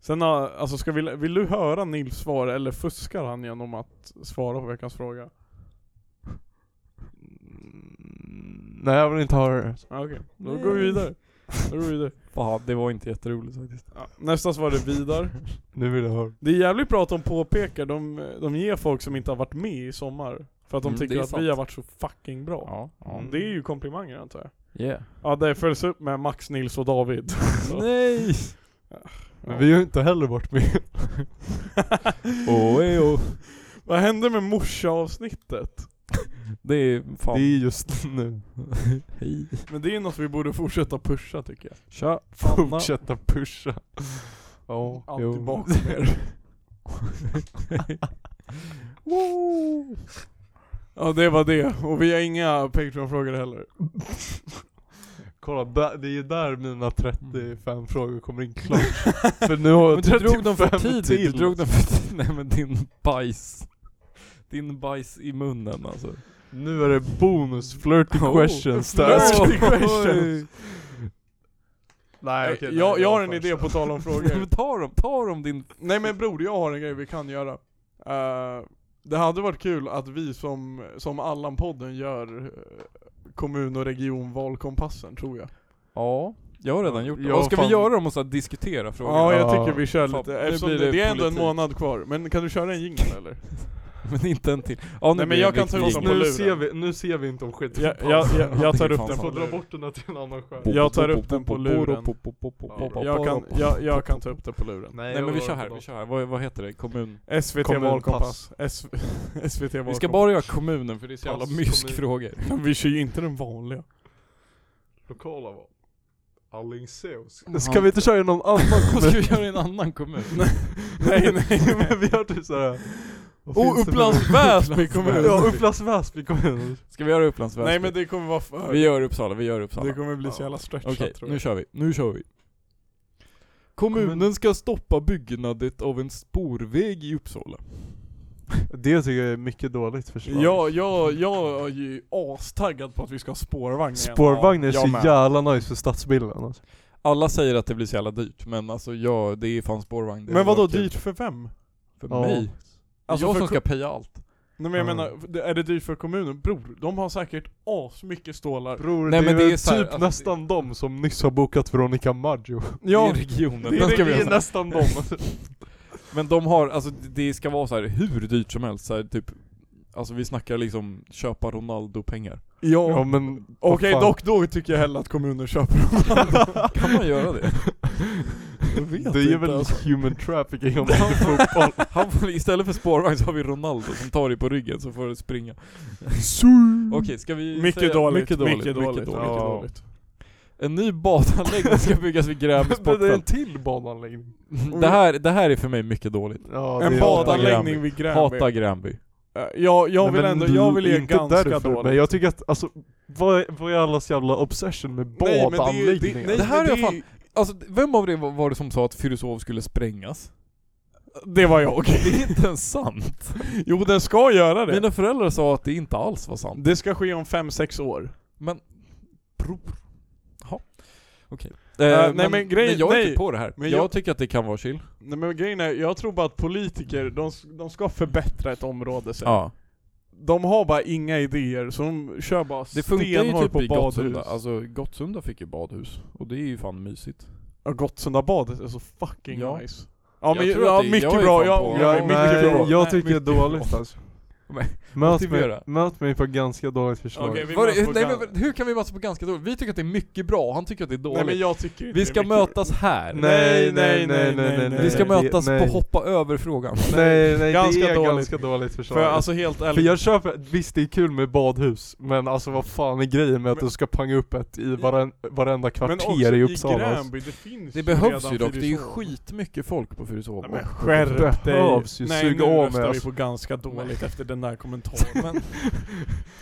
[SPEAKER 2] Sen har- alltså ska vi, vill du höra Nils svar eller fuskar han genom att svara på veckans fråga?
[SPEAKER 4] Mm, Nej jag vill inte ha det.
[SPEAKER 2] Ja, Ah, Okej, då går vi vidare. Då går vi vidare.
[SPEAKER 1] Fan, det var inte jätteroligt faktiskt.
[SPEAKER 2] Ja, nästa svar är Vidar.
[SPEAKER 4] Nu vill jag ha det.
[SPEAKER 2] Det är jävligt bra att de påpekar, de, de ger folk som inte har varit med i sommar. För att de
[SPEAKER 1] Mm, det
[SPEAKER 2] tycker
[SPEAKER 1] är
[SPEAKER 2] att
[SPEAKER 1] sant.
[SPEAKER 2] vi har varit så fucking bra.
[SPEAKER 1] Ja. ja.
[SPEAKER 2] Mm, Det är ju komplimanger antar jag.
[SPEAKER 1] Yeah.
[SPEAKER 2] Ja, det följs upp med Max, Nils och David. Så.
[SPEAKER 1] Nej!
[SPEAKER 4] Men vi har ju inte heller varit med.
[SPEAKER 1] Oh, oh.
[SPEAKER 2] Vad hände med morsa-avsnittet?
[SPEAKER 1] Det är fan...
[SPEAKER 4] Det är just nu.
[SPEAKER 1] Hej.
[SPEAKER 2] Men det är något vi borde fortsätta pusha tycker jag.
[SPEAKER 1] Tja, Anna.
[SPEAKER 4] Fortsätta pusha. Ja,
[SPEAKER 2] Allt
[SPEAKER 4] jo.
[SPEAKER 2] tillbaka med er.
[SPEAKER 1] Woo!
[SPEAKER 2] Ja, det var det. Och vi har inga Patreon-frågor heller.
[SPEAKER 4] Kolla, där- det är ju där
[SPEAKER 1] Mm.
[SPEAKER 4] mina 35 frågor kommer in klart. för nu har
[SPEAKER 1] Men
[SPEAKER 4] jag
[SPEAKER 1] du drog
[SPEAKER 2] typ
[SPEAKER 4] 35
[SPEAKER 1] dem för tidigt,
[SPEAKER 4] till.
[SPEAKER 1] du drog dem för tidigt. Nej men din bajs. Din bajs i munnen alltså.
[SPEAKER 4] Nu är det bonus, flirty
[SPEAKER 1] Oh,
[SPEAKER 4] questions där.
[SPEAKER 2] flirty
[SPEAKER 4] Oj.
[SPEAKER 2] questions.
[SPEAKER 4] Nej, okej, nej,
[SPEAKER 2] jag, jag har en
[SPEAKER 4] fan
[SPEAKER 2] idé
[SPEAKER 4] kört.
[SPEAKER 2] på tal om frågor.
[SPEAKER 1] Men ta dem, ta dem din...
[SPEAKER 2] Nej men bror, jag har en grej vi kan göra. Eh, det hade varit kul att vi som, som Allan-podden gör eh, kommun och regionvalkompassen tror jag.
[SPEAKER 1] Ja, jag har redan gjort det.
[SPEAKER 4] Ja,
[SPEAKER 1] Och ska
[SPEAKER 4] fan.
[SPEAKER 1] vi göra dem och så här diskutera frågorna?
[SPEAKER 2] Ja, jag
[SPEAKER 4] Ja.
[SPEAKER 2] tycker vi kör
[SPEAKER 1] Fan,
[SPEAKER 2] lite,
[SPEAKER 1] nu
[SPEAKER 2] eftersom
[SPEAKER 1] blir
[SPEAKER 2] det,
[SPEAKER 1] det
[SPEAKER 2] det är ändå en
[SPEAKER 1] politik.
[SPEAKER 2] månad kvar. Men kan du köra en jingle eller?
[SPEAKER 1] Men inte en till. Ja,
[SPEAKER 2] Nej,
[SPEAKER 1] nu
[SPEAKER 2] men
[SPEAKER 1] blir det
[SPEAKER 2] jag kan
[SPEAKER 1] riktigt-
[SPEAKER 2] ta ut dem på
[SPEAKER 4] Nu
[SPEAKER 2] luren.
[SPEAKER 4] ser, vi, nu ser vi inte om skit
[SPEAKER 2] Jag, jag, jag, jag tar upp
[SPEAKER 1] Fan,
[SPEAKER 2] den
[SPEAKER 4] Får
[SPEAKER 2] på
[SPEAKER 4] dra
[SPEAKER 2] luren.
[SPEAKER 4] bort den där till en annan skärm.
[SPEAKER 2] Jag tar upp den på luren.
[SPEAKER 4] Ja,
[SPEAKER 2] Jag kan, jag, jag kan ta upp den på luren.
[SPEAKER 1] Nej men vi kör här, vi kör här. Vad, vad heter det? Kommun?
[SPEAKER 2] SVT
[SPEAKER 4] Kommer en
[SPEAKER 2] valkompass. S- SVT
[SPEAKER 1] Vi ska
[SPEAKER 2] valkompass.
[SPEAKER 1] bara göra kommunen för det är så jävla
[SPEAKER 4] Pass, kommun.
[SPEAKER 1] myskfrågor.
[SPEAKER 2] Vi kör ju inte den vanliga.
[SPEAKER 4] Lokala val. Alingsås.
[SPEAKER 1] Jaha.
[SPEAKER 4] Ska vi inte köra i någon annan
[SPEAKER 1] Vad ska
[SPEAKER 4] kommun?
[SPEAKER 1] vi göra i en annan kommun?
[SPEAKER 2] Nej nej.
[SPEAKER 4] Men vi har typ såhär... vad
[SPEAKER 1] Oh,
[SPEAKER 4] finns det för-
[SPEAKER 1] Upplands Väsby kommun!
[SPEAKER 4] Ja, Upplands Väsby kommun.
[SPEAKER 1] Ska vi göra Upplands Väsby?
[SPEAKER 2] nej men det kommer vara för...
[SPEAKER 1] Vi gör Uppsala, vi gör Uppsala.
[SPEAKER 2] Det kommer bli så jävla stretchat
[SPEAKER 1] Okej,
[SPEAKER 2] tror jag.
[SPEAKER 1] nu kör vi. Nu kör vi. Kommunen ska stoppa byggnadet av en spårväg i Uppsala.
[SPEAKER 4] Det tycker jag är mycket dåligt förslag.
[SPEAKER 2] Ja, jag, jag är ju astaggad på att vi ska ha spårvagn igen.
[SPEAKER 4] Spårvagn
[SPEAKER 1] Ja,
[SPEAKER 4] är så
[SPEAKER 1] jag med.
[SPEAKER 4] jävla nice för stadsbilden alltså.
[SPEAKER 1] Alla säger att det blir så jävla dyrt, men alltså ja, det är fan spårvagn. Det
[SPEAKER 2] Men
[SPEAKER 1] hade
[SPEAKER 2] vadå
[SPEAKER 1] varit kul.
[SPEAKER 2] dyrt för vem?
[SPEAKER 1] För
[SPEAKER 4] Ja.
[SPEAKER 1] mig?
[SPEAKER 2] Alltså
[SPEAKER 1] jag
[SPEAKER 2] för
[SPEAKER 1] som
[SPEAKER 2] ko-
[SPEAKER 1] ska peja allt.
[SPEAKER 2] Nej men jag
[SPEAKER 4] Ja.
[SPEAKER 2] menar, det- är det dyrt för kommunen? Bror, de har säkert asmycket stålar.
[SPEAKER 4] Bror,
[SPEAKER 1] Nej,
[SPEAKER 4] det,
[SPEAKER 1] men
[SPEAKER 4] är
[SPEAKER 1] det är
[SPEAKER 4] väl
[SPEAKER 1] så här,
[SPEAKER 4] typ
[SPEAKER 1] alltså,
[SPEAKER 4] nästan de som nyss har bokat Veronica Maggio.
[SPEAKER 1] Det är
[SPEAKER 2] Ja,
[SPEAKER 1] regionen,
[SPEAKER 4] Det
[SPEAKER 1] den
[SPEAKER 4] är,
[SPEAKER 1] ska vi
[SPEAKER 4] det
[SPEAKER 1] göra
[SPEAKER 4] är
[SPEAKER 1] så här.
[SPEAKER 4] nästan de. alltså.
[SPEAKER 1] Men de har, alltså det- det ska vara så här hur dyrt som helst, så här, typ Alltså vi snackar liksom köpa Ronaldo-pengar.
[SPEAKER 4] Ja
[SPEAKER 2] ja.
[SPEAKER 4] men vad
[SPEAKER 2] Okej
[SPEAKER 4] fan.
[SPEAKER 2] dock då tycker jag hellre att kommunen köper dem.
[SPEAKER 1] Kan man göra det?
[SPEAKER 2] Jag vet
[SPEAKER 4] Det är
[SPEAKER 2] inte,
[SPEAKER 4] väl
[SPEAKER 2] alltså.
[SPEAKER 4] human trafficking om det inte är fotboll.
[SPEAKER 1] Han får, istället för spårvagn så har vi Ronaldo som tar dig på ryggen så får du springa. Okej, ska vi säga-
[SPEAKER 2] Mycket dåligt,
[SPEAKER 1] mycket dåligt, mycket dåligt.
[SPEAKER 2] mycket
[SPEAKER 1] Ja.
[SPEAKER 2] dåligt.
[SPEAKER 1] En ny badanläggning ska byggas vid Gränby
[SPEAKER 4] Men det är en
[SPEAKER 1] sportfält. Mm,
[SPEAKER 4] till badanläggning.
[SPEAKER 1] Det här, det här är för mig mycket dåligt.
[SPEAKER 4] Ja, det
[SPEAKER 2] En
[SPEAKER 4] är-
[SPEAKER 2] badanläggning vid Gränby.
[SPEAKER 1] Hata Gränby.
[SPEAKER 2] Ja, jag vill
[SPEAKER 4] Nej, men
[SPEAKER 2] ändå,
[SPEAKER 4] du-
[SPEAKER 2] jag vill ge
[SPEAKER 4] inte
[SPEAKER 2] ganska
[SPEAKER 4] därför,
[SPEAKER 2] dåligt.
[SPEAKER 4] Men jag tycker att, alltså, vad är, vad är allas jävla obsession med
[SPEAKER 2] Nej, men det är ju-
[SPEAKER 4] badanläggningar?
[SPEAKER 2] nej,
[SPEAKER 1] Det här
[SPEAKER 2] men
[SPEAKER 1] är
[SPEAKER 2] ju-
[SPEAKER 1] Alltså vem av det var, var det som sa att Fyrishov skulle sprängas?
[SPEAKER 2] Det var jag.
[SPEAKER 1] Det är inte ens sant.
[SPEAKER 2] Jo den ska göra det.
[SPEAKER 1] Mina föräldrar sa att det inte alls var sant.
[SPEAKER 2] Det ska ske om 5-6 år.
[SPEAKER 1] Men... Bror. Jaha. Okej.
[SPEAKER 2] Eh, nej, men grejen-
[SPEAKER 1] jag är
[SPEAKER 2] nej.
[SPEAKER 1] inte på det här.
[SPEAKER 2] Men
[SPEAKER 1] Men
[SPEAKER 2] jag-
[SPEAKER 1] jag, tycker att det kan vara chill.
[SPEAKER 2] Nej men grejen är, jag tror bara att politiker, de, s- de ska förbättra ett område sen.
[SPEAKER 1] Ja.
[SPEAKER 2] De har bara inga idéer, så de kör bara
[SPEAKER 1] Det funkar ju
[SPEAKER 2] stenhårt
[SPEAKER 1] typ
[SPEAKER 2] på
[SPEAKER 1] i
[SPEAKER 2] badhus.
[SPEAKER 1] Gottsunda. Alltså Gottsunda fick ju badhus. Och det är ju fan mysigt.
[SPEAKER 2] Ja, Gottsunda badet är så fucking
[SPEAKER 1] Ja.
[SPEAKER 2] nice. Ja
[SPEAKER 1] Jag
[SPEAKER 2] men
[SPEAKER 1] tror
[SPEAKER 2] ja,
[SPEAKER 1] att det-
[SPEAKER 2] mycket
[SPEAKER 1] jag är
[SPEAKER 2] bra,
[SPEAKER 1] fan
[SPEAKER 2] ja,
[SPEAKER 1] på-
[SPEAKER 2] ja,
[SPEAKER 1] Nej,
[SPEAKER 2] mycket bra.
[SPEAKER 4] jag
[SPEAKER 2] Nej,
[SPEAKER 4] tycker det är
[SPEAKER 2] mycket bra.
[SPEAKER 4] dåligt alltså.
[SPEAKER 1] Nej,
[SPEAKER 4] Möt mig,
[SPEAKER 1] motivera.
[SPEAKER 4] möt mig på ganska dåligt förslag.
[SPEAKER 2] Okej, vi
[SPEAKER 1] Var,
[SPEAKER 2] möts på
[SPEAKER 1] nej,
[SPEAKER 2] Grand-
[SPEAKER 1] men, hur kan vi mötas på ganska dåligt? Vi tycker att det är mycket bra och han tycker att det är dåligt.
[SPEAKER 2] Nej men jag tycker inte
[SPEAKER 1] vi
[SPEAKER 2] det
[SPEAKER 1] ska
[SPEAKER 2] är mycket-
[SPEAKER 1] mötas här.
[SPEAKER 4] Nej, nej, nej, nej, nej, nej.
[SPEAKER 1] vi ska
[SPEAKER 4] det-
[SPEAKER 1] mötas
[SPEAKER 4] nej.
[SPEAKER 1] på hoppa över frågan.
[SPEAKER 4] Nej, nej,
[SPEAKER 2] Ganska
[SPEAKER 4] det är
[SPEAKER 2] dåligt.
[SPEAKER 4] ganska dåligt förslag.
[SPEAKER 2] För alltså helt
[SPEAKER 4] För
[SPEAKER 2] ärligt,
[SPEAKER 4] jag köper, visst det är kul med badhus, men alltså vad fan är grejen med att du ska panga upp ett i varen, varenda
[SPEAKER 2] men också
[SPEAKER 4] kvarter i Uppsala?
[SPEAKER 2] i
[SPEAKER 4] alltså?
[SPEAKER 2] Gränby, det finns
[SPEAKER 1] Det behövs
[SPEAKER 2] redan
[SPEAKER 1] ju dock. Det är ju
[SPEAKER 2] Fyrishov.
[SPEAKER 1] skitmycket folk på Fyrishov.
[SPEAKER 2] Nej, men
[SPEAKER 1] Och-
[SPEAKER 2] skärp dig.
[SPEAKER 4] behövs ju,
[SPEAKER 2] Nej
[SPEAKER 4] suga
[SPEAKER 2] nu
[SPEAKER 4] av mig,
[SPEAKER 2] röstar vi
[SPEAKER 4] alltså.
[SPEAKER 2] på ganska dåligt efter den där kommentaren.
[SPEAKER 1] Men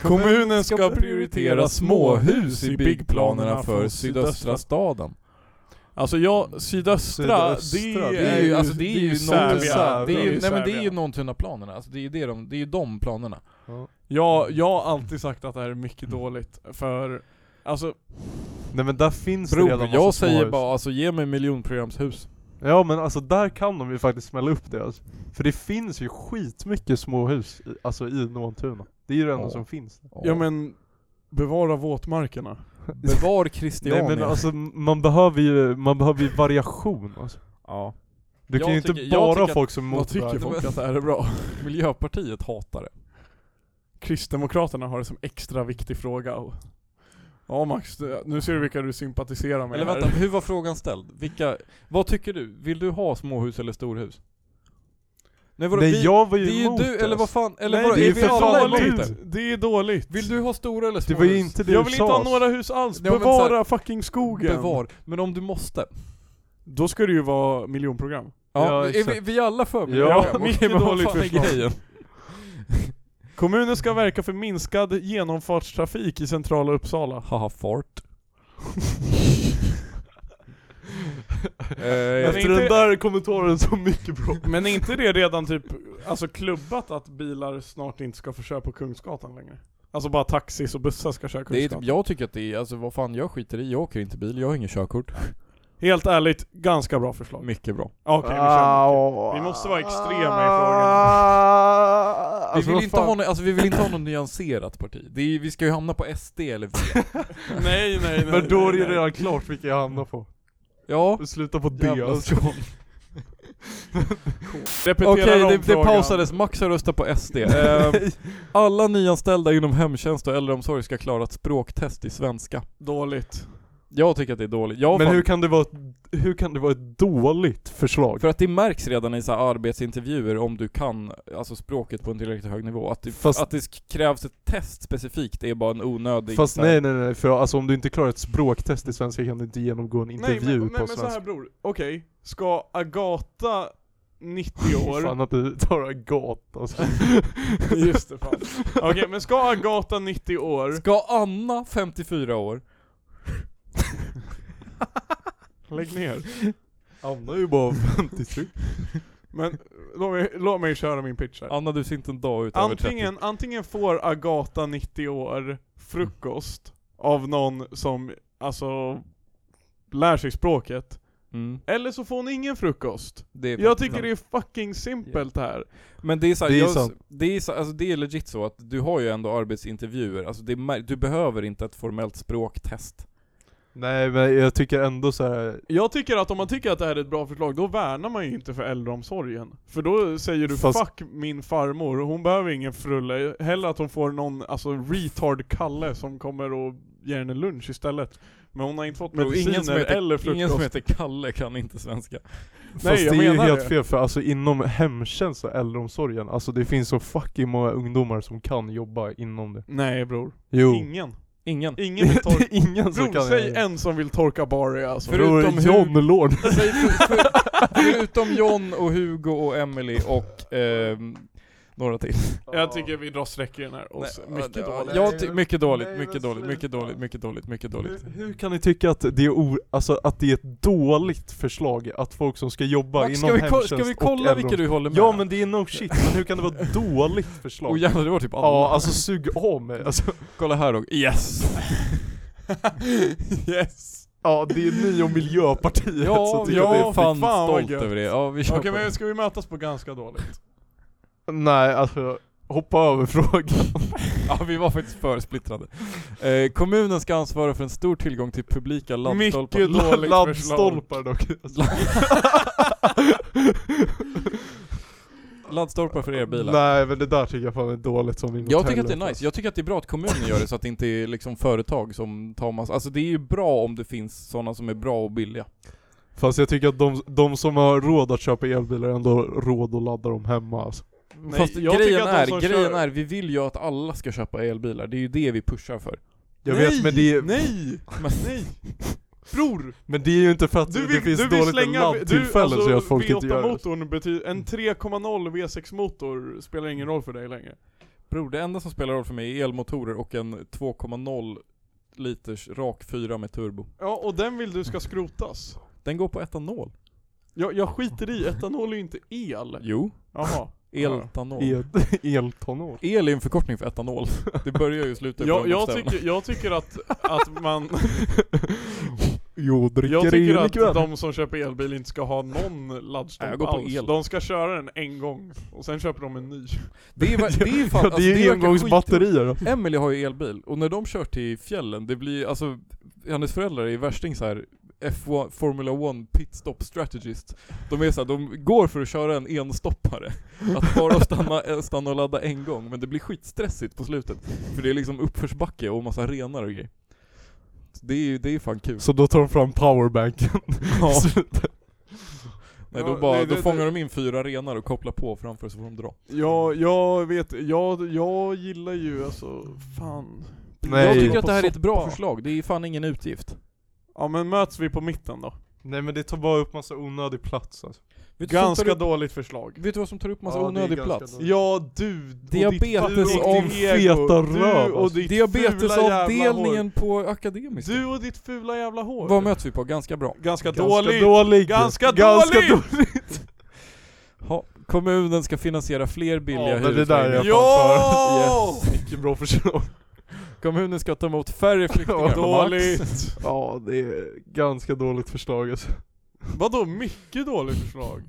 [SPEAKER 2] Kommunen
[SPEAKER 1] ska prioritera småhus i byggplanerna för sydöstra staden.
[SPEAKER 2] Alltså jag, sydöstra,
[SPEAKER 4] Sydöstra,
[SPEAKER 2] det,
[SPEAKER 1] Det är ju, alltså det
[SPEAKER 4] det
[SPEAKER 1] är ju
[SPEAKER 4] är ju
[SPEAKER 1] Norrtuna, det
[SPEAKER 4] Serbia.
[SPEAKER 1] är
[SPEAKER 4] Det är
[SPEAKER 1] ju,
[SPEAKER 4] ju
[SPEAKER 1] nej men det är
[SPEAKER 2] Serbia.
[SPEAKER 1] ju Norrtuna-planerna, alltså det är ju det de, det är ju de planerna.
[SPEAKER 4] Ja.
[SPEAKER 2] Jag, jag har alltid sagt att det här är mycket
[SPEAKER 1] Mm.
[SPEAKER 2] dåligt, för alltså,
[SPEAKER 4] Nej men där finns det
[SPEAKER 1] Bror,
[SPEAKER 4] redan massa
[SPEAKER 1] jag säger
[SPEAKER 4] småhus.
[SPEAKER 1] bara alltså ge mig miljonprogramshus.
[SPEAKER 4] Ja men alltså där kan de ju faktiskt smälla upp det alltså. För det finns ju skitmycket småhus i, alltså i Norrtuna. Det är ju det enda
[SPEAKER 1] Ja.
[SPEAKER 4] som finns.
[SPEAKER 2] ja men bevara våtmarkerna.
[SPEAKER 1] Bevar
[SPEAKER 4] Nej
[SPEAKER 1] Christiania.
[SPEAKER 4] men alltså man behöver ju, man behöver ju variation alltså.
[SPEAKER 1] ja.
[SPEAKER 4] Du
[SPEAKER 1] Jag
[SPEAKER 4] kan ju inte
[SPEAKER 1] tycker- jag
[SPEAKER 4] bara
[SPEAKER 1] tycker
[SPEAKER 4] ha
[SPEAKER 1] att-
[SPEAKER 4] folk som
[SPEAKER 2] Vad
[SPEAKER 4] mot
[SPEAKER 2] tycker
[SPEAKER 4] varandra.
[SPEAKER 2] folk att det här är bra?
[SPEAKER 1] Miljöpartiet hatar det.
[SPEAKER 2] Kristdemokraterna har det som extra viktig fråga. och- Ja Max, det- nu ser du vilka du sympatiserar med
[SPEAKER 1] Eller
[SPEAKER 2] här.
[SPEAKER 1] vänta, hur var frågan ställd? Vilka, vad tycker du? Vill du ha småhus eller storhus? Nej, vadå,
[SPEAKER 4] Nej
[SPEAKER 1] vi,
[SPEAKER 4] jag var ju
[SPEAKER 1] det är ju
[SPEAKER 4] emot
[SPEAKER 1] du, eller
[SPEAKER 4] alltså.
[SPEAKER 1] vad fan, eller
[SPEAKER 2] Nej,
[SPEAKER 1] vadå,
[SPEAKER 2] det
[SPEAKER 1] är
[SPEAKER 2] är
[SPEAKER 1] vi
[SPEAKER 2] för
[SPEAKER 1] alla emot
[SPEAKER 2] dåligt.
[SPEAKER 1] det?
[SPEAKER 2] Det är dåligt.
[SPEAKER 1] Vill du ha stora eller
[SPEAKER 4] Det
[SPEAKER 1] småhus?
[SPEAKER 4] var ju inte det
[SPEAKER 2] jag
[SPEAKER 4] du
[SPEAKER 2] vill
[SPEAKER 4] sa,
[SPEAKER 2] inte ha
[SPEAKER 4] alltså.
[SPEAKER 2] några hus alls,
[SPEAKER 1] Ja, men
[SPEAKER 2] bevara
[SPEAKER 1] så här-
[SPEAKER 2] fucking skogen!
[SPEAKER 1] Bevar, men om du måste.
[SPEAKER 2] Då ska det ju vara miljonprogram.
[SPEAKER 1] Ja,
[SPEAKER 4] Ja,
[SPEAKER 1] är vi,
[SPEAKER 4] exakt.
[SPEAKER 1] vi alla för mig?
[SPEAKER 4] Ja,
[SPEAKER 1] Okej,
[SPEAKER 2] mycket
[SPEAKER 1] men vad
[SPEAKER 2] dåligt
[SPEAKER 1] fan är
[SPEAKER 2] förslag.
[SPEAKER 1] grejen?
[SPEAKER 2] Kommunen ska verka för minskad genomfartstrafik i centrala Uppsala.
[SPEAKER 1] Haha, fart. eh,
[SPEAKER 2] Men
[SPEAKER 1] jag,
[SPEAKER 4] Efter
[SPEAKER 2] inte-
[SPEAKER 4] den där kommentaren så mycket bra.
[SPEAKER 2] Men är inte det redan typ, alltså klubbat att bilar snart inte ska få köra på Kungsgatan längre? Alltså bara taxis och bussar ska köra
[SPEAKER 1] det är,
[SPEAKER 2] Kungsgatan.
[SPEAKER 1] typ- jag tycker att det är, alltså vad fan jag skiter i, jag åker inte bil, jag har ingen körkort.
[SPEAKER 2] Helt ärligt, ganska bra förslag.
[SPEAKER 1] Mycket bra.
[SPEAKER 2] Okej, vi kör mycket. Vi måste vara extrema i frågan.
[SPEAKER 1] vi, vill inte ha någon, alltså, vi vill inte ha något nyanserat parti. Det är, vi ska ju hamna på SD eller V.
[SPEAKER 2] Nej, nej, nej.
[SPEAKER 4] Men då är det redan klart vilka jag hamnar på.
[SPEAKER 1] Ja,
[SPEAKER 4] Sluta på
[SPEAKER 1] Jävla
[SPEAKER 4] det alltså.
[SPEAKER 1] Repetera
[SPEAKER 2] Okej,
[SPEAKER 1] om
[SPEAKER 2] det- det
[SPEAKER 1] frågan.
[SPEAKER 2] pausades.
[SPEAKER 1] Max har röstat på SD. Eh, alla nyanställda inom hemtjänst och äldreomsorg ska klara ett språktest i svenska.
[SPEAKER 2] Dåligt.
[SPEAKER 1] Jag tycker att det är dåligt. Jag har
[SPEAKER 4] Men
[SPEAKER 1] fan-
[SPEAKER 4] hur kan, det vara ett, hur kan det vara ett dåligt förslag?
[SPEAKER 1] För att det märks redan i så här arbetsintervjuer om du kan alltså språket på en tillräckligt hög nivå. Att det,
[SPEAKER 4] Fast-
[SPEAKER 1] att det sk- krävs ett test specifikt är bara en onödig...
[SPEAKER 4] Fast
[SPEAKER 1] så här-
[SPEAKER 4] nej nej nej, för alltså, om du inte klarar ett språktest i svenska kan du inte genomgå en intervju
[SPEAKER 2] nej, men,
[SPEAKER 4] på
[SPEAKER 2] nej, men så
[SPEAKER 4] svenska.
[SPEAKER 2] här bror, okej. Ska Agata 90 år
[SPEAKER 4] Fan att du tar Agatha alltså.
[SPEAKER 2] Just det, fan. Okej, men ska Agata 90 år...
[SPEAKER 1] Ska Anna, 54 år,
[SPEAKER 2] Lägg ner.
[SPEAKER 4] Anna är ju bara 53.
[SPEAKER 2] Men låt mig, låt mig köra min pitch här.
[SPEAKER 1] Anna du ser inte en dag ut över 30.
[SPEAKER 2] Antingen, antingen får Agata 90 år frukost av någon som, alltså, lär sig språket.
[SPEAKER 1] Mm,
[SPEAKER 2] Eller så får hon ingen frukost.
[SPEAKER 1] det är
[SPEAKER 2] Jag
[SPEAKER 1] faktiskt
[SPEAKER 2] tycker det är fucking simpelt här.
[SPEAKER 1] Men det är så här,
[SPEAKER 4] Det är
[SPEAKER 1] jag,
[SPEAKER 4] sant.
[SPEAKER 1] det är så, alltså det är legit så att du har ju ändå arbetsintervjuer, alltså det är, mär- du behöver inte ett formellt språktest.
[SPEAKER 4] Nej men jag tycker ändå så här.
[SPEAKER 2] Jag tycker att om man tycker att det här är ett bra förslag, då värnar man ju inte för äldreomsorgen. För då säger du
[SPEAKER 4] Fast-
[SPEAKER 2] 'fuck min farmor, hon behöver ingen frulle, hellre att hon får någon, alltså retard Kalle som kommer och ger henne lunch istället. Men hon har inte fått
[SPEAKER 1] Och
[SPEAKER 2] mediciner
[SPEAKER 1] ingen, som
[SPEAKER 2] eller
[SPEAKER 1] heter,
[SPEAKER 2] frukost.
[SPEAKER 1] ingen som heter Kalle kan inte svenska.
[SPEAKER 4] Fast
[SPEAKER 2] Nej, jag
[SPEAKER 4] det är ju
[SPEAKER 2] menar
[SPEAKER 4] helt
[SPEAKER 2] det.
[SPEAKER 4] fel för alltså inom hemtjänst och äldreomsorgen, alltså det finns så fucking många ungdomar som kan jobba inom det.
[SPEAKER 2] Nej bror.
[SPEAKER 4] Jo.
[SPEAKER 2] Ingen.
[SPEAKER 1] Ingen.
[SPEAKER 2] Ingen vill
[SPEAKER 4] det
[SPEAKER 2] torka...
[SPEAKER 4] är ingen som
[SPEAKER 2] Bror,
[SPEAKER 4] kan
[SPEAKER 2] säg
[SPEAKER 4] göra det.
[SPEAKER 2] en som vill torka Barry alltså.
[SPEAKER 1] För- förutom hur-
[SPEAKER 4] John Lord.
[SPEAKER 1] Säg för, för, förutom John och Hugo och Emily och ehm, några till.
[SPEAKER 2] Jag tycker vi drar streck i den här. Och
[SPEAKER 1] Nej,
[SPEAKER 2] så- mycket
[SPEAKER 1] ja,
[SPEAKER 2] dåligt.
[SPEAKER 1] Jag ty- mycket dåligt,
[SPEAKER 4] Nej, men
[SPEAKER 1] mycket dåligt,
[SPEAKER 4] sluta.
[SPEAKER 1] mycket dåligt, mycket dåligt, mycket dåligt.
[SPEAKER 4] Hur, hur kan ni tycka att det, är o, alltså, att det är ett dåligt förslag att folk som ska jobba
[SPEAKER 1] Max, ska
[SPEAKER 4] inom
[SPEAKER 1] vi, ko-
[SPEAKER 4] hemtjänst
[SPEAKER 1] ska vi
[SPEAKER 4] och
[SPEAKER 1] kolla vilka
[SPEAKER 4] äldreomsorg-
[SPEAKER 1] du håller med?
[SPEAKER 4] Ja men det är no shit, men hur kan det vara ett dåligt förslag?
[SPEAKER 1] Åh jävlar, det var typ alla.
[SPEAKER 4] ja alltså sug av mig. Alltså,
[SPEAKER 1] Kolla här då. Yes! yes!
[SPEAKER 4] ja det är ni och miljöpartiet
[SPEAKER 1] Ja,
[SPEAKER 4] så
[SPEAKER 1] jag
[SPEAKER 4] det
[SPEAKER 1] är
[SPEAKER 4] är
[SPEAKER 1] fan,
[SPEAKER 2] fan vad
[SPEAKER 1] stolt
[SPEAKER 2] gött.
[SPEAKER 1] över det. Ja, vi kör
[SPEAKER 2] Okej
[SPEAKER 1] på det.
[SPEAKER 2] men ska vi mötas på ganska dåligt?
[SPEAKER 4] Nej alltså, hoppa över frågan.
[SPEAKER 1] Ja, vi var faktiskt för splittrade. Eh, kommunen ska ansvara för en stor tillgång till publika laddstolpar.
[SPEAKER 2] Mycket dåligt förslag.
[SPEAKER 4] Laddstolpar dock.
[SPEAKER 1] Laddstolpar för era bilar.
[SPEAKER 4] Nej men det där tycker jag fan är dåligt som inåt
[SPEAKER 1] Jag tycker att det
[SPEAKER 4] helvete.
[SPEAKER 1] är nice. Jag tycker att det är bra att kommunen gör det så att det inte är liksom företag som tar massa... Alltså det är ju bra om det finns sådana som är bra och billiga.
[SPEAKER 4] Fast jag tycker att de, de som har råd att köpa elbilar har ändå råd att ladda dem hemma alltså.
[SPEAKER 2] Nej,
[SPEAKER 1] Fast
[SPEAKER 2] jag
[SPEAKER 1] grejen,
[SPEAKER 2] tycker att de
[SPEAKER 1] är,
[SPEAKER 2] som
[SPEAKER 1] grejen
[SPEAKER 2] kör-
[SPEAKER 1] är, vi vill ju att alla ska köpa elbilar. Det är ju det vi pushar för.
[SPEAKER 4] Jag
[SPEAKER 2] nej,
[SPEAKER 4] vet men det, är,
[SPEAKER 2] nej!
[SPEAKER 1] Men-
[SPEAKER 2] Nej! Bror!
[SPEAKER 4] men det är ju inte för att
[SPEAKER 2] Du
[SPEAKER 4] det
[SPEAKER 2] vill,
[SPEAKER 4] finns
[SPEAKER 2] du alltså, vill
[SPEAKER 4] dåligt
[SPEAKER 2] slänga...
[SPEAKER 4] laddtillfällen så gör folk inte gör det.
[SPEAKER 2] V8-motorn betyder... En 3.0 V6-motor spelar ingen roll för dig längre.
[SPEAKER 1] Bror, det enda som spelar roll för mig är elmotorer och en 2,0 liters rak 4 med turbo.
[SPEAKER 2] Ja, och den vill du ska skrotas.
[SPEAKER 1] Den går på etanol.
[SPEAKER 2] Jag, jag skiter i, etanol är ju inte el.
[SPEAKER 1] Jo.
[SPEAKER 2] Jaha.
[SPEAKER 1] Eltanol.
[SPEAKER 4] El, eltonår.
[SPEAKER 1] El är en förkortning för etanol. Det börjar ju sluta på
[SPEAKER 2] Jag,
[SPEAKER 1] den
[SPEAKER 2] jag,
[SPEAKER 1] bokstäverna.
[SPEAKER 2] tycker, jag tycker att, att man...
[SPEAKER 4] Jag dricker
[SPEAKER 2] Jag tycker
[SPEAKER 4] el ikväll.
[SPEAKER 2] att de som köper elbil inte ska ha någon
[SPEAKER 1] Nej, jag
[SPEAKER 2] laddstolpe
[SPEAKER 1] går på
[SPEAKER 2] alls.
[SPEAKER 1] el.
[SPEAKER 2] De ska köra den en gång, och sen köper de en ny.
[SPEAKER 1] Det är, va- alltså, det är ju fan,
[SPEAKER 4] ja, det är ju
[SPEAKER 1] verkar
[SPEAKER 4] engångsbatterier. då.
[SPEAKER 1] skit- Emily har ju elbil, och när de kör till fjällen, det blir alltså, hennes föräldrar är värsting så här F1, Formula 1 pitstop strategist. De är så här, de går för att köra en enstoppare. Att bara stanna, eh, stanna och ladda en gång, men det blir skitstressigt på slutet. För det är liksom uppförsbacke och massa renar och grejer. Så Det är ju, det är fan kul.
[SPEAKER 4] Så då tar de fram powerbanken.
[SPEAKER 1] Ja.
[SPEAKER 4] Så-
[SPEAKER 1] Nej,
[SPEAKER 2] Ja,
[SPEAKER 1] då, bara,
[SPEAKER 2] nej,
[SPEAKER 1] då
[SPEAKER 2] det-
[SPEAKER 1] fångar de in fyra renar och kopplar på framför så får de dra.
[SPEAKER 2] Ja, jag vet, jag, jag gillar ju alltså, fan.
[SPEAKER 4] Nej.
[SPEAKER 1] Jag tycker
[SPEAKER 4] Koppla
[SPEAKER 1] att det här är ett bra
[SPEAKER 2] soppa.
[SPEAKER 1] förslag, det är fan ingen utgift.
[SPEAKER 2] Ja men möts vi på mitten då?
[SPEAKER 4] Nej men det tar bara upp massa onödig plats alltså.
[SPEAKER 1] Vet du, som
[SPEAKER 2] Ganska
[SPEAKER 1] tar upp,
[SPEAKER 2] dåligt förslag.
[SPEAKER 1] vet du vad som tar upp massa
[SPEAKER 4] Ja, det är
[SPEAKER 1] onödig
[SPEAKER 4] ganska
[SPEAKER 1] plats?
[SPEAKER 4] dåligt.
[SPEAKER 2] Ja du, och ditt
[SPEAKER 1] Diabetes
[SPEAKER 2] fucking
[SPEAKER 1] av
[SPEAKER 2] ego.
[SPEAKER 4] feta
[SPEAKER 2] Du
[SPEAKER 4] röv,
[SPEAKER 2] och
[SPEAKER 4] alltså.
[SPEAKER 2] ditt fula jävla
[SPEAKER 1] Diabetesavdelningen på
[SPEAKER 2] hår.
[SPEAKER 1] Akademiska.
[SPEAKER 2] Du och ditt fula jävla hår.
[SPEAKER 1] Vad möts vi på? Ganska bra.
[SPEAKER 2] Ganska,
[SPEAKER 4] Ganska
[SPEAKER 2] dåligt.
[SPEAKER 4] dåligt.
[SPEAKER 2] Ganska dåligt.
[SPEAKER 1] Ha, kommunen ska finansiera fler billiga
[SPEAKER 4] Ja, men det där är
[SPEAKER 1] hyreslägenheter.
[SPEAKER 4] jag
[SPEAKER 2] Ja!
[SPEAKER 4] fan för. Yes. Mycket bra förslag.
[SPEAKER 1] Kommunen ska ta emot färre flyktingar. Max.
[SPEAKER 2] Dåligt.
[SPEAKER 4] Ja det är ganska dåligt förslag alltså.
[SPEAKER 2] Vadå mycket dåligt förslag?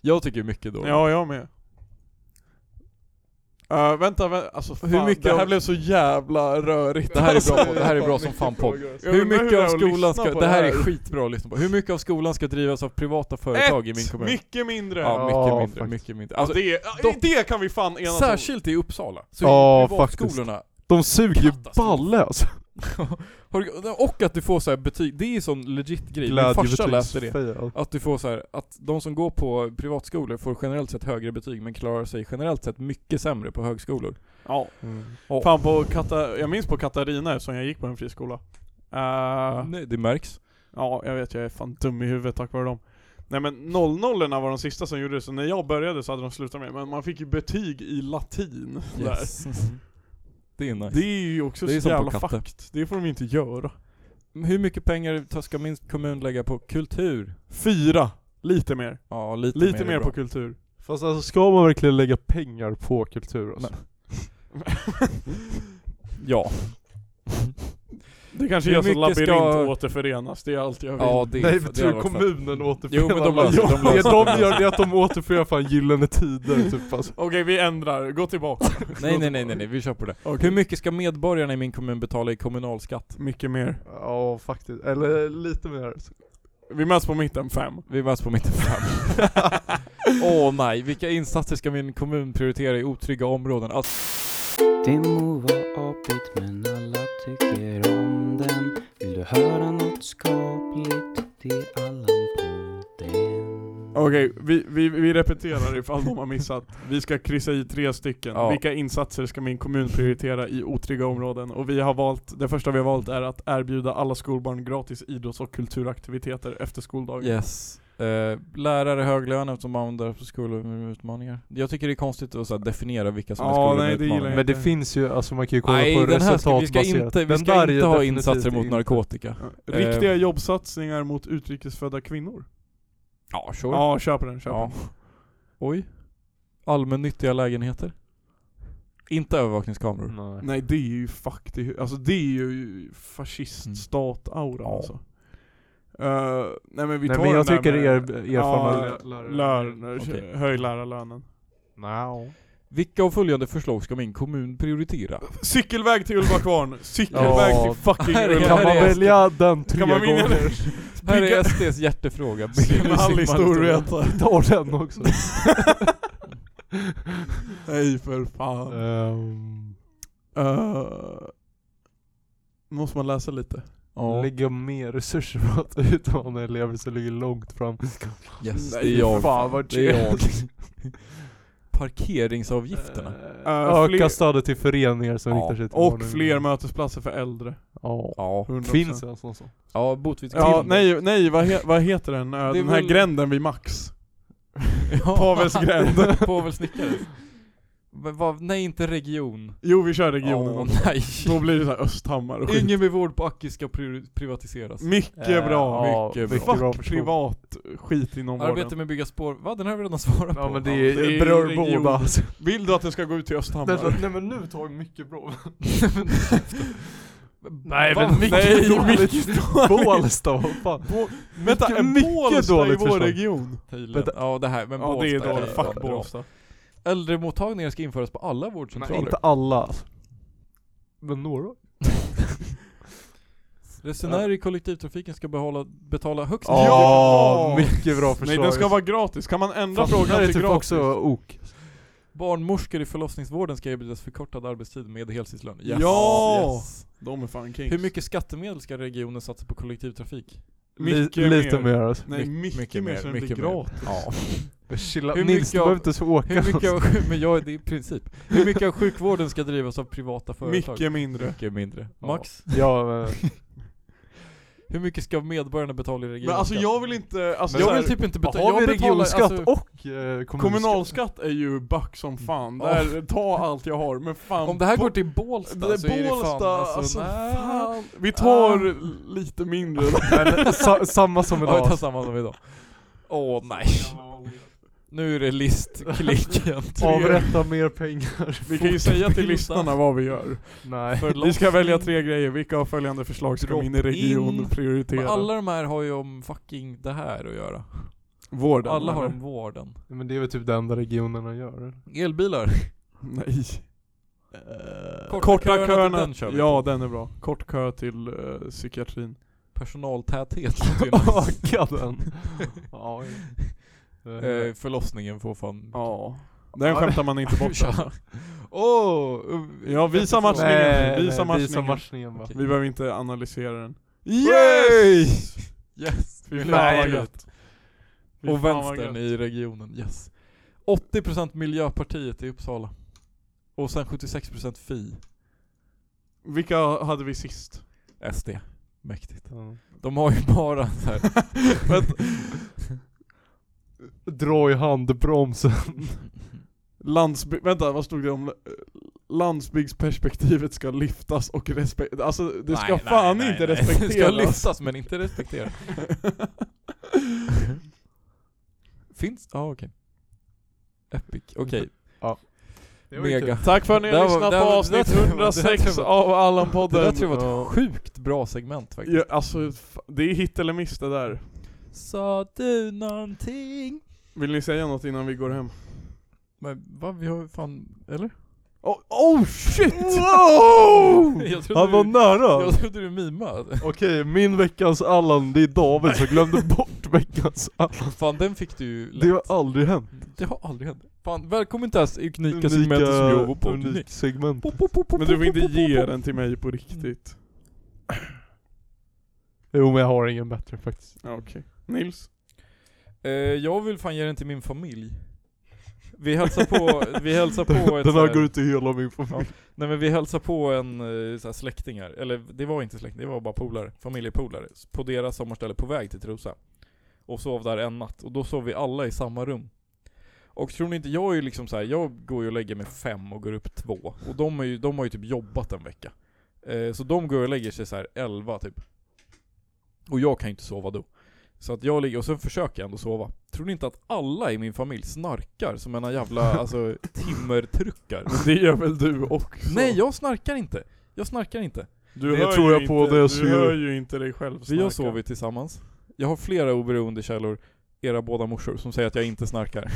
[SPEAKER 1] Jag tycker mycket dåligt.
[SPEAKER 2] Ja jag med. Eh, vänta, vänta, alltså fan,
[SPEAKER 1] Hur mycket
[SPEAKER 2] det här
[SPEAKER 1] av-
[SPEAKER 2] blev så jävla rörigt.
[SPEAKER 1] Det här är bra,
[SPEAKER 2] Alltså,
[SPEAKER 1] det här är bra
[SPEAKER 2] fan,
[SPEAKER 1] som
[SPEAKER 2] mycket
[SPEAKER 1] fan podd.
[SPEAKER 2] frågor. Jag
[SPEAKER 1] Hur
[SPEAKER 2] undrar
[SPEAKER 1] mycket av
[SPEAKER 2] det är att lyssna
[SPEAKER 1] skolan ska,
[SPEAKER 2] på
[SPEAKER 1] det här är skitbra att lyssna på. Hur mycket av skolan ska drivas av privata företag i min
[SPEAKER 2] Ett,
[SPEAKER 1] kommun?
[SPEAKER 2] mycket mindre.
[SPEAKER 1] ja, mycket
[SPEAKER 4] Ja,
[SPEAKER 1] mindre,
[SPEAKER 4] faktiskt.
[SPEAKER 1] mycket mindre.
[SPEAKER 2] Alltså,
[SPEAKER 1] Alltså,
[SPEAKER 2] det, är-
[SPEAKER 1] dock-
[SPEAKER 2] det kan vi fan enas om.
[SPEAKER 1] särskilt i Uppsala, så
[SPEAKER 4] Ja,
[SPEAKER 1] är privatskolorna
[SPEAKER 4] De suger ju
[SPEAKER 1] Katastrof.
[SPEAKER 4] balle alltså.
[SPEAKER 1] Har du- Och att du får så här betyg, det är ju sån legit grej, min farsa
[SPEAKER 4] Glädjebetyg,
[SPEAKER 1] läste det.
[SPEAKER 4] Sofia.
[SPEAKER 1] Att du får så här, att de som går på privatskolor får generellt sett högre betyg men klarar sig generellt sett mycket sämre på högskolor.
[SPEAKER 2] Ja.
[SPEAKER 4] Mm.
[SPEAKER 1] Ja.
[SPEAKER 2] Fan på Kata, jag minns på Katarina som jag gick på en friskola. Eh,
[SPEAKER 1] Nej, det märks.
[SPEAKER 2] ja, jag vet jag är fan dum i huvudet tack vare dem. Nej men 00 erna var de sista som gjorde det, så när jag började så hade de slutat med det. Men man fick ju betyg i latin. Där.
[SPEAKER 1] Det är nice.
[SPEAKER 2] Det är ju också
[SPEAKER 1] Det är
[SPEAKER 2] så
[SPEAKER 1] som på
[SPEAKER 2] jävla
[SPEAKER 1] Katte.
[SPEAKER 2] fakt. Det får de ju inte göra.
[SPEAKER 1] Hur mycket pengar ta- ska min kommun lägga på kultur?
[SPEAKER 2] Fyra. Lite mer.
[SPEAKER 1] Ja, lite,
[SPEAKER 2] Lite
[SPEAKER 1] mer, är
[SPEAKER 2] mer
[SPEAKER 1] bra.
[SPEAKER 2] på kultur.
[SPEAKER 4] Fast alltså ska man verkligen lägga pengar på kultur alltså?
[SPEAKER 1] Ja.
[SPEAKER 2] Det kanske
[SPEAKER 1] Hur
[SPEAKER 2] är så
[SPEAKER 1] mycket
[SPEAKER 2] labyrint
[SPEAKER 1] ska-
[SPEAKER 2] återförenas, det är allt jag vill.
[SPEAKER 1] ja det,
[SPEAKER 4] Nej
[SPEAKER 1] det
[SPEAKER 4] för
[SPEAKER 1] hade
[SPEAKER 4] tror
[SPEAKER 1] varit fett.
[SPEAKER 4] kommunen återförenar
[SPEAKER 1] Jo, men de
[SPEAKER 4] alla.
[SPEAKER 1] löser- de
[SPEAKER 4] Det
[SPEAKER 1] löser-
[SPEAKER 4] de gör det är att de återförenar fan Gyllene Tider typ alltså.
[SPEAKER 2] Okej vi ändrar, gå tillbaka.
[SPEAKER 1] Nej, nej, nej, nej, nej, vi kör på det. Hur mycket ska medborgarna i min kommun betala i kommunalskatt?
[SPEAKER 2] Mycket mer.
[SPEAKER 4] Ja faktiskt, eller lite mer.
[SPEAKER 2] Vi möts på mitten, fem.
[SPEAKER 1] Vi möts på mitten fram. Åh nej, vilka insatser ska min kommun prioritera i otrygga områden? Alltså,
[SPEAKER 6] Det må vara apigt men alla tycker om den Vill du höra något skapligt? Det är Allan på den
[SPEAKER 2] Okej, vi, vi, vi repeterar ifall de har missat. Vi ska kryssa i tre stycken.
[SPEAKER 1] Ja.
[SPEAKER 2] Vilka insatser ska min kommun prioritera i otrygga områden? Och vi har valt, det första vi har valt är att erbjuda alla skolbarn gratis idrotts och kulturaktiviteter efter skoldagen.
[SPEAKER 1] yes. Eh, lärare höglöner som använder på skolor med utmaningar. Jag tycker det är konstigt att så här, definiera vilka som är
[SPEAKER 2] Ja,
[SPEAKER 1] skolor med
[SPEAKER 2] nej, det gillar
[SPEAKER 1] utmaningar.
[SPEAKER 2] jag
[SPEAKER 4] Men det
[SPEAKER 2] Inte.
[SPEAKER 4] finns ju, alltså man kan ju kolla
[SPEAKER 1] Nej,
[SPEAKER 4] på
[SPEAKER 1] den här ska, vi ska
[SPEAKER 4] resultatbaserat.
[SPEAKER 1] inte, vi
[SPEAKER 4] Den
[SPEAKER 1] ska
[SPEAKER 4] där är
[SPEAKER 1] inte ha
[SPEAKER 4] definitivt
[SPEAKER 1] insatser mot
[SPEAKER 4] inte-
[SPEAKER 1] narkotika.
[SPEAKER 2] Ja. Riktiga
[SPEAKER 1] Eh.
[SPEAKER 2] jobbsatsningar mot utrikesfödda kvinnor.
[SPEAKER 1] Ja, sure. Ja.
[SPEAKER 2] Ja, kör på den, kör på den.
[SPEAKER 1] Oj. Allmännyttiga lägenheter. Inte övervakningskameror.
[SPEAKER 4] Nej.
[SPEAKER 2] Nej det är ju fuck, det är, alltså det är ju fasciststat-aura
[SPEAKER 1] Ja.
[SPEAKER 2] alltså. Eh, nej men vi
[SPEAKER 4] Nej
[SPEAKER 2] tar
[SPEAKER 4] men jag
[SPEAKER 2] den
[SPEAKER 4] tycker
[SPEAKER 2] där
[SPEAKER 4] er,
[SPEAKER 2] med,
[SPEAKER 4] erfarna
[SPEAKER 2] Ja, lön,
[SPEAKER 1] Okej.
[SPEAKER 2] höj lärarlönen.
[SPEAKER 4] No.
[SPEAKER 1] Vilka av följande förslag ska min kommun prioritera?
[SPEAKER 2] Cykelväg till Ulvakvarn, cykelväg
[SPEAKER 4] Ja.
[SPEAKER 2] till fucking
[SPEAKER 1] Här är-
[SPEAKER 2] Ulvakvarn.
[SPEAKER 4] Kan man
[SPEAKER 1] här är-
[SPEAKER 4] välja den tre
[SPEAKER 2] Kan man vinna
[SPEAKER 4] gånger?
[SPEAKER 1] Här
[SPEAKER 2] Bygga-
[SPEAKER 1] är SDs hjärtefråga. Bygga
[SPEAKER 2] Simhall i
[SPEAKER 1] simhall i
[SPEAKER 2] Storvreta.
[SPEAKER 4] Ta den också.
[SPEAKER 2] Nej för fan.
[SPEAKER 4] Ehm,
[SPEAKER 2] Eh, måste man läsa lite?
[SPEAKER 1] Ja.
[SPEAKER 4] Lägga mer resurser på att utmana elever som ligger långt fram.
[SPEAKER 1] Yes,
[SPEAKER 2] Nej,
[SPEAKER 1] det är jag.
[SPEAKER 2] Fan vad
[SPEAKER 1] Det är
[SPEAKER 2] trevligt.
[SPEAKER 1] jag. Parkeringsavgifterna.
[SPEAKER 4] Eh,
[SPEAKER 2] fler-
[SPEAKER 4] Öka stödet till föreningar som
[SPEAKER 1] Ja,
[SPEAKER 4] riktar sig till
[SPEAKER 2] Och
[SPEAKER 4] barn ungdomar.
[SPEAKER 2] fler mötesplatser för äldre.
[SPEAKER 4] Ja.
[SPEAKER 1] Ja.
[SPEAKER 2] 100%.
[SPEAKER 4] Finns det en sån sak?
[SPEAKER 1] Ja, botvikt.
[SPEAKER 2] Ja, nej, nej vad, he, vad heter den? Eh,
[SPEAKER 1] Det är
[SPEAKER 2] den här
[SPEAKER 1] väl-
[SPEAKER 2] gränden vid Max.
[SPEAKER 1] Ja.
[SPEAKER 2] Pavels gränd.
[SPEAKER 1] Pavels snickare. Men vad- Nej, inte region.
[SPEAKER 2] Jo vi kör regionen.
[SPEAKER 1] Åh,
[SPEAKER 2] också.
[SPEAKER 1] nej.
[SPEAKER 2] Då blir det så här Östhammar och skit.
[SPEAKER 1] Ingen med vård på Acke ska priori- privatiseras.
[SPEAKER 2] Mycket
[SPEAKER 4] Eh,
[SPEAKER 2] bra.
[SPEAKER 4] ja,
[SPEAKER 1] mycket
[SPEAKER 4] mycket
[SPEAKER 1] bra.
[SPEAKER 4] bra
[SPEAKER 2] Fuck
[SPEAKER 4] förslag.
[SPEAKER 2] privat skit inom
[SPEAKER 1] Arbete
[SPEAKER 2] vården.
[SPEAKER 1] med att bygga spår. Va? Den har vi redan svarat på.
[SPEAKER 4] Ja men det,
[SPEAKER 2] Ja,
[SPEAKER 4] är,
[SPEAKER 2] det är
[SPEAKER 4] berör
[SPEAKER 2] region.
[SPEAKER 4] båda. alltså.
[SPEAKER 2] Vill du att den ska gå ut till Östhammar?
[SPEAKER 4] Nej men nu tar vi mycket bra.
[SPEAKER 1] Nej,
[SPEAKER 4] Va?
[SPEAKER 1] men
[SPEAKER 4] Nej,
[SPEAKER 1] mycket
[SPEAKER 4] Bålsta, vad fan.
[SPEAKER 2] Vänta, en
[SPEAKER 4] mycket
[SPEAKER 2] Bålsta i
[SPEAKER 4] dåligt
[SPEAKER 2] vår
[SPEAKER 4] förslag.
[SPEAKER 2] region?
[SPEAKER 1] Tydligen. Ja det här, men
[SPEAKER 2] Ja det är
[SPEAKER 1] Båstad
[SPEAKER 2] dåligt,
[SPEAKER 1] kan
[SPEAKER 2] fuck
[SPEAKER 1] jag dra.
[SPEAKER 2] Bålsta.
[SPEAKER 1] Äldremottagningar ska införas på alla vårdcentraler.
[SPEAKER 4] Inte alla. alltså. Men några.
[SPEAKER 1] Resenärer i kollektivtrafiken ska behålla, betala högst
[SPEAKER 2] Ja,
[SPEAKER 4] Ja, mycket bra förslag.
[SPEAKER 2] Nej den ska vara gratis, kan man ändra
[SPEAKER 4] Fan, det här
[SPEAKER 2] frågan
[SPEAKER 4] är
[SPEAKER 2] till
[SPEAKER 4] typ
[SPEAKER 2] gratis?
[SPEAKER 4] också ok.
[SPEAKER 1] Barnmorskor i förlossningsvården ska erbjudas förkortad arbetstid med heltidslön. Yes.
[SPEAKER 2] Ja!
[SPEAKER 1] Yes.
[SPEAKER 2] De är fan kings.
[SPEAKER 1] Hur mycket skattemedel ska regionen satsa på kollektivtrafik?
[SPEAKER 2] Mycket
[SPEAKER 4] Li- lite
[SPEAKER 2] mer.
[SPEAKER 4] mer alltså.
[SPEAKER 2] Nej
[SPEAKER 1] My-
[SPEAKER 2] mycket, mer så den blir gratis.
[SPEAKER 1] Ja.
[SPEAKER 4] Chilla,
[SPEAKER 1] Hur
[SPEAKER 4] Nils
[SPEAKER 1] mycket
[SPEAKER 4] du
[SPEAKER 1] av-
[SPEAKER 4] behöver inte så åka.
[SPEAKER 1] Hur mycket av, men jag, det är i princip. Hur mycket av sjukvården ska drivas av privata företag?
[SPEAKER 2] Mycket mindre.
[SPEAKER 1] Mycket mindre.
[SPEAKER 4] Ja.
[SPEAKER 1] Max?
[SPEAKER 4] Ja, eh, men,
[SPEAKER 1] Hur mycket ska medborgarna betala i
[SPEAKER 2] Men
[SPEAKER 1] regionen?
[SPEAKER 2] alltså jag vill inte, alltså,
[SPEAKER 1] jag
[SPEAKER 2] så här,
[SPEAKER 1] vill typ inte betala,
[SPEAKER 4] har
[SPEAKER 1] jag
[SPEAKER 4] vi
[SPEAKER 1] betalar,
[SPEAKER 4] regionskatt
[SPEAKER 1] alltså-
[SPEAKER 4] och eh, kommunalskatt?
[SPEAKER 2] Kommunalskatt är ju back som fan,
[SPEAKER 1] Ja.
[SPEAKER 2] där, ta allt jag har men fan
[SPEAKER 1] Om det här
[SPEAKER 2] bo-
[SPEAKER 1] går till Bålsta
[SPEAKER 2] det är
[SPEAKER 1] så är det fan
[SPEAKER 2] Bålsta,
[SPEAKER 1] alltså,
[SPEAKER 2] alltså,
[SPEAKER 1] nej.
[SPEAKER 2] fan. Vi tar lite mindre
[SPEAKER 4] Men, sa, samma som
[SPEAKER 1] Ja, vi tar
[SPEAKER 4] idag.
[SPEAKER 1] samma som idag. Åh nej. Nu är det listklicken.
[SPEAKER 4] Avrätta mer pengar.
[SPEAKER 2] Vi kan ju säga till lyssnarna vad vi gör.
[SPEAKER 4] Nej.
[SPEAKER 2] Vi ska välja tre grejer, vilka av följande förslag ska
[SPEAKER 1] Drop
[SPEAKER 2] min region
[SPEAKER 1] in. Men
[SPEAKER 2] prioritera?
[SPEAKER 1] alla de här har ju om fucking det här att göra.
[SPEAKER 2] Vården?
[SPEAKER 1] alla har
[SPEAKER 2] eller?
[SPEAKER 1] om vården.
[SPEAKER 4] Men det är väl typ det enda regionerna gör. eller?
[SPEAKER 1] Elbilar.
[SPEAKER 2] Nej.
[SPEAKER 1] Korta
[SPEAKER 2] korta
[SPEAKER 1] köerna till
[SPEAKER 2] köerna,
[SPEAKER 1] den kör vi
[SPEAKER 2] ja den är bra. Kort kö till eh, psykiatrin.
[SPEAKER 1] Personaltäthet.
[SPEAKER 4] Öka den. Ja, ja.
[SPEAKER 1] eh, förlossningen får fan...
[SPEAKER 2] Ja. Den skämtar man inte bort. alltså.
[SPEAKER 1] Tja. Åh! um,
[SPEAKER 2] Ja, visa matchningen.
[SPEAKER 4] Nej,
[SPEAKER 2] visa
[SPEAKER 4] nej,
[SPEAKER 2] matchningen.
[SPEAKER 4] matchningen va.
[SPEAKER 1] Okej.
[SPEAKER 2] Vi behöver inte analysera den.
[SPEAKER 1] Yes! Yes!
[SPEAKER 2] Fy fan
[SPEAKER 1] Nej,
[SPEAKER 2] vad
[SPEAKER 1] gött.
[SPEAKER 2] gött. Fy
[SPEAKER 1] Och
[SPEAKER 2] fan vad
[SPEAKER 1] vänstern
[SPEAKER 2] gött.
[SPEAKER 1] i regionen, yes. 80% Miljöpartiet i Uppsala. Och sen 76% Fi.
[SPEAKER 2] Vilka hade vi sist?
[SPEAKER 1] SD. Mäktigt.
[SPEAKER 4] Ja.
[SPEAKER 1] De har ju bara så här.
[SPEAKER 4] Dra i handbromsen.
[SPEAKER 2] Landsby- vänta, vad stod det om? eh, Landsbygdsperspektivet ska lyftas och respekteras. Alltså det ska
[SPEAKER 1] Nej, nej,
[SPEAKER 2] fan
[SPEAKER 1] nej,
[SPEAKER 2] inte
[SPEAKER 1] nej.
[SPEAKER 2] respekteras.
[SPEAKER 1] Det ska lyftas men inte respekteras. Finns? Ja ah, okej. Epic, okej. Mega.
[SPEAKER 2] Tack för att ni
[SPEAKER 1] Det
[SPEAKER 2] har
[SPEAKER 1] var-
[SPEAKER 2] lyssnat
[SPEAKER 1] det
[SPEAKER 2] på
[SPEAKER 1] var-
[SPEAKER 2] avsnitt
[SPEAKER 1] det var- det var-
[SPEAKER 2] 106
[SPEAKER 1] det var-
[SPEAKER 2] av
[SPEAKER 1] Det
[SPEAKER 2] Allan-podden.
[SPEAKER 1] där tror jag var
[SPEAKER 2] Ja.
[SPEAKER 1] ett sjukt bra segment faktiskt.
[SPEAKER 2] Ja, alltså, fa- det är hit eller miss det där.
[SPEAKER 1] Sa du någonting?
[SPEAKER 2] Vill ni säga något innan vi går hem?
[SPEAKER 1] Men vad, vi har ju fan, eller?
[SPEAKER 2] Oh, oh shit!
[SPEAKER 4] Wow!
[SPEAKER 1] Jag trodde
[SPEAKER 4] Han var
[SPEAKER 1] du-
[SPEAKER 4] nära.
[SPEAKER 1] Jag trodde du mimade.
[SPEAKER 4] Okej, min veckans Allan, det är David som glömde bort veckans Allan.
[SPEAKER 1] Fan den fick du ju lätt.
[SPEAKER 4] Det har aldrig hänt.
[SPEAKER 1] Det har aldrig hänt. Fan, välkommen till det här unika segmentet som jag var på.
[SPEAKER 4] unik segment.
[SPEAKER 2] Men du vill inte ge den till mig på riktigt.
[SPEAKER 4] Jo men jag har ingen bättre faktiskt.
[SPEAKER 2] Ja, Okej. Nils?
[SPEAKER 1] Eh, jag vill fan ge den till min familj. Vi hälsar på, vi hälsar på ett
[SPEAKER 4] Den
[SPEAKER 1] så
[SPEAKER 4] här
[SPEAKER 1] här,
[SPEAKER 4] går ut till hela min familj.
[SPEAKER 1] Nej men vi hälsar på en eh, så här, släkting här, eller det var inte släkting, det var bara polare, familjepolare. På deras sommarställe på väg till Trosa. Och sov där en natt, och då sov vi alla i samma rum. Och tror ni inte, jag är ju liksom så här, jag går ju och lägger mig fem och går upp två. Och de, är ju, de har ju typ jobbat en vecka. Eh, så de går och lägger sig så här elva typ. Och jag kan ju inte sova då. Så att jag ligger, och sen försöker jag ändå sova. Tror ni inte att alla i min familj snarkar som ena jävla, alltså timmertruckar?
[SPEAKER 2] Det gör väl du också?
[SPEAKER 1] Nej jag snarkar inte. Jag snarkar inte.
[SPEAKER 2] Du
[SPEAKER 4] Det
[SPEAKER 2] hör
[SPEAKER 4] tror
[SPEAKER 2] ju
[SPEAKER 4] jag på,
[SPEAKER 2] inte,
[SPEAKER 4] det
[SPEAKER 2] Du
[SPEAKER 4] ser jag.
[SPEAKER 2] hör ju inte dig själv
[SPEAKER 1] Vi har
[SPEAKER 2] snarka.
[SPEAKER 1] sovit tillsammans. Jag har flera oberoende källor, era båda morsor, som säger att jag inte snarkar.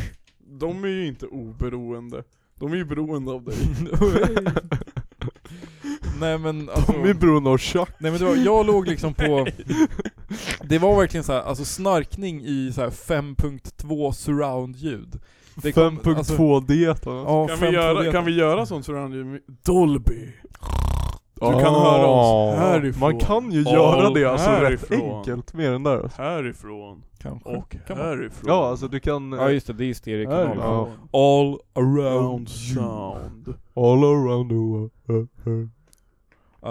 [SPEAKER 2] De är ju inte oberoende. De är ju beroende av dig.
[SPEAKER 1] nej men alltså,
[SPEAKER 4] De är beroende av tjack.
[SPEAKER 1] nej men det var, jag låg liksom på... Det var verkligen så här, alltså snarkning i så här 5.2 surround-ljud. Det kom- alltså-
[SPEAKER 4] 5.2-dieten.
[SPEAKER 1] ja,
[SPEAKER 2] Kan vi,
[SPEAKER 1] 5.2
[SPEAKER 2] göra,
[SPEAKER 1] det-
[SPEAKER 2] kan vi göra sånt surround Dolby! Du kan
[SPEAKER 4] Ah.
[SPEAKER 2] höra oss härifrån.
[SPEAKER 4] Man kan ju
[SPEAKER 2] Ja,
[SPEAKER 4] göra
[SPEAKER 1] Ah,
[SPEAKER 4] det alltså rätt
[SPEAKER 2] härifrån.
[SPEAKER 4] enkelt med den där. alltså.
[SPEAKER 2] Härifrån
[SPEAKER 1] Kanske.
[SPEAKER 2] och
[SPEAKER 1] Kan man.
[SPEAKER 2] härifrån.
[SPEAKER 4] Ja alltså du kan... eh,
[SPEAKER 1] Ja just det, det är stereokanal. Ja.
[SPEAKER 4] Härifrån.
[SPEAKER 2] Ja.
[SPEAKER 1] All around
[SPEAKER 2] Round
[SPEAKER 1] you.
[SPEAKER 2] sound.
[SPEAKER 4] All around the world. eh, eh.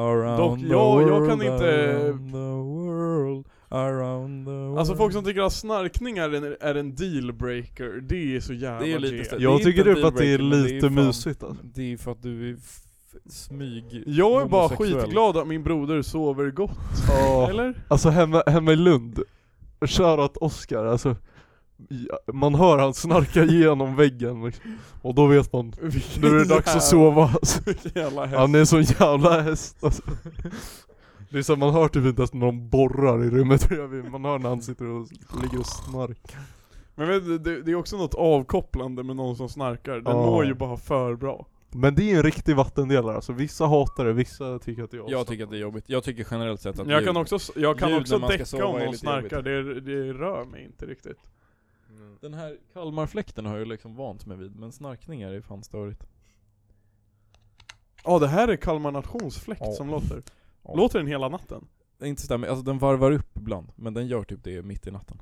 [SPEAKER 1] Around
[SPEAKER 2] Dock,
[SPEAKER 1] the
[SPEAKER 2] jag- jag
[SPEAKER 1] world,
[SPEAKER 2] kan inte-
[SPEAKER 1] Around the world, around the world.
[SPEAKER 2] Alltså folk som tycker att snarkning är en, är en dealbreaker, det är så jävla
[SPEAKER 1] Det är lite
[SPEAKER 2] G.
[SPEAKER 1] stö-
[SPEAKER 4] Jag
[SPEAKER 1] är
[SPEAKER 4] tycker
[SPEAKER 1] inte
[SPEAKER 4] typ att det är
[SPEAKER 1] dealbreaker, men
[SPEAKER 4] lite
[SPEAKER 1] fan-
[SPEAKER 4] mysigt alltså.
[SPEAKER 1] Det är ju för att du är f- smyg
[SPEAKER 2] Jag är bara
[SPEAKER 1] homosexuell.
[SPEAKER 2] skitglad att min broder sover gott.
[SPEAKER 4] Ja.
[SPEAKER 2] Eller?
[SPEAKER 4] Alltså hemma, hemma i Lund, shoutout Oscar, alltså ja, man hör han snarka igenom väggen liksom. Och då vet man, nu är det dags att sova alltså.
[SPEAKER 2] Jävla häst.
[SPEAKER 4] Han är en sån jävla häst alltså. Det är så här, man hör typ inte ens när de borrar i rummet bredvid, man hör när han sitter och ligger och snarkar.
[SPEAKER 2] Men vet du, det, det är också något avkopplande med någon som snarkar, den
[SPEAKER 4] Ja.
[SPEAKER 2] mår ju bara för bra.
[SPEAKER 4] Men det är en riktig vattendelare alltså, vissa hatar det, vissa tycker att det är
[SPEAKER 1] Jag tycker att det är jobbigt. Jag tycker generellt sett att
[SPEAKER 2] Jag
[SPEAKER 1] ljud-
[SPEAKER 2] kan också, s- jag kan
[SPEAKER 1] ljud
[SPEAKER 2] också
[SPEAKER 1] när man ska
[SPEAKER 2] däcka
[SPEAKER 1] sova
[SPEAKER 2] om
[SPEAKER 1] är
[SPEAKER 2] någon
[SPEAKER 1] lite
[SPEAKER 2] snarkar, det, det rör mig inte riktigt.
[SPEAKER 1] Den här Kalmarfläkten har jag liksom vant mig vid, men snarkningar är fan störigt.
[SPEAKER 2] Ja det här är Kalmar nationsfläkt
[SPEAKER 1] Ja.
[SPEAKER 2] som låter.
[SPEAKER 1] Ja.
[SPEAKER 2] Låter den hela natten?
[SPEAKER 1] Det är inte stämmer, alltså den varvar upp ibland, men den gör typ det mitt i natten.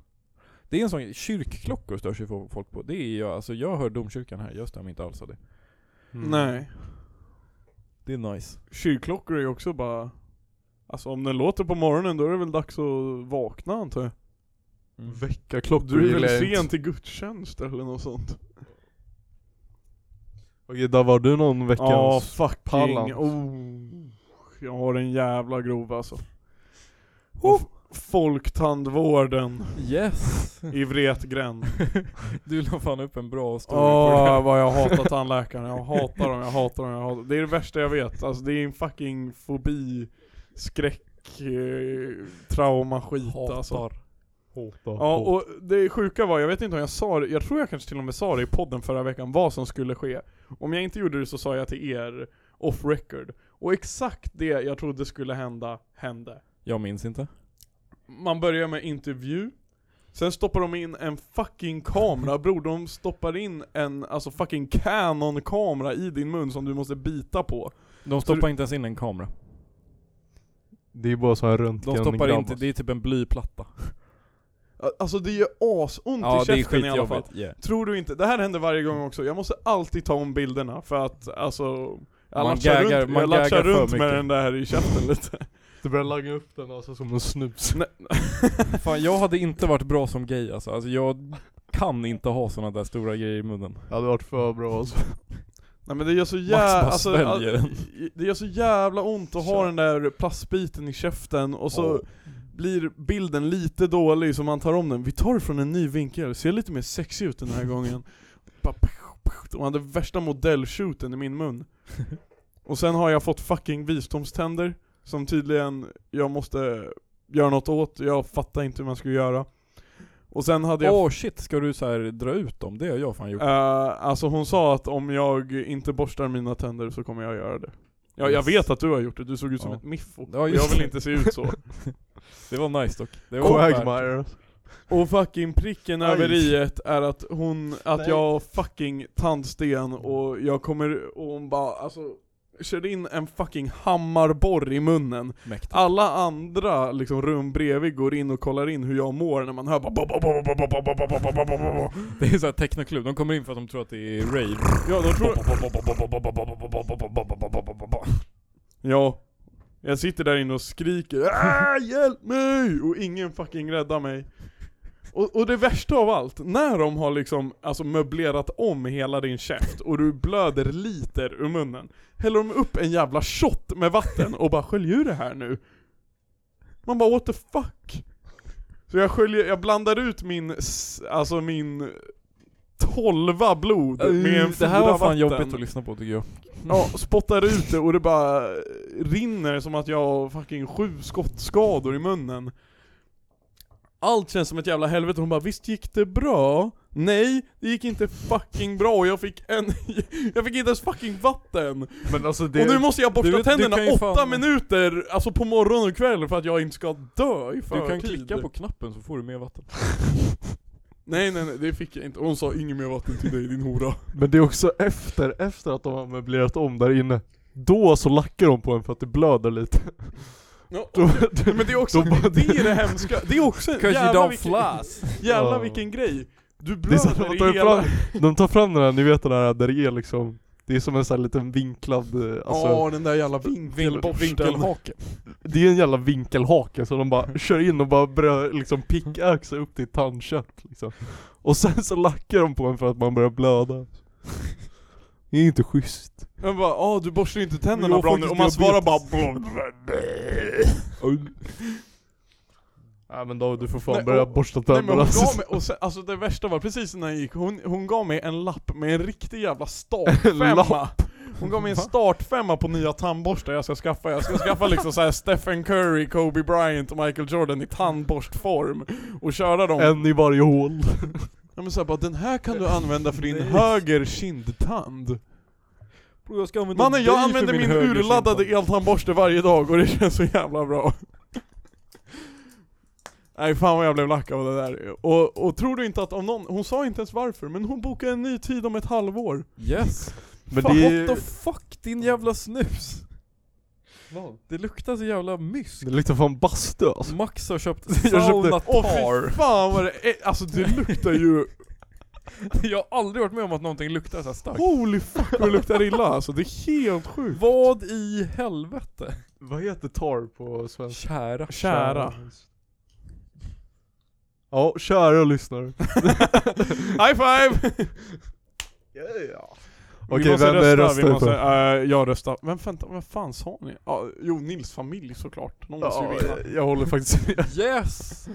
[SPEAKER 1] Det är en sån, kyrkklockor stör sig folk på. Det är jag, alltså jag hör domkyrkan här, jag stämmer inte alls av det. Mm.
[SPEAKER 2] Nej.
[SPEAKER 1] Det är nice.
[SPEAKER 2] Kyrkklockor är ju också bara, alltså om den låter på morgonen då är det väl dags att vakna antar jag.
[SPEAKER 1] Mm.
[SPEAKER 4] Väckarklockor
[SPEAKER 2] Du är
[SPEAKER 4] gillar
[SPEAKER 2] väl
[SPEAKER 4] jag inte.
[SPEAKER 2] sen till gudstjänst eller något sånt?
[SPEAKER 4] Okej, där var du någon veckans...
[SPEAKER 2] Ja, fucking,
[SPEAKER 4] Pallan.
[SPEAKER 2] oh, jag har en jävla grov alltså.
[SPEAKER 1] Oh.
[SPEAKER 2] Och f- Folktandvården
[SPEAKER 1] Yes!
[SPEAKER 2] i Vretgränd.
[SPEAKER 1] Du la fan upp en bra story på det
[SPEAKER 2] Åh
[SPEAKER 1] här.
[SPEAKER 2] vad jag hatar tandläkare, jag hatar dem, jag hatar dem, jag hatar dem. Det är det värsta jag vet, alltså det är en fucking fobi, skräck, eh, trauma, skit alltså.
[SPEAKER 1] Hatar.
[SPEAKER 4] Hatar,
[SPEAKER 2] Ja
[SPEAKER 4] hatar.
[SPEAKER 2] och det sjuka var, jag vet inte om jag sa det, jag tror jag kanske till och med sa det i podden förra veckan vad som skulle ske. Om jag inte gjorde det så sa jag till er, off record. Och exakt det jag trodde skulle hända, hände.
[SPEAKER 1] Jag minns inte.
[SPEAKER 2] Man börjar med intervju, sen stoppar de in en fucking kamera bror, de stoppar in en alltså fucking Canon-kamera i din mun som du måste bita på.
[SPEAKER 1] De stoppar inte ens in en kamera.
[SPEAKER 4] Det är bara så här röntgen
[SPEAKER 1] De stoppar inte, det är typ en blyplatta.
[SPEAKER 2] Alltså det gör asont i käften i alla fall.
[SPEAKER 1] Yeah.
[SPEAKER 2] Tror du inte? Det här händer varje gång också. Jag måste alltid ta om bilderna för att alltså... Jag
[SPEAKER 1] Man
[SPEAKER 2] latchar
[SPEAKER 1] gaggar-
[SPEAKER 2] runt,
[SPEAKER 1] man
[SPEAKER 2] jag latchar
[SPEAKER 1] gaggar för
[SPEAKER 2] runt med
[SPEAKER 1] mycket.
[SPEAKER 2] den där i käften lite.
[SPEAKER 4] Du börjar lagga upp den alltså som en snus.
[SPEAKER 1] Fan jag hade inte varit bra som gay alltså. alltså jag kan inte ha såna där stora grejer i munnen.
[SPEAKER 4] Det hade varit för bra alltså.
[SPEAKER 2] Nej men det gör så
[SPEAKER 1] Max
[SPEAKER 2] jävla...
[SPEAKER 1] bara
[SPEAKER 2] Alltså,
[SPEAKER 1] sväljer
[SPEAKER 2] all-
[SPEAKER 1] den.
[SPEAKER 2] det gör så jävla ont att
[SPEAKER 1] Kör.
[SPEAKER 2] ha den där plastbiten i käften och så blir bilden lite dålig så man tar om den. Vi tar det från en ny vinkel, ser lite mer sexig ut den här gången. Bara pff, pff, De hade värsta modellshooten i min mun. Och sen har jag fått fucking visdomständer, som tydligen jag måste göra något åt, jag fattar inte hur man skulle göra. Och sen hade jag
[SPEAKER 1] Åh shit, ska du så här dra ut dem? Det har jag fan gjort.
[SPEAKER 2] Eh, alltså hon sa att om jag inte borstar mina tänder så kommer jag göra det. Ja, jag
[SPEAKER 1] Yes.
[SPEAKER 2] vet att du har gjort det, du såg ut som
[SPEAKER 1] Ja.
[SPEAKER 2] ett miffo.
[SPEAKER 1] Ja,
[SPEAKER 2] Och
[SPEAKER 1] just
[SPEAKER 2] jag vill
[SPEAKER 1] det.
[SPEAKER 2] inte se ut så.
[SPEAKER 1] Det var nice dock. Det var värt.
[SPEAKER 4] Quagmire.
[SPEAKER 2] Och fucking pricken
[SPEAKER 4] Aj.
[SPEAKER 2] över iet är att hon, att
[SPEAKER 4] Nej.
[SPEAKER 2] jag har fucking tandsten och jag kommer, och hon bara alltså Kör in en fucking hammarborr i munnen.
[SPEAKER 1] Mäktigt.
[SPEAKER 2] Alla andra liksom rum bredvid går in och kollar in hur jag mår när man hör bara
[SPEAKER 1] Det är såhär technoklubb, de kommer in för att de tror att det är rave.
[SPEAKER 2] Ja, de tror... Ja. Jag sitter där inne och skriker "Ah, hjälp mig! Och ingen fucking räddar mig. Och, och det värsta av allt, när de har liksom alltså möblerat om hela din käft och du blöder liter ur munnen, häller de upp en jävla shot med vatten och bara skölj ur det här nu. Man bara what the fuck? Så jag sköljer, jag blandar ut min, s- alltså min tolva blod med en
[SPEAKER 1] Äh, det här
[SPEAKER 2] fyra
[SPEAKER 1] var fan
[SPEAKER 2] vatten.
[SPEAKER 1] jobbigt att lyssna på tycker jag.
[SPEAKER 2] Ja, spottar ut det och det bara rinner som att jag har fucking sju skottskador i munnen. Allt känns som ett jävla helvete, hon bara 'Visst gick det bra?' Nej, det gick inte fucking bra och jag fick en... Jag fick inte ens fucking vatten!
[SPEAKER 4] Men alltså det...
[SPEAKER 2] och nu måste jag borsta
[SPEAKER 1] du- du
[SPEAKER 2] tänderna
[SPEAKER 1] kan ju
[SPEAKER 2] åtta
[SPEAKER 1] fan-
[SPEAKER 2] minuter, alltså på morgon och kväll för att jag inte ska dö i förtid.
[SPEAKER 1] Du kan klicka på knappen så får du mer vatten.
[SPEAKER 2] Nej nej nej, det fick jag inte. Hon sa 'Inget mer vatten till dig din hora'
[SPEAKER 4] Men det är också efter, efter att de har möblerat om där inne. Då så lackar de på en för att det blöder lite.
[SPEAKER 2] ja,
[SPEAKER 4] Då,
[SPEAKER 2] Nej, Men det är också,
[SPEAKER 4] De bara-
[SPEAKER 2] det är det hemska, det är också en jävla vilken, jävla
[SPEAKER 4] Ja.
[SPEAKER 2] vilken grej! Du
[SPEAKER 4] Det är som att de
[SPEAKER 2] blöder
[SPEAKER 4] tar
[SPEAKER 2] i hela...
[SPEAKER 4] fram, de tar fram den här, ni vet den här där det är liksom Det är som en sån här liten vinklad, eh, alltså
[SPEAKER 2] Ja den där jävla vinkelborsten.
[SPEAKER 1] Vinkelhake.
[SPEAKER 4] Det är en jävla vinkelhake så de bara kör in och bara börjar liksom pickaxa upp till tandkött liksom. Och sen så lackar de på en för att man börjar blöda Det är inte schysst
[SPEAKER 2] Jag bara ah du borstar inte
[SPEAKER 4] Jag
[SPEAKER 2] tänderna
[SPEAKER 4] har
[SPEAKER 2] bra nu,
[SPEAKER 4] faktiskt
[SPEAKER 2] och man svarar bara
[SPEAKER 4] diabetes.
[SPEAKER 2] Nej
[SPEAKER 4] Nej men David du får fan
[SPEAKER 2] Nej,
[SPEAKER 4] börja
[SPEAKER 2] och-
[SPEAKER 4] borsta
[SPEAKER 2] men hon
[SPEAKER 4] tänderna
[SPEAKER 2] gav mig, och sen, alltså det värsta var precis när jag gick, hon, hon gav mig en lapp med en riktig jävla
[SPEAKER 4] En
[SPEAKER 2] startfemma
[SPEAKER 4] lapp.
[SPEAKER 2] Hon gav mig en startfemma på nya tandborstar jag ska skaffa, jag ska skaffa liksom såhär Stephen Curry, Kobe Bryant och Michael Jordan i tandborstform och köra dem
[SPEAKER 4] En i varje hål
[SPEAKER 2] Ja men såhär bara, den här kan du använda för din höger kindtand.
[SPEAKER 1] Bro, jag ska använda
[SPEAKER 2] Mannen jag
[SPEAKER 1] dig för
[SPEAKER 2] använder min
[SPEAKER 1] höger
[SPEAKER 2] urladdade
[SPEAKER 1] kindtand.
[SPEAKER 2] eltandborste varje dag och det känns så jävla bra. Nej fan vad jag blev lack av det där. Och, och tror du inte att om någon, hon sa inte ens varför, men hon bokade en ny tid om ett halvår.
[SPEAKER 1] Yes.
[SPEAKER 4] Men
[SPEAKER 1] Fan,
[SPEAKER 4] det är,
[SPEAKER 1] what the fuck din jävla snus. Det luktar så jävla mysk.
[SPEAKER 4] det luktar fan bastu alltså
[SPEAKER 1] Max har köpt
[SPEAKER 4] köpte-
[SPEAKER 2] Åh
[SPEAKER 1] saunatar.
[SPEAKER 2] fy fan vad det är, alltså det luktar ju,
[SPEAKER 1] Jag har aldrig varit med om att någonting luktar så här starkt.
[SPEAKER 2] holy fuck vad det luktar illa alltså, det är helt sjukt.
[SPEAKER 1] Vad i helvete?
[SPEAKER 4] Vad heter tar på svenska?
[SPEAKER 1] Kära.
[SPEAKER 2] Kära.
[SPEAKER 4] Ja, kära lyssnare
[SPEAKER 2] High five!
[SPEAKER 4] Okej, vem
[SPEAKER 2] rösta,
[SPEAKER 4] röstar, röstar
[SPEAKER 2] vi
[SPEAKER 4] du
[SPEAKER 2] måste,
[SPEAKER 4] på?
[SPEAKER 2] eh, Jag röstar, vem vänta, vad fan sa ni? eh, Ja, jo Nils familj såklart, någon måste ju
[SPEAKER 4] Ja,
[SPEAKER 2] vinna.
[SPEAKER 4] jag håller faktiskt med.
[SPEAKER 1] Yes!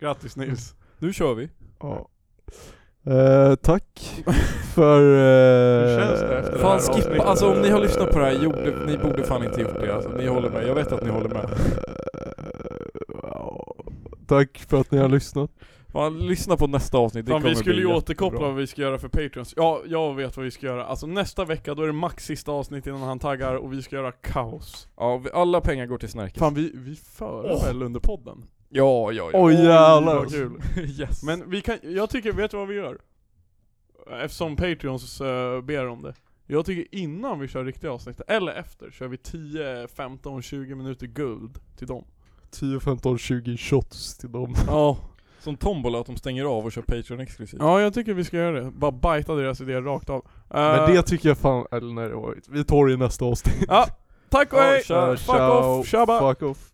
[SPEAKER 2] Grattis Nils.
[SPEAKER 1] Nu kör vi.
[SPEAKER 4] Ja. Eh, tack för... eh,
[SPEAKER 2] Hur känns det efter det
[SPEAKER 1] Fan
[SPEAKER 2] här
[SPEAKER 1] skippa,
[SPEAKER 2] avsnittet.
[SPEAKER 1] alltså om ni har lyssnat på det här, gjorde, ni borde fan inte gjort det alltså. Ni håller med, jag vet att ni håller med.
[SPEAKER 4] Eh, ja. Tack för Eh, att ni har lyssnat.
[SPEAKER 1] Fan, lyssna på nästa avsnitt, det
[SPEAKER 2] Fan,
[SPEAKER 1] kommer
[SPEAKER 2] vi skulle
[SPEAKER 1] bli
[SPEAKER 2] ju återkoppla
[SPEAKER 1] jättebra.
[SPEAKER 2] vad vi ska göra för Patreons. Ja, jag vet vad vi ska göra. Alltså nästa vecka, då är det max sista avsnitt innan han taggar och vi ska göra kaos.
[SPEAKER 1] Ja, vi- alla pengar går till Snärket.
[SPEAKER 2] Fan vi, vi för
[SPEAKER 1] Åh.
[SPEAKER 2] väl under podden?
[SPEAKER 1] Ja, ja, ja.
[SPEAKER 4] Oj jävlar
[SPEAKER 2] vad
[SPEAKER 4] alltså.
[SPEAKER 2] kul.
[SPEAKER 1] yes. Men,
[SPEAKER 2] Men vi kan, jag tycker, vet du vad vi gör? Eftersom Patreons eh, ber om det. Jag tycker innan vi kör riktiga avsnitt, eller efter, kör vi 10, 15, 20 minuter guld till dem.
[SPEAKER 4] 10, 15, 20 shots till dem.
[SPEAKER 2] Ja.
[SPEAKER 1] som Tombola, att de stänger av och kör Patreon exklusivt.
[SPEAKER 2] Ja, jag tycker vi ska göra det. Bara bajta deras idéer rakt av. Eh,
[SPEAKER 4] Men det tycker jag fan, eller nej det var Vi tar det i nästa avsnitt.
[SPEAKER 2] Ja, tack och hej!
[SPEAKER 4] Eh,
[SPEAKER 2] Fuck
[SPEAKER 4] ciao,
[SPEAKER 2] off, tjabba!
[SPEAKER 4] Fuck off.